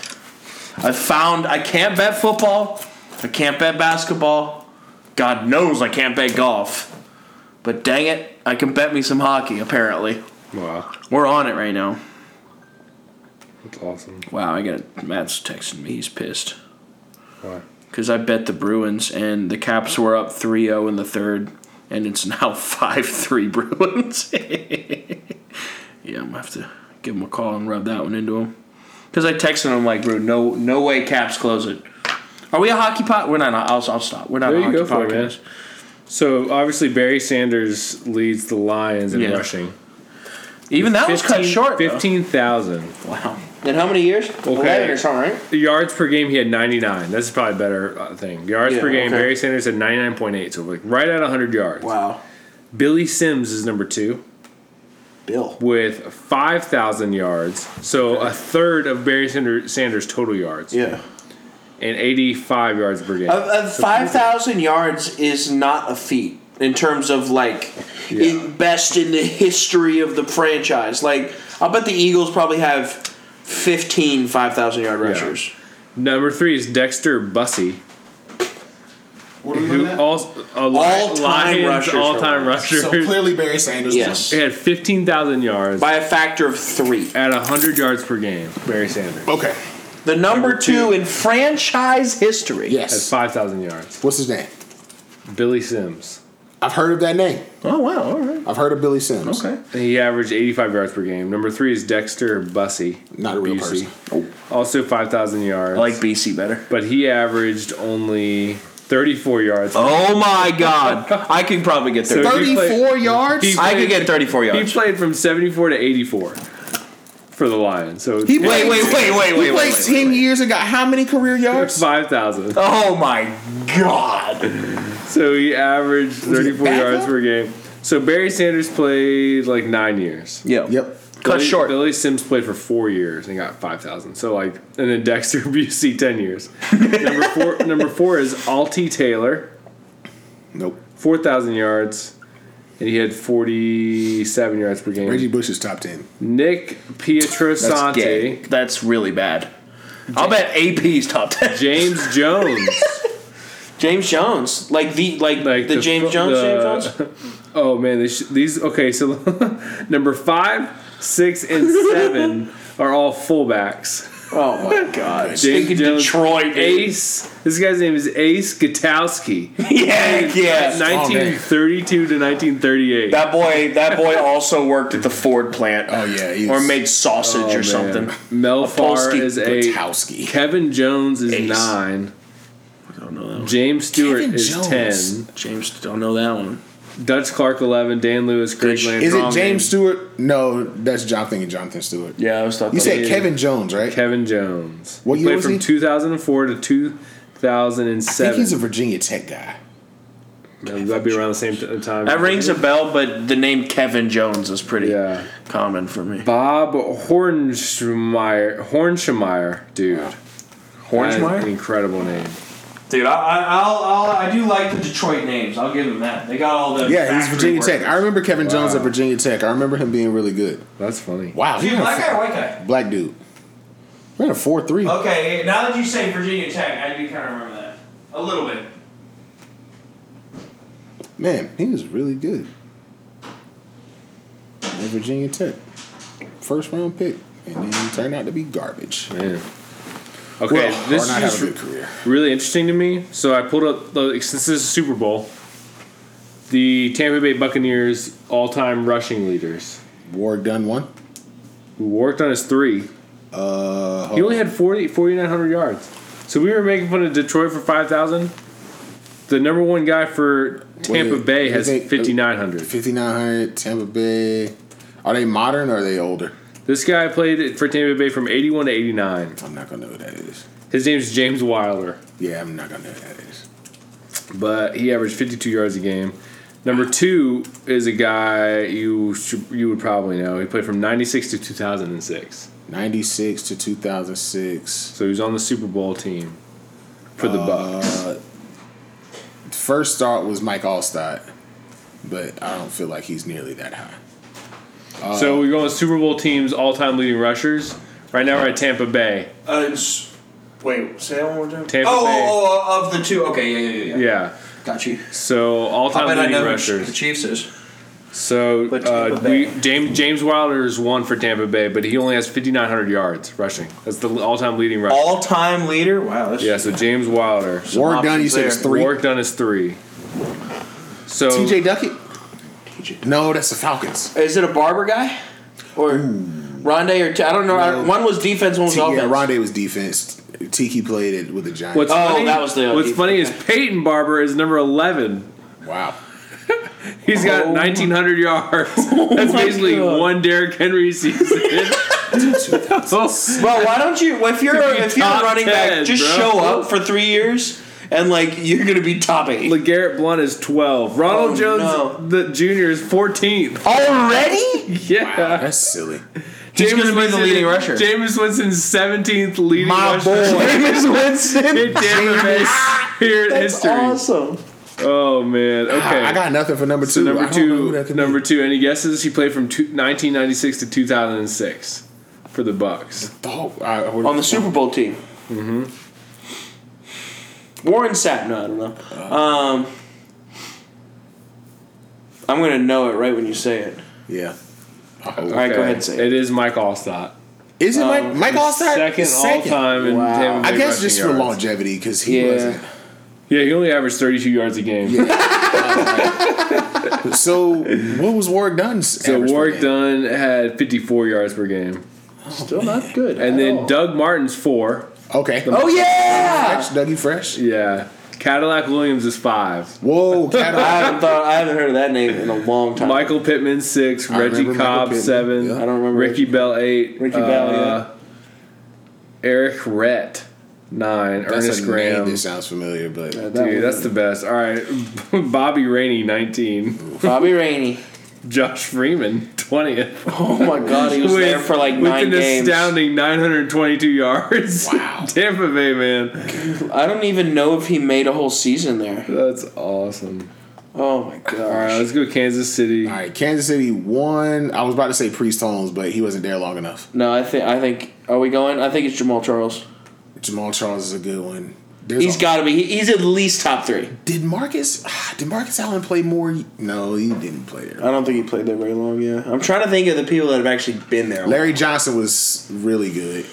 A: I found I can't bet football. I can't bet basketball. God knows I can't bet golf. But dang it, I can bet me some hockey apparently.
C: Wow.
A: We're on it right now.
C: That's awesome.
A: Wow, I got Matt's texting me. He's pissed.
C: Why?
A: Cuz I bet the Bruins and the Caps were up 3-0 in the third and it's now (laughs) 5-3 Bruins. (laughs) yeah, I'm going to have to give him a call and rub that one into him. Cuz I texted him like, "Bro, no no way Caps close it." Are we a hockey pot? We're not. I'll, I'll stop. We're not
C: There
A: a
C: you
A: hockey
C: go for it, man.
A: podcast.
C: So obviously Barry Sanders leads the Lions in
A: Yeah.
C: rushing.
A: Even that was cut
C: 15
A: short. though.
C: Fifteen thousand
A: Wow. In how many years? Okay.
C: 11 or
A: something, right?
C: yards per game. He had ninety nine. That's probably a better uh, thing. Yards
A: Yeah,
C: per game.
A: okay.
C: Barry Sanders had ninety nine point eight. So like right at hundred yards.
A: Wow.
C: Billy Sims is number two
A: Bill.
C: with five thousand yards. So a third of Barry Sanders, Sanders total yards
A: Yeah.
C: and eighty five yards per game.
A: Uh, uh, 5,000 yards is not a feat in terms of like it best in the history of the franchise. Like, I'll bet the Eagles probably have 15 5,000 yard rushers.
C: Number three is Dexter Bussey. Who also a li-
A: All-time
C: Lions
A: rushers for Lions.
B: (laughs)
C: all-time rusher.
B: So clearly Barry Sanders.
A: Yes.
C: He had 15,000 yards
A: By a factor of three.
C: at 100 yards per game. Barry Sanders.
B: Okay.
A: The number, two, in franchise history.
C: At
B: Yes.
C: 5,000 yards.
B: What's his name?
C: Billy Sims.
B: I've heard of that name.
A: Oh, wow. All right.
B: I've heard of Billy Sims.
A: Okay.
C: And he averaged 85 yards per game. Number three is Dexter Bussey.
B: Not a real
C: BC.
B: person.
C: Also 5,000 yards.
A: I like BC better.
C: but he averaged only 34 yards.
A: Oh my
C: (laughs)
A: God! I could probably get
C: So
A: there.
C: if you play-
B: 34 yards?
C: He
A: I could
C: played-
A: get 34
C: He
A: yards.
C: played from 74 to 84 for the Lions. So
B: He
A: Wait,
B: played-
A: wait, wait, wait, wait,
B: He
A: wait,
B: played
A: wait,
B: 10 years and got how many career yards?
C: 5,000.
A: Oh my God!
C: So he averaged
B: he a
C: 34
B: backup?
C: yards per game. So Barry Sanders played like nine years.
A: Yeah.
B: Yep.
A: Cut
C: Billy,
A: short.
C: Billy Sims played for four years and got five thousand. So like, and then Dexter (laughs) Busey ten years. number four.
A: (laughs)
C: Number four is Alti Taylor,
B: Nope.
C: four thousand yards, and he had forty-seven yards per game.
B: Reggie Bush is top 10.
C: Nick
A: That's gay.
C: Pietrosante,
A: That's really bad. I'll bet AP's top ten. (laughs)
C: James Jones.
A: James Jones, like the like,
C: Like
A: the,
C: the
A: James
C: fu-
A: Jones,
C: the-
A: James Jones.
C: oh man, they sh- these okay. So (laughs) number five, six, and seven (laughs) are all fullbacks.
A: Oh my God!
C: James
A: Stinking
C: Jones,
A: Detroit dude.
C: Ace. This guy's name is Ace Gutowski.
A: Yeah, yeah.
C: 1932 to 1938.
A: Oh, That boy, that boy also worked at the Ford plant.
B: Oh, yeah, he
A: or
B: was-
A: made sausage
C: Oh,
A: or
C: man.
A: something.
C: Mel Farr
A: Polsky
C: is eight.
B: Batowski.
C: Kevin Jones is
A: Ace.
C: nine.
A: I don't know that one.
C: James Stewart
B: Kevin
C: is
B: Jones.
A: James, don't know that one.
C: ten. Dutch Clark eleven. Dan Lewis, Greg
A: Good sh-
C: Land.
B: Is
A: Wrong
B: it James
A: name.
B: Stewart? No, that's Jonathan and Jonathan Stewart.
A: Yeah, I was talking.
B: You said
C: Yeah.
B: Kevin Jones, right?
C: Kevin Jones.
B: What
C: He
B: year
C: played
B: was
C: from
B: he?
C: 2004 to
B: I think
C: 2007.
B: he's a Virginia Tech guy.
C: That'd be around the same t- time.
A: That rings a bell, but the name Kevin Jones is pretty
C: Yeah.
A: common for me.
C: Bob Hornschmeyer. Hornschmeyer, dude. That is an incredible name.
A: Dude, I, I, I'll, I'll, I do like the Detroit names. I'll give them that. They got all the.
B: Yeah, he's
A: factory
B: Virginia
A: work.
B: Tech. I remember Kevin Jones
C: Wow.
B: at Virginia Tech. I remember him being really good.
C: That's funny.
B: Wow, he
A: Dude,
B: ran
A: black
B: a
A: guy or white guy?
B: f- black dude. Ran a four three.
A: Okay, now that you say Virginia Tech, I do kind of remember that. A little bit.
B: Man, he was really good. At Virginia Tech, first round pick, and then he turned out to be garbage.
C: Man. Okay,
B: well,
C: this
B: or not
C: is
B: have a good career.
C: really interesting to me. So I pulled up the since this is a Super Bowl, the Tampa Bay Buccaneers all-time rushing leaders.
B: Ward done one.
C: who worked on his three.
B: Uh,
C: He only had 40, 4,900 yards. So we were making fun of Detroit for 5,000. The number one guy for Tampa
B: Wait, uh,
C: Bay
B: you
C: has
B: think-
C: 5,900.
B: 5900 Tampa Bay. Are they modern or are they older?
C: This guy played for Tampa Bay from 81 to 89.
B: I'm not gonna know what that is.
C: His name's James Wilder,
B: Yeah, I'm not gonna know what that is.
C: but he averaged 52 yards a game. Number two is a guy you should, you would probably know. He played from 96 to 2006.
B: 96 to 2006.
C: So he was on the Super Bowl team for the Bucks.
B: Uh, first start was Mike Allstott, but I don't feel like he's nearly that high.
C: so we're going Super Bowl teams all-time leading rushers. Right now we're at Tampa Bay.
A: Uh, it's- wait, say that one more time.
C: Tampa
A: oh,
C: Bay.
A: oh, oh, of the two. Okay, yeah, yeah, yeah. yeah.
C: Yeah.
A: Got you.
C: So
A: I
C: all-time
A: bet I
C: leading
A: know who the (laughs)
C: rushers.
A: Chiefs is.
C: So
A: But Tampa
C: uh, we,
A: Bay.
C: James James Wilder is one for Tampa Bay, but he only has 5,900 yards rushing. That's the all-time leading rusher.
A: All time leader? Wow. That's,
C: yeah. So James Wilder.
B: Warwick Dunn, you said
A: options
B: it's
A: there.
B: three.
C: Work done is three. So
B: TJ Duckett? No, that's the Falcons.
A: Is it a Barber guy? Or Rondé or. T- I don't know. I-
B: No.
A: one was defense, one was
B: T- yeah,
A: offense.
B: Rondé was defense. Tiki played it with the Giants.
C: what's
A: Oh,
C: funny,
A: that was the-
C: what's funny is Peyton Barber is number 11.
B: wow.
C: (laughs) He's got
A: Oh.
C: 1,900
A: (laughs)
C: yards. That's
A: my
C: basically
A: God.
C: one Derrick
A: (laughs)
C: Henry season.
A: Well, why don't you? If you're
C: To be
A: if you're a
C: top
A: running
C: 10,
A: back, just
C: bro.
A: show up for three years and like you're gonna be top eight
C: LeGarrette Blunt is 12. Ronald
A: Oh,
C: Jones
A: no. Oh,
C: the Jr. is 14th.
A: already.
B: Wow,
C: (laughs) Yeah.
B: that's silly.
A: He's gonna be the leading rusher.
C: James Winston's 17th leading
B: My
C: rusher. (laughs)
B: boy.
A: James Winston.
C: In Tampa Bay here in
A: That's
C: history.
A: awesome.
C: Oh, man. Okay.
B: I, I got nothing for number two.
C: So
B: I
C: number
B: don't know who that
C: two,
B: could
C: number
B: be.
C: two. Any guesses? He played from two, 1996 to 2006 for the Bucks.
B: Oh, I- I would-
A: On the Super Bowl team. Mm-hmm. Warren Sapp. No, I don't know. Um, I'm gonna know it right when you say it.
B: Yeah. I hope.
A: All right, go ahead and say it.
C: It is my Allstott.
B: Is it Mike?
A: Um,
B: Mike Allstott?
C: Second,
B: is second.
C: all time in
A: Wow.
C: Tampa Bay
B: I guess
C: rushing
B: just for
C: yards.
B: longevity, because he
A: Yeah.
C: Yeah, he only averaged 32 yards a game.
B: wasn't. So what was Warwick Dunn's?
C: So
B: average per
C: Warwick
B: game?
C: Dunn had 54 yards per game,
A: Still not good.
C: and then Doug Martin's four.
B: Okay.
A: Oh yeah.
B: Fresh, Dougie Fresh.
C: Yeah, Cadillac Williams is five.
B: Whoa, cat
A: I
B: eye.
A: haven't thought. I haven't heard of that name in a long time.
C: Michael Pittman six.
B: I remember
C: Reggie
B: Michael
C: Cobb
B: Pittman.
C: seven.
B: Yeah.
A: I don't remember.
C: Ricky Bell eight. Uh,
A: Ricky Bell, yeah.
C: Eric Rett nine.
B: That's
C: Ernest
B: a
C: Graham.
B: name that sounds familiar, but
A: That
C: Dude,
A: one.
C: that's the best. All right, (laughs) Bobby Rainey, nineteen.
A: Bobby Rainey.
C: Josh Freeman, twentieth.
A: (laughs) Oh my God, he was there for like nine
C: an
A: games.
C: astounding 922 yards.
B: Wow.
C: (laughs) Tampa Bay, man,
A: I don't even know if he made a whole season there.
C: that's awesome.
A: Oh my
C: All right,
A: gosh.
C: let's go Kansas City.
B: all right, Kansas City won. I was about to say Priest Holmes, but he wasn't there long enough.
A: No, I think I think are we going? I think it's Jamal Charles.
B: Jamal Charles is a good one. There's
A: He's
B: a-
A: got to be. He, he's at least top three.
B: Did Marcus? (sighs) Did Marcus Allen play more? No, he didn't play there.
A: I don't think he played there very long. Yeah, I'm trying to think of the people that have actually been there.
B: Larry Johnson was really good.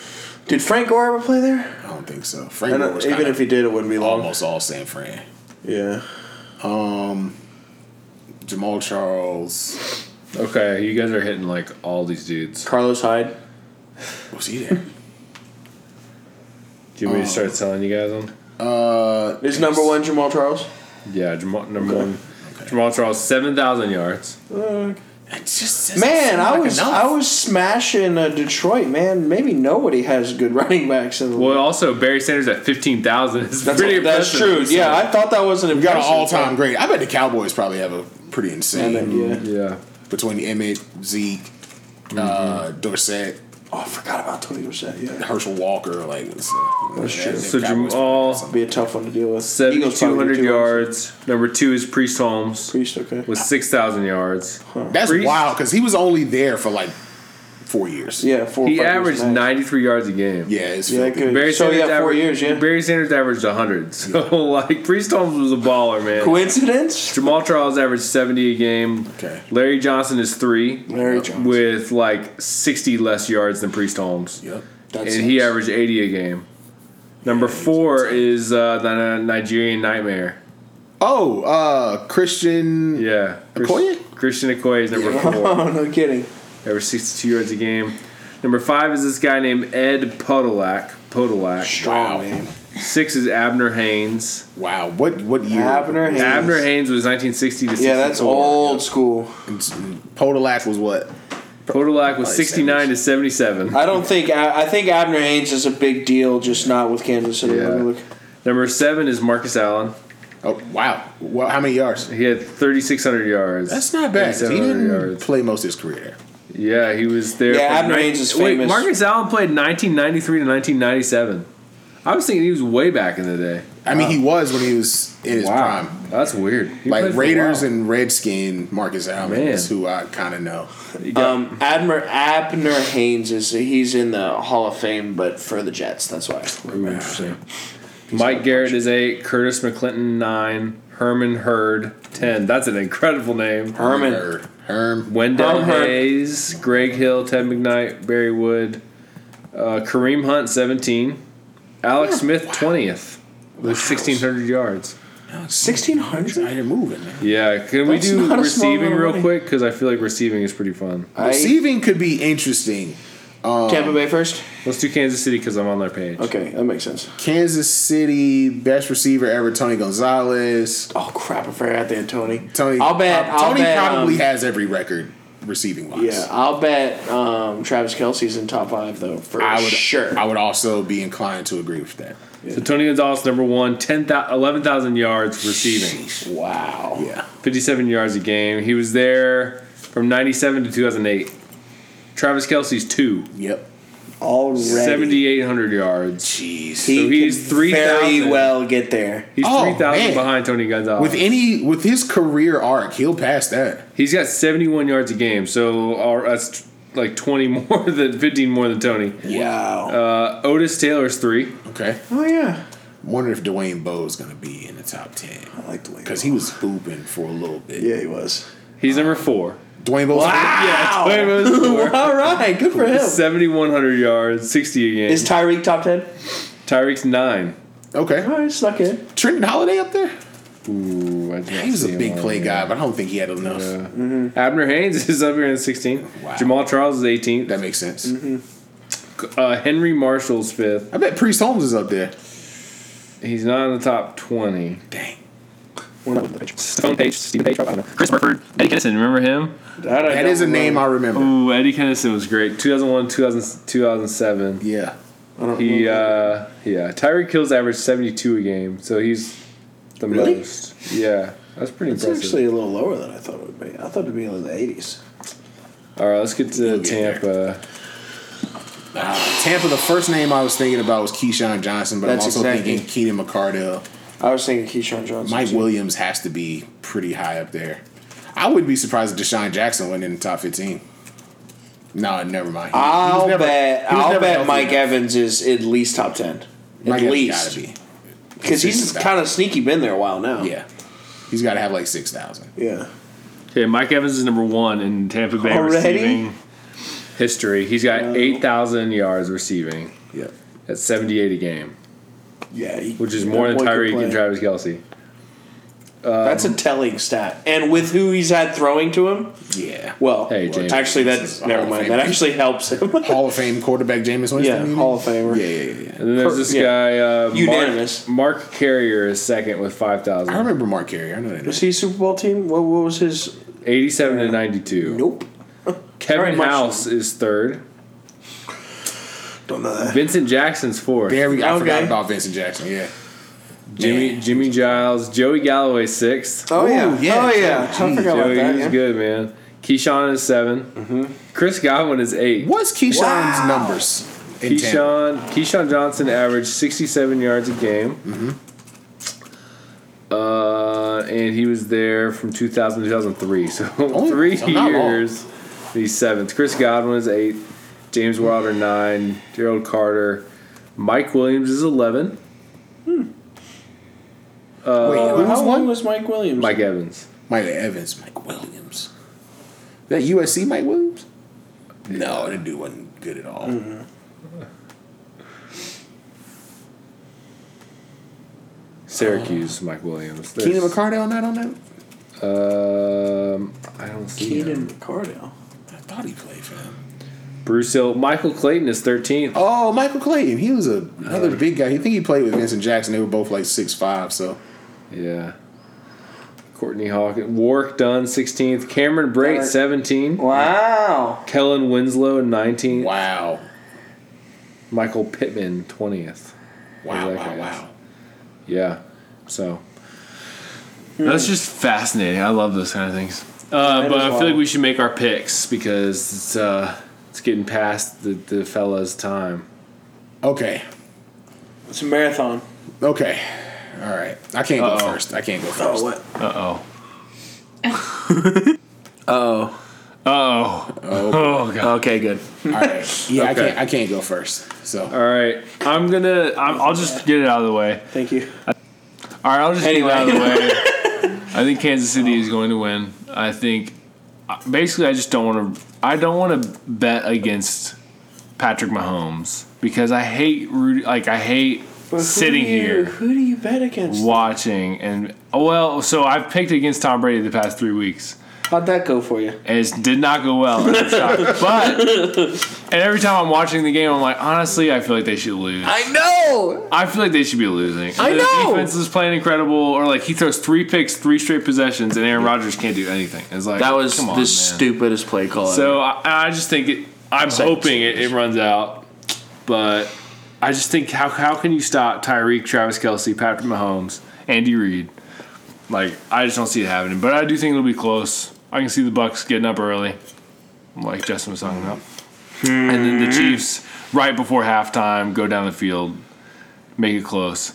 A: Did Frank Gore ever play there?
B: I don't think so. Frank
A: And uh,
B: Gore was
A: even
B: kinda
A: if he did, it wouldn't be long.
B: almost all San Fran.
A: Yeah.
B: Jamal Charles
C: Okay, you guys are hitting like all these dudes.
A: Carlos Hyde.
B: was he there?
C: Do you want me to start selling you guys on?
B: Uh,
A: Is number one Jamal Charles?
C: Yeah, Jamal, number one. Jamal Charles, 7,000 yards.
B: it just doesn't
A: Man,
B: seem
A: I
B: like
A: was
B: enough.
A: I was smashing uh, Detroit. Man, maybe nobody has good (laughs) running backs in the
C: Well, also, Barry Sanders at 15,000 is
A: That's,
C: pretty
A: that's
C: impressive.
A: true. Yeah, I thought that was an
B: We got an
A: impressive-
B: all-time great. I bet the Cowboys probably have a pretty insane
A: Yeah.
C: Yeah.
B: between Emmett, Zeke, uh, Dorsett,
A: Oh, I forgot about Tony Dorsett. Yeah,
B: Herschel Walker. Like it's, uh,
A: That's
B: yeah,
A: true.
B: the
C: So
B: Cowboys
C: Jamal-
B: probably
A: be a tough one to deal with. Eagles probably do
C: 7,200
A: too.
C: yards. Number two is Priest Holmes
A: Priest, okay.
C: with 6,000 yards.
B: got some- That's
C: Priest-
B: wild because he was only there for like four years.
A: Yeah, four. or
C: He
A: five years
C: averaged
A: max.
C: 93 yards a game.
B: yeah, it's
A: Yeah, that
B: filthy.
A: could- So, yeah, four
C: aver-
A: years, yeah.
C: Barry Sanders averaged 100. So, (laughs) like, Priest Holmes was a baller, man.
A: Coincidence?
C: Jamal Charles averaged 70 a game.
B: Okay.
C: Larry Johnson is three
A: Larry Johnson.
C: with like 60 less yards than Priest Holmes.
B: Yep.
A: That
C: And he
A: sucks.
C: averaged 80 a game. Number four is uh, the Ni- Nigerian Nightmare.
B: Oh, uh, Christian.
C: Yeah. Chris-
B: Okoye? (laughs)
C: Christian Okoye is number four.
A: Oh no, kidding.
C: Averaged 62 yards a game. Number five is this guy named Ed Podolak. Podolak.
B: Wow.
C: Six is Abner Haynes.
B: Wow. What what year?
A: Abner Haynes.
C: Abner Haynes was 1960 to 64.
A: Yeah, that's old school.
B: Podolak was what?
C: Podolak was 69 to 77.
A: I don't think I think Abner Haynes is a big deal, just not with Kansas City.
C: Yeah.
A: Let me look.
C: Number seven is Marcus Allen.
B: Oh wow. Well, how many yards?
C: He had 3,600 yards.
B: That's not bad. 'cause He
C: 3,700
B: didn't
C: yards.
B: play most of his career.
C: Yeah, he was there.
A: Yeah,
C: from
A: Abner
C: nine-
A: Haynes is
C: Wait,
A: famous.
C: Marcus Allen played 1993 to 1997. I was thinking he was way back in the day.
B: I mean, he was when he was in his prime.
C: that's weird. He played
B: Like
C: for a
B: Raiders
C: while.
B: and Redskin Marcus Allen
C: Man.
B: is who I kind of know.
C: You got-
A: Um, Abner Abner Haynes is he's in the Hall of Fame, but for the Jets. That's why. (sighs)
C: Ooh, interesting. Mike Garrett is eight. Curtis McClinton nine. Herman Hurd ten. That's an incredible name.
A: Herman.
B: Herm. Herm.
C: Wendell
A: Herm Hurd.
C: Hayes, Greg Hill, Ted McKnight, Barry Wood, uh, Kareem Hunt seventeen, Alex Smith twentieth with sixteen hundred yards.
A: Sixteen
B: Now
A: hundred.
B: you're moving, man.
C: Yeah, can we
A: That's
C: do
A: not a small
C: receiving
A: amount of
C: real
A: money.
C: quick? Because I feel like receiving is pretty fun.
B: Receiving could be interesting.
A: Tampa Bay first.
C: Let's do Kansas City because I'm on their page.
A: Oh. Okay, that makes sense.
B: Kansas City best receiver ever, Tony Gonzalez.
A: Oh crap! I forgot the Tony.
B: Tony,
A: I'll bet.
B: uh,
A: I'll
B: Tony
A: bet,
B: probably
A: um,
B: has every record receiving wise.
A: Yeah, I'll bet um, Travis Kelsey's in top five though for
B: I would
A: sure.
B: I would also be inclined to agree with that.
C: So Tony Gonzalez number one, 10,000 11,000 yards receiving.
A: wow.
B: Yeah,
C: 57 yards a game. He was there from 97 to 2008. Travis Kelsey's two,
B: yep.
A: Already.
C: 7,800 yards.
B: Jeez.
A: He
C: So he's
A: can
C: 3,000.
A: Very well get there.
C: He's
B: Oh,
C: 3,000
B: man.
C: behind Tony Gonzalez.
B: with any with his career arc, he'll pass that.
C: He's got 71 yards a game, so our, that's t- like 20 (laughs) more than 15 more than Tony.
A: Wow.
C: Uh, Otis Taylor's three.
B: Okay.
A: oh yeah.
B: Wonder if Dwayne Bowe is gonna be in the top ten
A: I like the way.
B: because he was booping for a little bit.
A: Yeah, he was.
C: He's number four.
B: Dwayne Bowe's
C: (laughs)
A: Wow.
C: Tony was
A: (laughs)
C: four.
A: All right, good for
B: Oh.
A: him.
C: 7,100 yards, 60 a game.
A: Is Tyreek top ten?
C: Tyreek's nine.
B: okay.
A: All right, snuck in.
B: Trenton Holiday up there.
C: Ooh, I did not
B: He was
C: see
B: a
C: him
B: big
C: on
B: play
C: there.
B: guy, but I don't think he had enough.
C: Abner Haynes (laughs) is up here in 16.
B: Wow.
C: Jamal Charles is 18.
B: That makes sense.
A: Mm-hmm.
C: Uh, Henry Marshall's fifth.
B: I bet Priest Holmes is up there.
C: He's not in the top 20.
B: Dang.
C: Stone Page, Stephen Page, I don't know. Chris Burford, Eddie Kinnison, remember him?
B: That is a name I remember.
C: Ooh, Eddie Kinnison was great. 2001, 2000, 2007.
B: Yeah.
C: He, uh, yeah. Tyreek Hill's averaged 72 a game, so he's the
A: Really?
C: most. Yeah, that's pretty
A: It's
C: impressive.
A: actually a little lower than I thought it would be. I thought it'd be in the eighties.
C: All right, let's get to
B: We'll get there.
C: Tampa.
B: Uh, Tampa, the first name I was thinking about was Keyshawn Johnson, but
A: That's
B: I'm also
A: exactly-
B: thinking Keenan McCardell.
A: I was thinking Keyshawn Johnson.
B: Mike
A: too.
B: Williams has to be pretty high up there. I would be surprised if Deshaun Jackson went in the top 15. No, never mind. He- he was
A: I'll
B: never-
A: bet.
B: he was
A: I'll
B: never
A: bet
B: healthy
A: Mike
B: enough.
A: Evans is at least top ten.
B: Mike
A: at
B: Evans
A: least
B: gotta
A: because he's
B: Consistent
A: kind of sneaky. Been there a while now.
B: be. Yeah. He's got to have like 6,000.
A: Yeah.
C: Okay, Mike Evans is number one in Tampa Bay
A: Already?
C: receiving history. He's got 8,000 yards receiving.
B: Yep.
C: That's 78 a game,
A: Yeah. he-
C: which is
A: that
C: more than
A: boy can
C: Tyreek
A: play.
C: and Travis Kelsey.
A: That's a telling stat. And with who he's had throwing to him,
B: Yeah.
A: well,
C: Hey, James.
A: actually,
B: This
A: that's
B: is a
A: never
B: Hall of
A: mind.
B: Famer.
A: That actually helps him.
B: Hall of Fame quarterback Jameis Winston.
A: (laughs) yeah,
B: you
A: Hall of
B: mean?
A: Famer.
B: Yeah, yeah, yeah, yeah.
C: And then there's
A: Per-
C: this
A: yeah.
C: guy, uh, Mark-
A: Unanimous.
C: Mark, Carrier is second with
B: I
C: 5,000.
B: remember Mark Carey. I know that.
A: Was
B: name.
A: he Super Bowl team? What, what was his?
C: 87 to 92.
A: Nope. very
C: Kevin
A: much
C: House is third.
A: Don't know that.
C: Vincent Jackson's fourth.
B: There we go. I forgot
A: Okay.
B: about Vincent Jackson. Yeah.
C: Jimmy
B: Man.
C: Jimmy Giles. Joey Galloway sixth.
A: Oh
B: Ooh,
A: yeah.
B: yeah.
A: Oh yeah. I
B: Jeez,
A: forgot
C: Joey
A: about that.
C: he was
A: yeah. Mm-hmm.
C: good, man. Keyshawn is 7 Chris Godwin is eight.
B: What's Keyshawn's
A: Wow.
B: numbers in Tampa?
C: Keyshawn Keyshawn Johnson averaged 67 yards a game.
B: Mm-hmm.
C: Uh, and he was there from 2000 to 2003. So three (laughs)
B: Oh, so not long.
C: years. He's seventh. Chris Godwin is eighth. James Wilder nine. Gerald Carter. Mike Williams is 11.
B: Wait, who was
A: How long
B: one?
A: was Mike Williams?
C: Mike Evans.
B: Mike Evans, Mike Williams. That USC Mike Williams? No, that dude wasn't good at all.
C: Syracuse. Mike Williams.
B: Oh. Keenan
C: There's-
B: McCardell not on that?
C: Um, I don't see
A: Keenan
C: him.
A: McCardell.
B: I thought he played for them.
C: Bruce Hill. Michael Clayton is 13th.
B: Oh, Michael Clayton. He was a, another big guy. He think he played with Vincent Jackson. They were both like six five. So
C: Yeah. Courtney Hawkins. Warwick Dunn, 16th. Cameron Brait,
A: Alright.
C: 17.
A: Wow.
C: Kellen Winslow, 19th.
B: wow,
C: Michael Pittman, 20th.
B: wow,
C: that
B: wow,
C: guy
B: wow.
C: Yeah. So that's just fascinating. I love those kind of things. Uh,
A: Hmm. That
C: but
A: is
C: I feel
A: wild.
C: like we should make our picks because it's uh, it's getting past the, the fella's time.
B: Okay,
A: It's a marathon.
B: okay, all right. I can't go
C: Uh-oh.
B: first. I can't go first.
A: what?
C: Uh (laughs) oh.
A: Oh.
C: Oh. Oh god.
A: Okay, good.
B: All right. Yeah, I
C: Okay.
B: can't. I can't go first. So
C: All right. I'm gonna. I'm, I'll just get it out of the way.
A: Thank you.
C: All right, I'll just
A: Anyway.
C: get it out of the way. (laughs) I think Kansas City is going to win. I think basically I just don't want to I don't want to bet against Patrick Mahomes because I hate Rudy like I hate sitting here
A: Who do you bet against?
C: watching and well, so I've picked against Tom Brady the past 3 weeks
A: How'd that go for you?
C: and it did not go well. and I'm shocked. but and every time I'm watching the game I'm like honestly I feel like they should lose.
A: I know.
C: I feel like they should be losing.
A: I
C: the
A: know!
C: defense is playing incredible, or like he throws three picks, three straight possessions, and Aaron Rodgers can't do anything. It's like
A: That was
C: come on,
A: the
C: man.
A: stupidest play call.
C: So I, I just think it, I'm hoping it, it runs out, but I just think how how can you stop Tyreek, Travis Kelsey, Patrick Mahomes, Andy Reid? Like I just don't see it happening, but I do think it'll be close. I can see the Bucks getting up early, like Justin was talking about, and then the Chiefs right before halftime go down the field, make it close.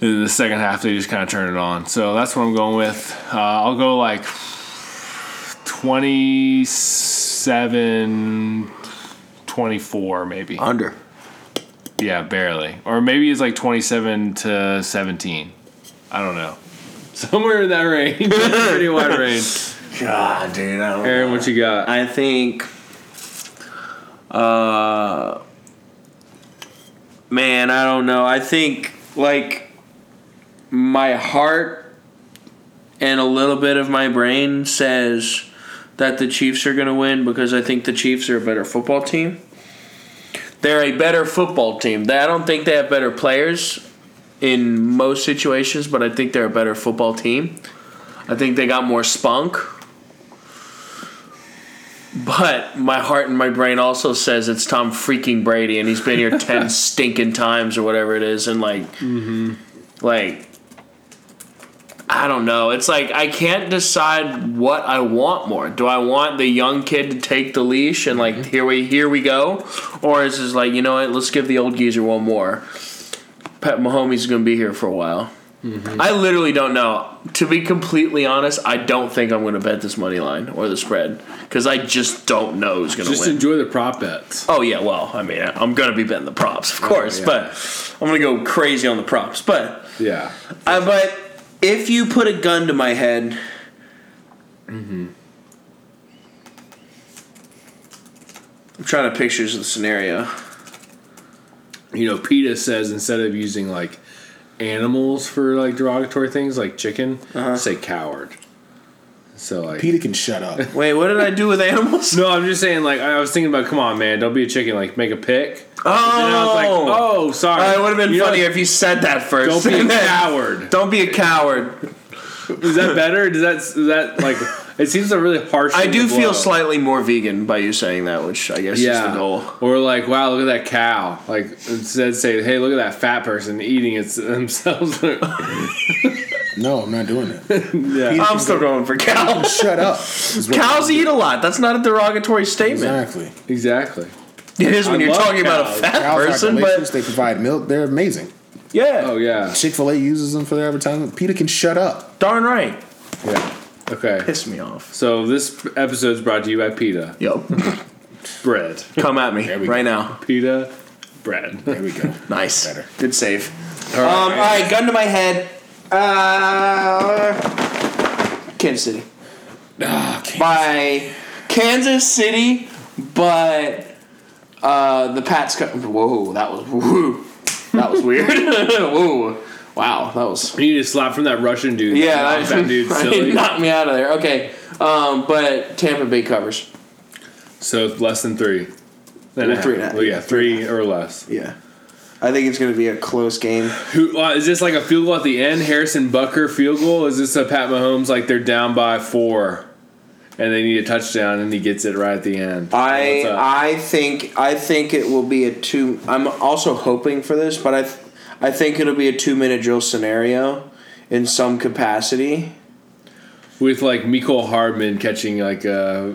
C: And then the second half they just kind of turn it on. So that's what I'm going with. Uh, I'll go like 27 24 maybe
A: under.
C: yeah barely or maybe it's like 27 to 17 i don't know (laughs) somewhere in that range pretty
A: (laughs)
C: wide range
A: God, dude, I don't.
C: aaron what you got
A: I think. Uh, man, I don't know. I think like my heart and a little bit of my brain says that the Chiefs are going to win because I think the Chiefs are a better football team. They're a better football team. They- I don't think they have better players in most situations, but I think they're a better football team. I think they got more spunk. But my heart and my brain also says it's Tom freaking Brady, and he's been here ten stinking times or whatever it is, and like, like, I don't know. It's like I can't decide what I want more. Do I want the young kid to take the leash and like here we here we go, or is this like you know what? Let's give the old geezer one more. Pat Mahomes gonna be here for a while. I literally don't know. To be completely honest, I don't think I'm going to bet this money line or the spread because I just don't know who's going to
C: just
A: win.
C: enjoy the prop bets
A: oh yeah, well, I mean, I'm going to be betting the props, of course,
C: yeah.
A: but I'm going to go crazy on the props. But
C: yeah
A: I, Uh, but if you put a gun to my head,
C: Mm-hmm.
A: I'm trying to picture the scenario.
C: you know peta says instead of using like animals for like derogatory things like chicken
A: Uh-huh.
C: say coward so like
B: Peter can shut up.
A: (laughs) Wait, what did I do with animals?
C: no i'm just saying like i was thinking about come on man don't be a chicken like make a pick
A: Oh,
C: And I was like, oh, sorry.
A: Uh, it would have been
C: You know,
A: funnier if you said that
C: Don't
A: first.
C: be
A: (laughs)
C: a coward.
A: Don't be a coward.
C: Is that better? Does that is that like? (laughs) It seems a really harsh.
A: I
C: thing
A: do
C: to blow.
A: feel slightly more vegan by you saying that, which I guess
C: Yeah.
A: is the goal.
C: Or like, wow, look at that cow. Like instead, say, hey, look at that fat person eating it (laughs) themselves. yeah.
B: No, I'm
A: (laughs)
B: not doing it.
A: I'm still going for cow.
B: Shut up. is what-
A: Cows eat a lot. That's not a derogatory statement.
B: Exactly.
C: Exactly.
A: It is when
C: I
A: you're
C: love
A: talking about
C: cows.
A: a fat
B: Cows are
A: person,
B: delicious.
A: but
B: They provide milk. They're amazing.
A: yeah,
C: Oh yeah.
B: Chick Fil A uses them for their advertisement. Peter can shut up.
A: darn right.
C: Yeah. Okay.
A: Piss me off.
C: So this episode's brought to you by Peta
A: Yo,
C: (laughs) Bread.
A: come at me
B: we
A: right now.
C: Peta Bread.
A: (laughs)
B: There we go.
A: Nice,
B: Better.
A: good save. Um, all right, gun to my head. Uh, Kansas City
B: Ah, okay.
A: by Kansas City, but uh, the Pats. Co- whoa, that was woo. That was weird. (laughs) whoa, wow, that was
C: You need a slap from that Russian dude.
A: yeah. (laughs) That,
C: that dude silly.
A: knocked me out of there. Okay, um, but Tampa Bay covers.
C: So less than three. and a half.
A: Three and a half.
C: Well, yeah, three or less.
A: Yeah. I think it's going to be a close game.
C: Who uh, is this like a field goal at the end? Harrison Bucker field goal? Is this a Pat Mahomes like they're down by four, and they need a touchdown, and he gets it right at the end?
A: I
C: What's up?
A: I think I think it will be a two. I'm also hoping for this, but I th- I think it'll be a two minute drill scenario in some capacity.
C: with like Miko Hardman catching like uh, a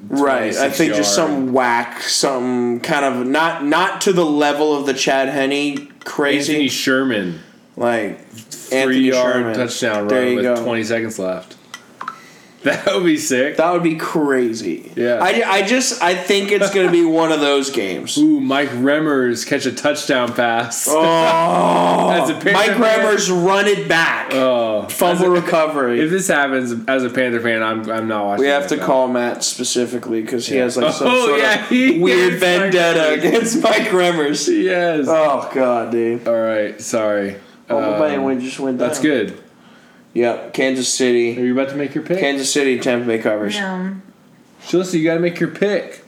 A: Right. I
C: 26
A: think just
C: yard.
A: some whack, some kind of not not to the level of the Chad Henney crazy
C: Anthony Sherman
A: like
C: three
A: Anthony
C: yard
A: Sherman.
C: touchdown
A: There
C: run
A: you
C: with
A: go.
C: 20 seconds left. (laughs) That would be sick.
A: That would be crazy.
C: Yeah.
A: I, I just I think it's gonna be one of those (laughs) games.
C: Ooh, Mike Remmers catch a touchdown
A: (laughs)
C: pass. Oh, as a Panther
A: Mike
C: fan-
A: Remmers run it back.
C: Oh.
A: Fumble recovery.
C: (laughs) If this happens as a Panther fan, I'm, I'm not watching.
A: We have
C: that
A: to
C: though.
A: call Matt specifically because he has like some
C: Oh,
A: sort
C: yeah, (laughs)
A: of
C: he
A: weird
C: is Mike
A: vendetta
C: Remmers.
A: against Mike Remmers.
C: Yes.
A: Oh god, dude.
C: All right. Sorry.
A: Oh, my
C: Um,
A: win just went down.
C: that's good.
A: Yep, Kansas
C: Are
A: City.
C: you about to make your pick?
A: Kansas City, Tampa Bay covers.
D: No.
C: Shalissa, you got to make your pick.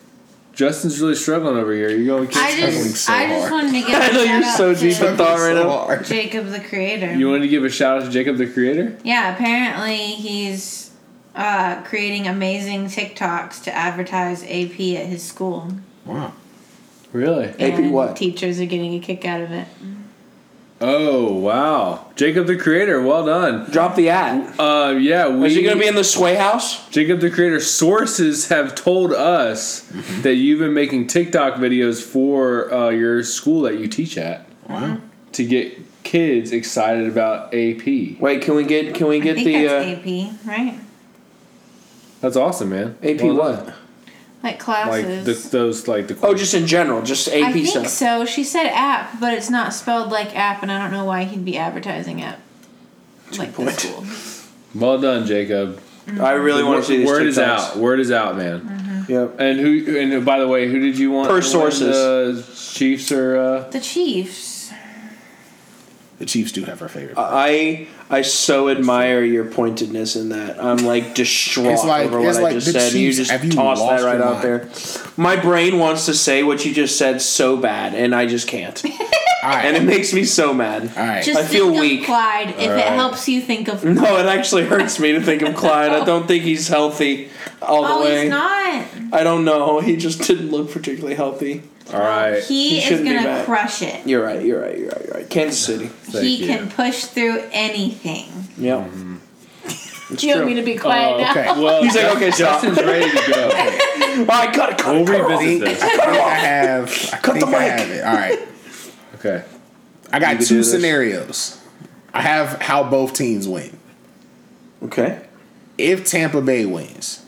C: Justin's really struggling over here. You're going.
D: I
C: Kansas.
D: just, I just wanted
A: (laughs)
D: to give.
A: I know you're so deep in thought right now.
D: Jacob the Creator.
C: You wanted to give a shout out to Jacob the Creator.
D: Yeah, apparently he's uh, creating amazing TikToks to advertise AP at his school.
B: Wow.
C: Really?
A: AP
D: And
A: what?
D: Teachers are getting a kick out of it.
C: Oh wow, Jacob the Creator. Well done.
A: Drop the at.
C: Uh, yeah, we.
A: Is he gonna be in the Sway House?
C: Jacob the Creator sources have
A: (laughs)
C: told us that you've been making TikTok videos for uh, your school that you teach at
B: Wow.
C: to get kids excited about AP.
A: Wait, can we get can we
D: I
A: get
D: think
A: the uh,
D: that's AP, right?
C: That's awesome, man.
A: AP
C: Well done.
A: what?
D: Like
C: Like the,
D: classes.
C: those like the
A: Oh, just in general, just AP
D: I think
A: stuff.
D: so. She said app, but it's not spelled like app, and I don't know why he'd be advertising app. Like the
A: point.
D: school.
C: well done, Jacob.
A: I really want to see these
C: Word is
A: TikToks.
C: out. Word is out, man.
D: Mm-hmm.
A: Yep.
C: And who? And by the way, who did you want?
A: Per
C: to win
A: sources.
C: the Chiefs or uh,
D: The Chiefs.
B: The Chiefs do have our favorite.
A: I I so admire your pointedness in that. I'm like distraught
B: It's like-
A: over what
B: it's
A: I
B: like,
A: just
B: the
A: said.
B: Chiefs,
A: you just
B: have you
A: tossed that
B: lost
A: right
B: your
A: out there. My brain wants to say what you just said so bad, and I just can't.
B: all right.
A: and it makes me so mad.
B: all right.
D: Just
A: I feel
D: think of
A: weak.
D: Clyde if it
C: Alright.
D: helps you think of.
A: No, it actually hurts me to think of Clyde. I don't think he's healthy all the
D: Oh,
A: way.
D: he's not.
A: I don't know. He just didn't look particularly healthy.
C: all right?
D: He,
A: He
D: is
A: shouldn't be
D: gonna
A: back.
D: crush it.
A: You're right. You're right. You're right. You're right. Kansas City.
C: Thank
D: he
C: you.
D: can push through anything.
A: Yep.
D: Do you
A: true.
D: want me to be quiet
C: Oh,
D: now?
B: okay.
C: Well,
A: He's like, okay, stop.
C: Justin's ready
A: (laughs)
C: to go.
A: All right, cut it. Cut
C: We'll
A: it, cut it off.
C: revisit this.
B: I think I have. I
A: Cut the
B: think I
A: mic.
B: have it. All right.
C: Okay.
B: I
A: You
B: got
A: can do
B: two
A: this.
B: scenarios. I have how both teams win.
A: Okay.
B: If Tampa Bay wins,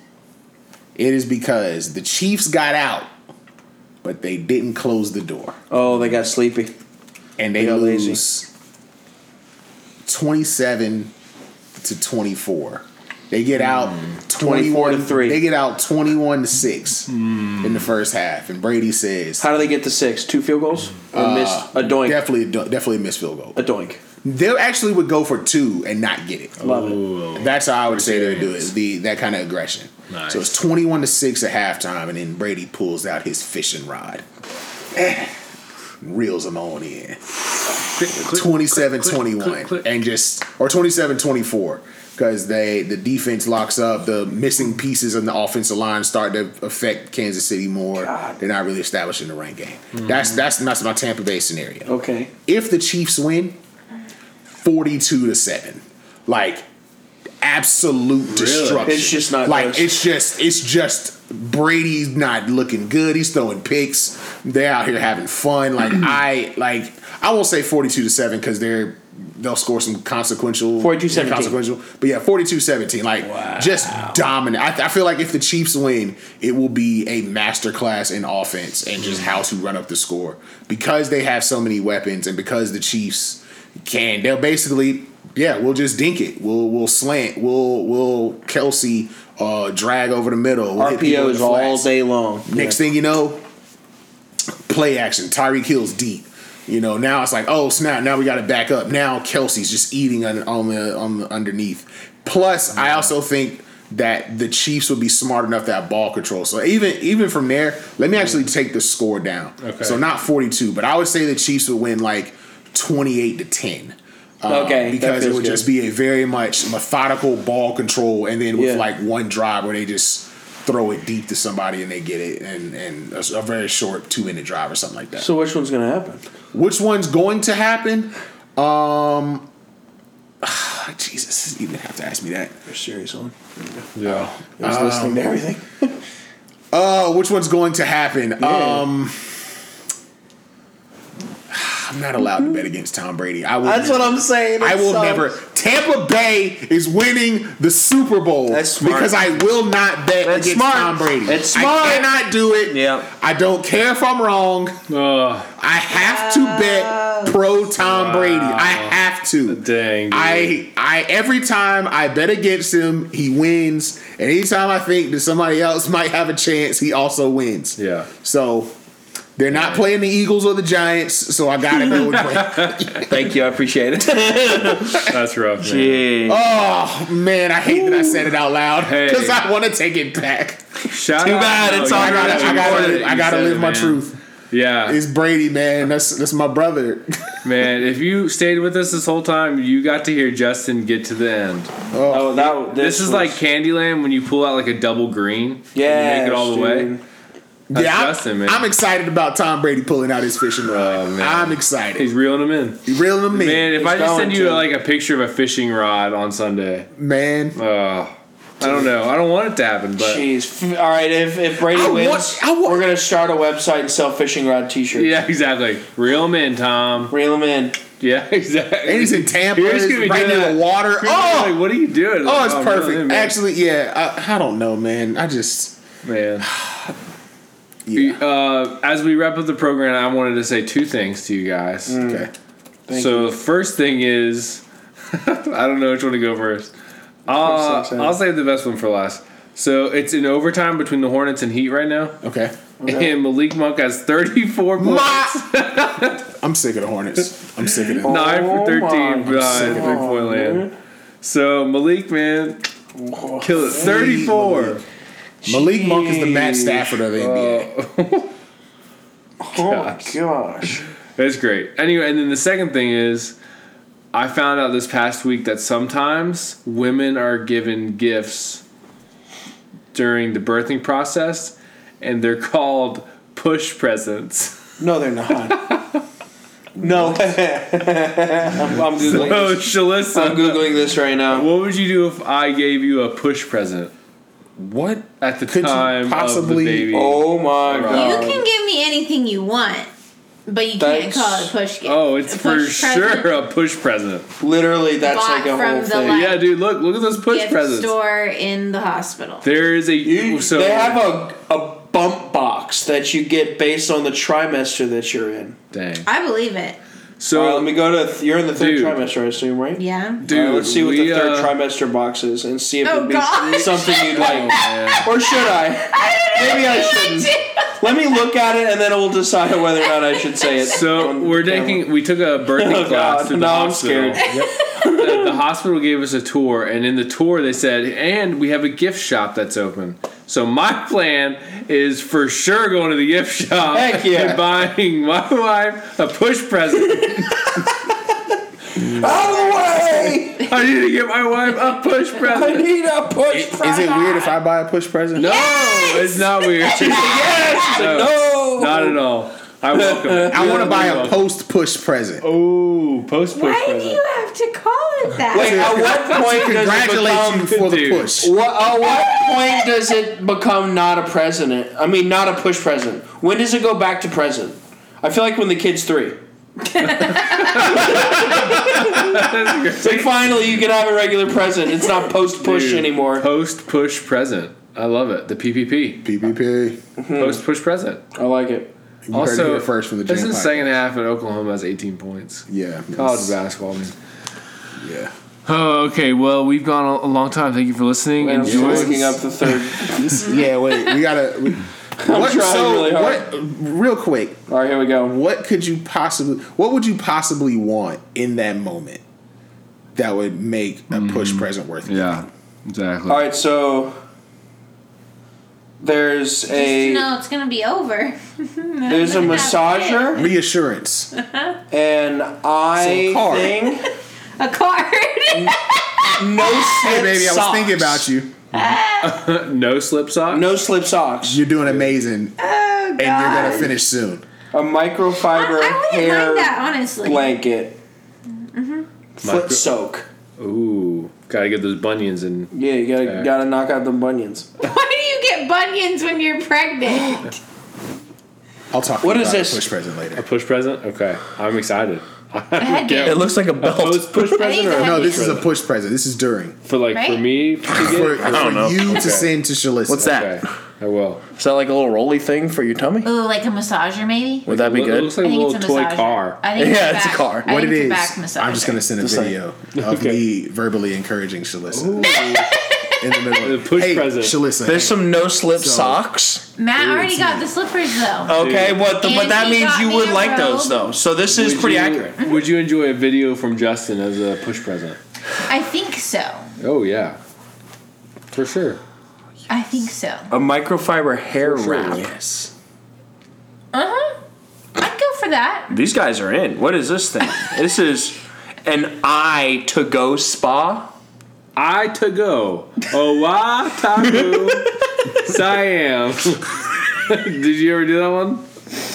B: it is because the Chiefs got out, but they didn't close the door,
A: Oh, they got sleepy.
B: and they,
A: They got lazy.
B: lose twenty-seven to twenty-four. They get out
A: 24 Mm. to
B: 21
A: three. Mm.
B: They get out twenty-one to six in the first half, and Brady says,
A: How do they get to six? Two field goals? Or
B: Uh,
A: missed a doink?
B: "Definitely, a do- definitely a missed field goal."
A: a doink.
B: They actually would go for two and not get it.
A: Love it.
B: That's how I would say they would do it. The that kind of aggression.
C: Nice.
B: So it's twenty-one to six at halftime, and then Brady pulls out his fishing rod, (sighs) reels them on in. 27-21 and just or 27-24 because they the defense locks up the missing pieces on the offensive line start to affect Kansas City more. They're not really establishing the run game. That's that's that's my Tampa Bay scenario
A: Okay.
B: if the Chiefs win, forty-two to seven, like absolute destruction.
A: It's just not
B: like
A: close.
B: it's just it's just Brady's not looking good. He's throwing picks. They're out here having
A: (clears throat)
B: fun. Like I like I won't say forty-two to seven because they're they'll score some consequential
A: 42-17.
B: consequential. But yeah, 42-17. Like just dominant. I, I feel like if the Chiefs win, it will be a masterclass in offense and just how to run up the score because they have so many weapons and because the Chiefs can. They'll basically yeah, we'll just dink it. We'll we'll slant. We'll we'll Kelsey uh, drag over the middle. We'll hit people in
A: RPOs
B: the
A: all
B: flats.
A: day long.
B: Next thing you know, play action. Tyreek Hill's deep. You know, now it's like, oh snap! Now we got to back up. Now Kelsey's just eating on, on the on the underneath. Plus, I also think that the Chiefs would be smart enough that ball control. So even even from there, let me actually take the score down.
C: Okay.
B: So not 42, but I would say the Chiefs would win like 28 to 10. Uh,
A: Okay, that
B: because it
A: feels
B: would
A: good.
B: just be a very much methodical ball control, and then with
A: Yeah.
B: like one drive where they just throw it deep to somebody and they get it, and and a, s- a very short two minute drive or something like that.
A: So which one's gonna happen?
B: Which one's going to happen? Um, (sighs) Jesus, you didn't have to ask me that.
A: Your series on.
C: Yeah.
A: I was listening to everything.
B: Oh, which one's going to happen? Um, (sighs) I'm not allowed to bet against Tom Brady. I will.
A: That's what I'm saying. um,
B: I
A: it
B: will
A: sucks.
B: never. Tampa Bay is winning the Super Bowl.
A: That's smart.
B: Because I will not bet
A: That's
B: against
A: smart.
B: Tom Brady.
A: That's smart.
B: I cannot do it.
A: Yep.
B: I don't care if I'm wrong.
C: Ugh,
B: I have to bet pro Tom Brady. I have to.
C: dang. dude.
B: I I every time I bet against him, he wins. And anytime I think that somebody else might have a chance, he also wins.
C: Yeah.
B: So they're not playing the Eagles or the Giants, so I gotta go with
C: (laughs)
B: Brady.
A: Thank you. I appreciate it.
C: That's rough. man.
A: Yeah.
B: Oh man, I hate that I said it out loud
C: Hey.
B: because I want to take it back.
C: Shout
A: Too
C: out-
A: bad,
C: no,
A: it's
C: you
A: all
B: I
A: right.
C: gotta-
B: gotta,
C: you
B: I
C: said
B: gotta,
C: it,
B: I
C: you
B: gotta
C: said
B: live
C: it,
B: my
C: man.
B: truth.
C: Yeah.
B: It's Brady, man. That's that's my brother.
C: Man, if you stayed with us this whole time, you got to hear Justin get to the end.
A: Oh, that,
C: This, is
A: was-
C: like Candyland when you pull out like a double green.
A: yeah,
C: And you make it all the way.
A: dude.
C: That's
B: yeah, I'm,
C: Justin, man.
B: I'm excited about Tom Brady pulling out his fishing rod.
C: Oh, man.
B: I'm excited.
C: He's reeling them in.
B: He's reeling them in,
C: Man, if
A: He's
C: I just send
A: going
C: you
A: to.
C: like a picture of a fishing rod on Sunday,
B: man.
C: uh, I don't know. I don't want it to happen, but
A: Jeez. F- All right, if, if Brady
B: I want-
A: wins,
B: I want-
A: we're going to start a website and sell fishing rod t shirts.
C: yeah, exactly. Reel them in, Tom.
A: Reel them in.
C: Yeah, (laughs) exactly.
B: And he's in Tampa.
C: You're just
B: he's
C: gonna be
B: right
C: doing
B: near the
C: that.
B: water.
C: You're gonna be
B: Oh,
C: like, what are you doing?
B: oh, it's
C: I'm reeling
B: perfect.
C: in, man.
B: Actually, yeah. I, I don't know, man. I just
C: man.
B: yeah.
C: Uh, as we wrap up the program, I wanted to say two things to you guys.
B: Okay.
A: Thank
C: so the first thing is, (laughs) I don't know which one to go first.
A: so
C: Uh,
A: excited.
C: I'll save the best one for last. So it's in overtime between the Hornets and Heat right now,
B: Okay.
C: and Malik Monk has 34 points,
B: My,
C: (laughs)
B: I'm sick of the Hornets. I'm sick of them.
C: nine
A: Oh
C: for 13
A: my
C: behind three point land. So Malik, man, kill it. 34.
B: Malik Monk is the Matt Stafford of the NBA.
A: Oh,
C: gosh.
A: gosh.
C: That's great. Anyway, and then the second thing is, I found out this past week that sometimes women are given gifts during the birthing process, and they're (laughs) called push presents.
A: No, they're
C: (laughs)
A: not. no. I'm, I'm Googling
C: Oh,
A: this. I'm
C: Shalissa,
A: Googling this right now.
C: what would you do if I gave you a push present
B: What?
C: at the
B: Could you
C: time
B: possibly-
C: of the baby?
A: Oh, my
D: You
A: God.
D: can give me anything you want, but you can't
A: That's-
D: call it a push gift.
C: Oh, it's
D: A
C: for
D: push present
C: sure a push present.
A: Literally, that's
D: Bought
A: like a
D: from
A: whole
D: the
A: thing.
D: lab.
C: Yeah, dude, look, look at those push
D: Gift
C: presents.
D: store in the hospital.
C: There is a
A: You,
C: so
A: they have a, a bump box that you get based on the trimester that you're in.
C: dang.
D: I believe it.
C: So
A: All right, let me go to. th- you're in the third
C: Dude.
A: trimester, I assume, right?
D: Yeah.
C: dude,
A: All right, let's see what
C: we,
A: the third
C: uh,
A: trimester box is and see if
D: Oh,
A: it'd be (laughs)
D: God.
A: something you'd like.
C: (laughs) Oh.
A: Or should (laughs) I? Maybe I shouldn't. Let me look at it and then we'll decide whether or not I should say it.
C: So
A: on
C: we're
A: camera.
C: taking. We took a birthing
A: (laughs) Oh,
C: class
A: God.
C: to the
A: No, I'm
C: hospital.
A: scared.
C: (laughs) the, the hospital gave us a tour, and in the tour they said, "And we have a gift shop that's open." So my plan is for sure going to the gift shop
A: Heck yeah.
C: and buying my wife a push
A: (laughs)
C: present.
A: Out of the way!
C: I need to get my wife a push
A: I
C: present.
A: need a push.
B: Is it weird if I buy a push present?
C: No, it's not
A: (laughs)
C: weird.
A: yes!
C: No,
A: No!
C: not at all. I welcome. it.
B: I want to buy a
C: Welcome.
B: post push present.
C: Oh, post push
D: Why do
C: present.
D: you have to call it that?
A: Wait, at (laughs) what point does it
B: Congratulate you
A: become?
B: for the
C: dude.
B: push.
A: What, at uh, what point does it become not a president? I mean, not a push present. When does it go back to present? I feel like when the kid's three. (laughs) It's like finally you can have a regular present. It's not post push anymore.
C: Post push present. I love it. The PPP.
B: PPP.
C: Post push present.
A: I like it.
B: You heard it
C: Also,
B: here first from the
C: this
B: Jam
C: is
B: Podcast.
C: second half, and Oklahoma has 18 points.
B: Yeah.
C: College basketball, man.
B: Yeah.
C: Oh, okay. Well, we've gone a a long time. Thank you for listening.
A: I'm just
C: Enjoy.
A: looking up the third.
B: This- yeah. Wait. We gotta. We, what,
A: trying really hard.
B: What, real quick.
A: All right, here we go.
B: What could you possibly? What would you possibly want in that moment? That would make a push present worth it.
C: Yeah. Exactly.
H: All right, so there's
D: Just to
H: a
D: know it's gonna be over.
H: there's a massager
B: Reassurance.
H: and I
B: Some card.
H: thing.
D: A card. (laughs)
H: No slip
B: Hey, baby, I was
H: socks.
B: thinking about you.
C: no slip socks.
H: No slip socks.
B: You're doing amazing,
D: oh
B: and you're gonna
D: god.
B: finish soon.
H: A
D: I,
H: microfiber
D: I wouldn't
H: hair
D: mind that honestly.
H: blanket. Foot
C: Micro-
H: soak.
C: Ooh, gotta get those bunions and
H: Yeah, you gotta
C: Okay.
H: gotta knock out the bunions.
D: Why do you get bunions when you're pregnant?
B: I'll talk. to
H: What
B: you
H: is
B: about
H: this?
B: A push present
C: a
B: later.
C: push present. Okay, I'm excited.
D: Headband.
C: It
H: looks like a belt.
C: Post push present or
B: No, this is a push present. This is during
C: for like for
D: Right?
C: me to get.
B: for, for
A: don't know.
B: you
C: Okay.
B: to send to Shalissa.
A: What's that?
C: Okay, I will.
A: Is that like a little rolly thing for your tummy?
D: Ooh, like a massager maybe.
A: Would that be
C: It loo-
A: good?
C: looks like a
D: I think
C: little
D: it's a
C: toy
D: massager.
C: car.
D: I
A: Yeah,
D: think it's, a
A: it's a
D: back-
A: car.
D: I
B: What
D: think
B: it is?
D: it's a back massager.
B: I'm just gonna send a
A: Just like-
B: video of
C: Okay.
B: me verbally encouraging Shalissa in the middle.
C: The push
B: hey,
C: present.
B: Shalissa.
A: There's
B: hey,
A: some no slip
B: So-
A: socks.
D: Matt already
B: it's
D: got the slippers though.
A: Okay, Oh, but
D: And
A: but that
D: he
A: means
D: got
A: you
D: me
A: would
D: a
A: like those
D: robe.
A: though. So this is
C: Would
A: pretty
C: you-
A: accurate.
C: Would you enjoy a video from Justin as a push present?
D: I think so.
C: Oh yeah, for sure.
D: I think so.
A: Uh-huh.
H: A microfiber hair
C: For sure.
H: wrap.
A: Yes.
D: Uh huh. I'd go for that.
A: These guys are in. What is this
H: (laughs)
A: thing? this is an eye to go spa.
C: I to go. Oh wa taku. Siam. (laughs) Did you ever do that one?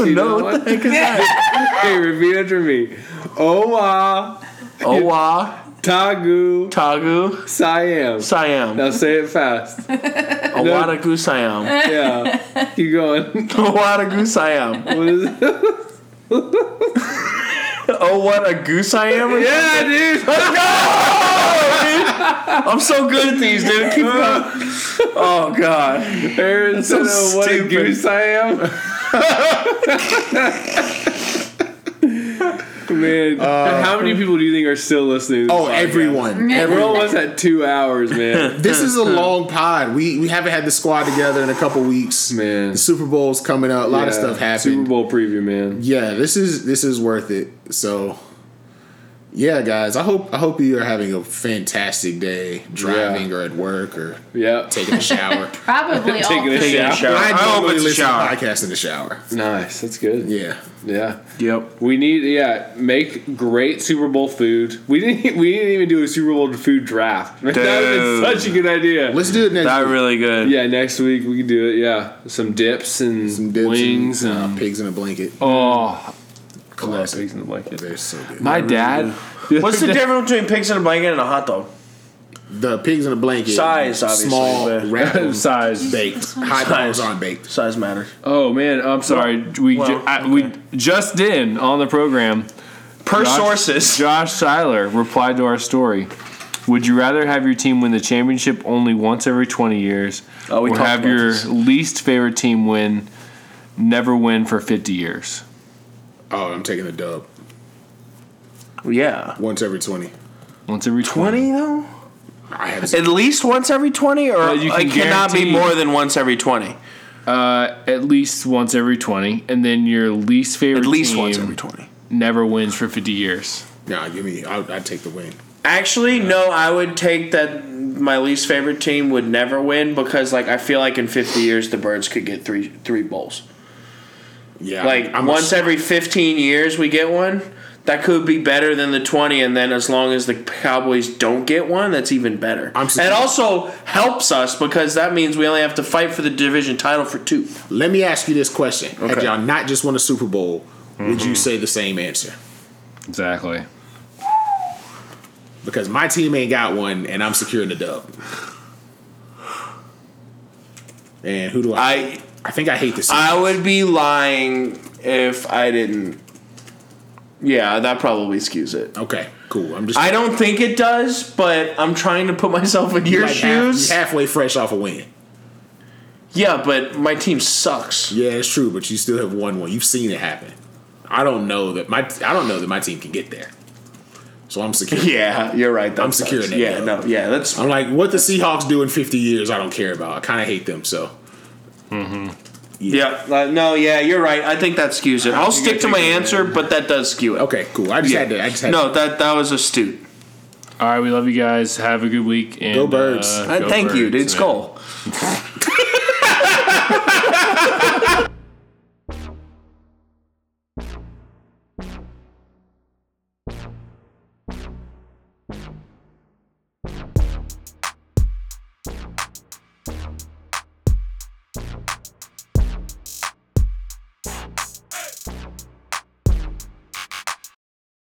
C: You know
A: No,
C: that
A: what
C: one?
A: the heck is that?
C: (laughs) Hey, repeat after me. Owa
A: Owa
C: tagu
A: Tagu
C: Siam.
A: Siam.
C: Now say it fast.
A: Owadagu Siam.
C: Yeah. Keep going.
D: Uh.
A: (laughs) Owadagu Siam.
C: What is it?
A: Oh, what a goose I am! or
C: Yeah, dude.
A: something? I'm so good at these, dude.
H: (laughs)
A: Keep going. Oh god,
C: Aaron said,
A: so
C: "Oh, what a
A: stupid.
C: goose I am. Man, how many people do you think are still listening? To this
B: oh,
C: podcast?
B: everyone.
C: We're almost at two hours, man.
B: This is a long pod. We we haven't had the squad together in a couple weeks.
C: (laughs) Man.
B: the Super Bowl's coming up. A lot of
C: Yeah,
B: stuff
C: Super
B: happened.
C: Bowl preview, man.
B: Yeah, this is this is worth it. So, yeah, guys, I hope I hope you are having a fantastic day driving or at work or
C: Yeah.
B: taking
A: (laughs)
B: a shower.
D: Probably all.
C: Taking a
A: Taking a shower.
C: shower.
B: I
A: hope
B: normally
A: it's a
B: listen to
A: shower.
B: podcasts in the shower.
C: Nice. That's good.
B: Yeah.
C: Yeah.
A: Yep.
C: We need yeah, make great Super Bowl food. We didn't we didn't even do a Super Bowl food draft. (laughs) That would
A: Dude.
C: have been such a good idea.
B: Let's do it next.
A: That
B: week.
A: really good.
C: yeah, next week we can do it. Yeah, some dips and
B: Some dips
C: wings.
B: and, uh,
C: And,
B: pigs in a blanket.
C: oh,
B: Classic.
C: pigs in the blanket.
B: They're so good.
C: My dad.
A: What's the difference between pigs in a blanket and a hot dog?
B: the pigs in a blanket.
A: Size, obviously,
B: Small,
A: but-
C: (laughs)
B: wrapped,
A: Size.
B: baked. Hot dogs aren't baked.
A: Size matters.
C: Oh man, I'm sorry. we
A: well,
C: ju- I, we just did on the program.
A: Per
C: Josh-
A: sources.
C: Josh Seiler replied to our story. Would you rather have your team win the championship only once every 20 years
A: Oh, we
C: or
A: talked
C: have
A: about
C: your
A: this.
C: least favorite team win never win for 50 years?
B: Oh, I'm taking a dub.
A: Yeah.
B: Once every twenty.
C: Once every 20?
A: Twenty though.
B: I have.
A: At least once every twenty, or
C: Well, you can
A: it cannot be
C: guarantee-
A: more than once every twenty.
C: Uh, at least once every 20 and then your least favorite
A: At least
C: team
A: once every twenty.
C: never wins for 50 years.
B: Nah, give me. I, I'd take the win.
A: Actually, no. I would take that. My least favorite team would never win because, like, I feel like in fifty years the birds could get three three bowls.
B: Yeah.
A: Like
B: I'm a-
A: once every 15 years we get one. That could be better than the 20 and then as long as the Cowboys don't get one, that's even better.
B: I'm
A: it
B: surprised-
A: also helps us because that means we only have to fight for the division title for two.
B: Let me ask you this question: Had
A: Okay. Mm-hmm.
B: y'all not just won a Super Bowl, would you say the same answer?
C: Exactly.
B: Because my team ain't got one, and I'm securing the dub. And who do I?
A: I
B: I think I hate the. Seahawks.
A: I would be lying if I didn't Yeah, that probably skews it.
B: Okay, cool. I'm just.
A: I don't think it does, but I'm trying to put (laughs) myself in your
B: like half-
A: shoes.
B: halfway fresh off a win.
A: yeah, but my team sucks.
B: Yeah, it's true, but you still have won one. You've seen it happen. I don't know that my I don't know that my team can get there. So I'm secure.
A: (laughs) Yeah, you're right. that
B: I'm securing
A: sucks.
B: that
A: Yeah,
B: dub.
A: no, yeah, that's
B: I'm like, what the Seahawks do in 50 years, I don't care about. I kind of hate them. So
A: Yeah, uh, no, yeah, you're right. I think that skews it. I'll stick to my answer, but that does skew it.
B: okay, cool. I just
A: Yeah.
B: had to. I just had
A: no, that that was astute. All right, we love you guys. Have a good week. And,
I: Go Birds.
A: uh,
C: Uh,
A: go
C: thank you,
A: uh, Birds,
C: dude.
A: man.
C: Skull.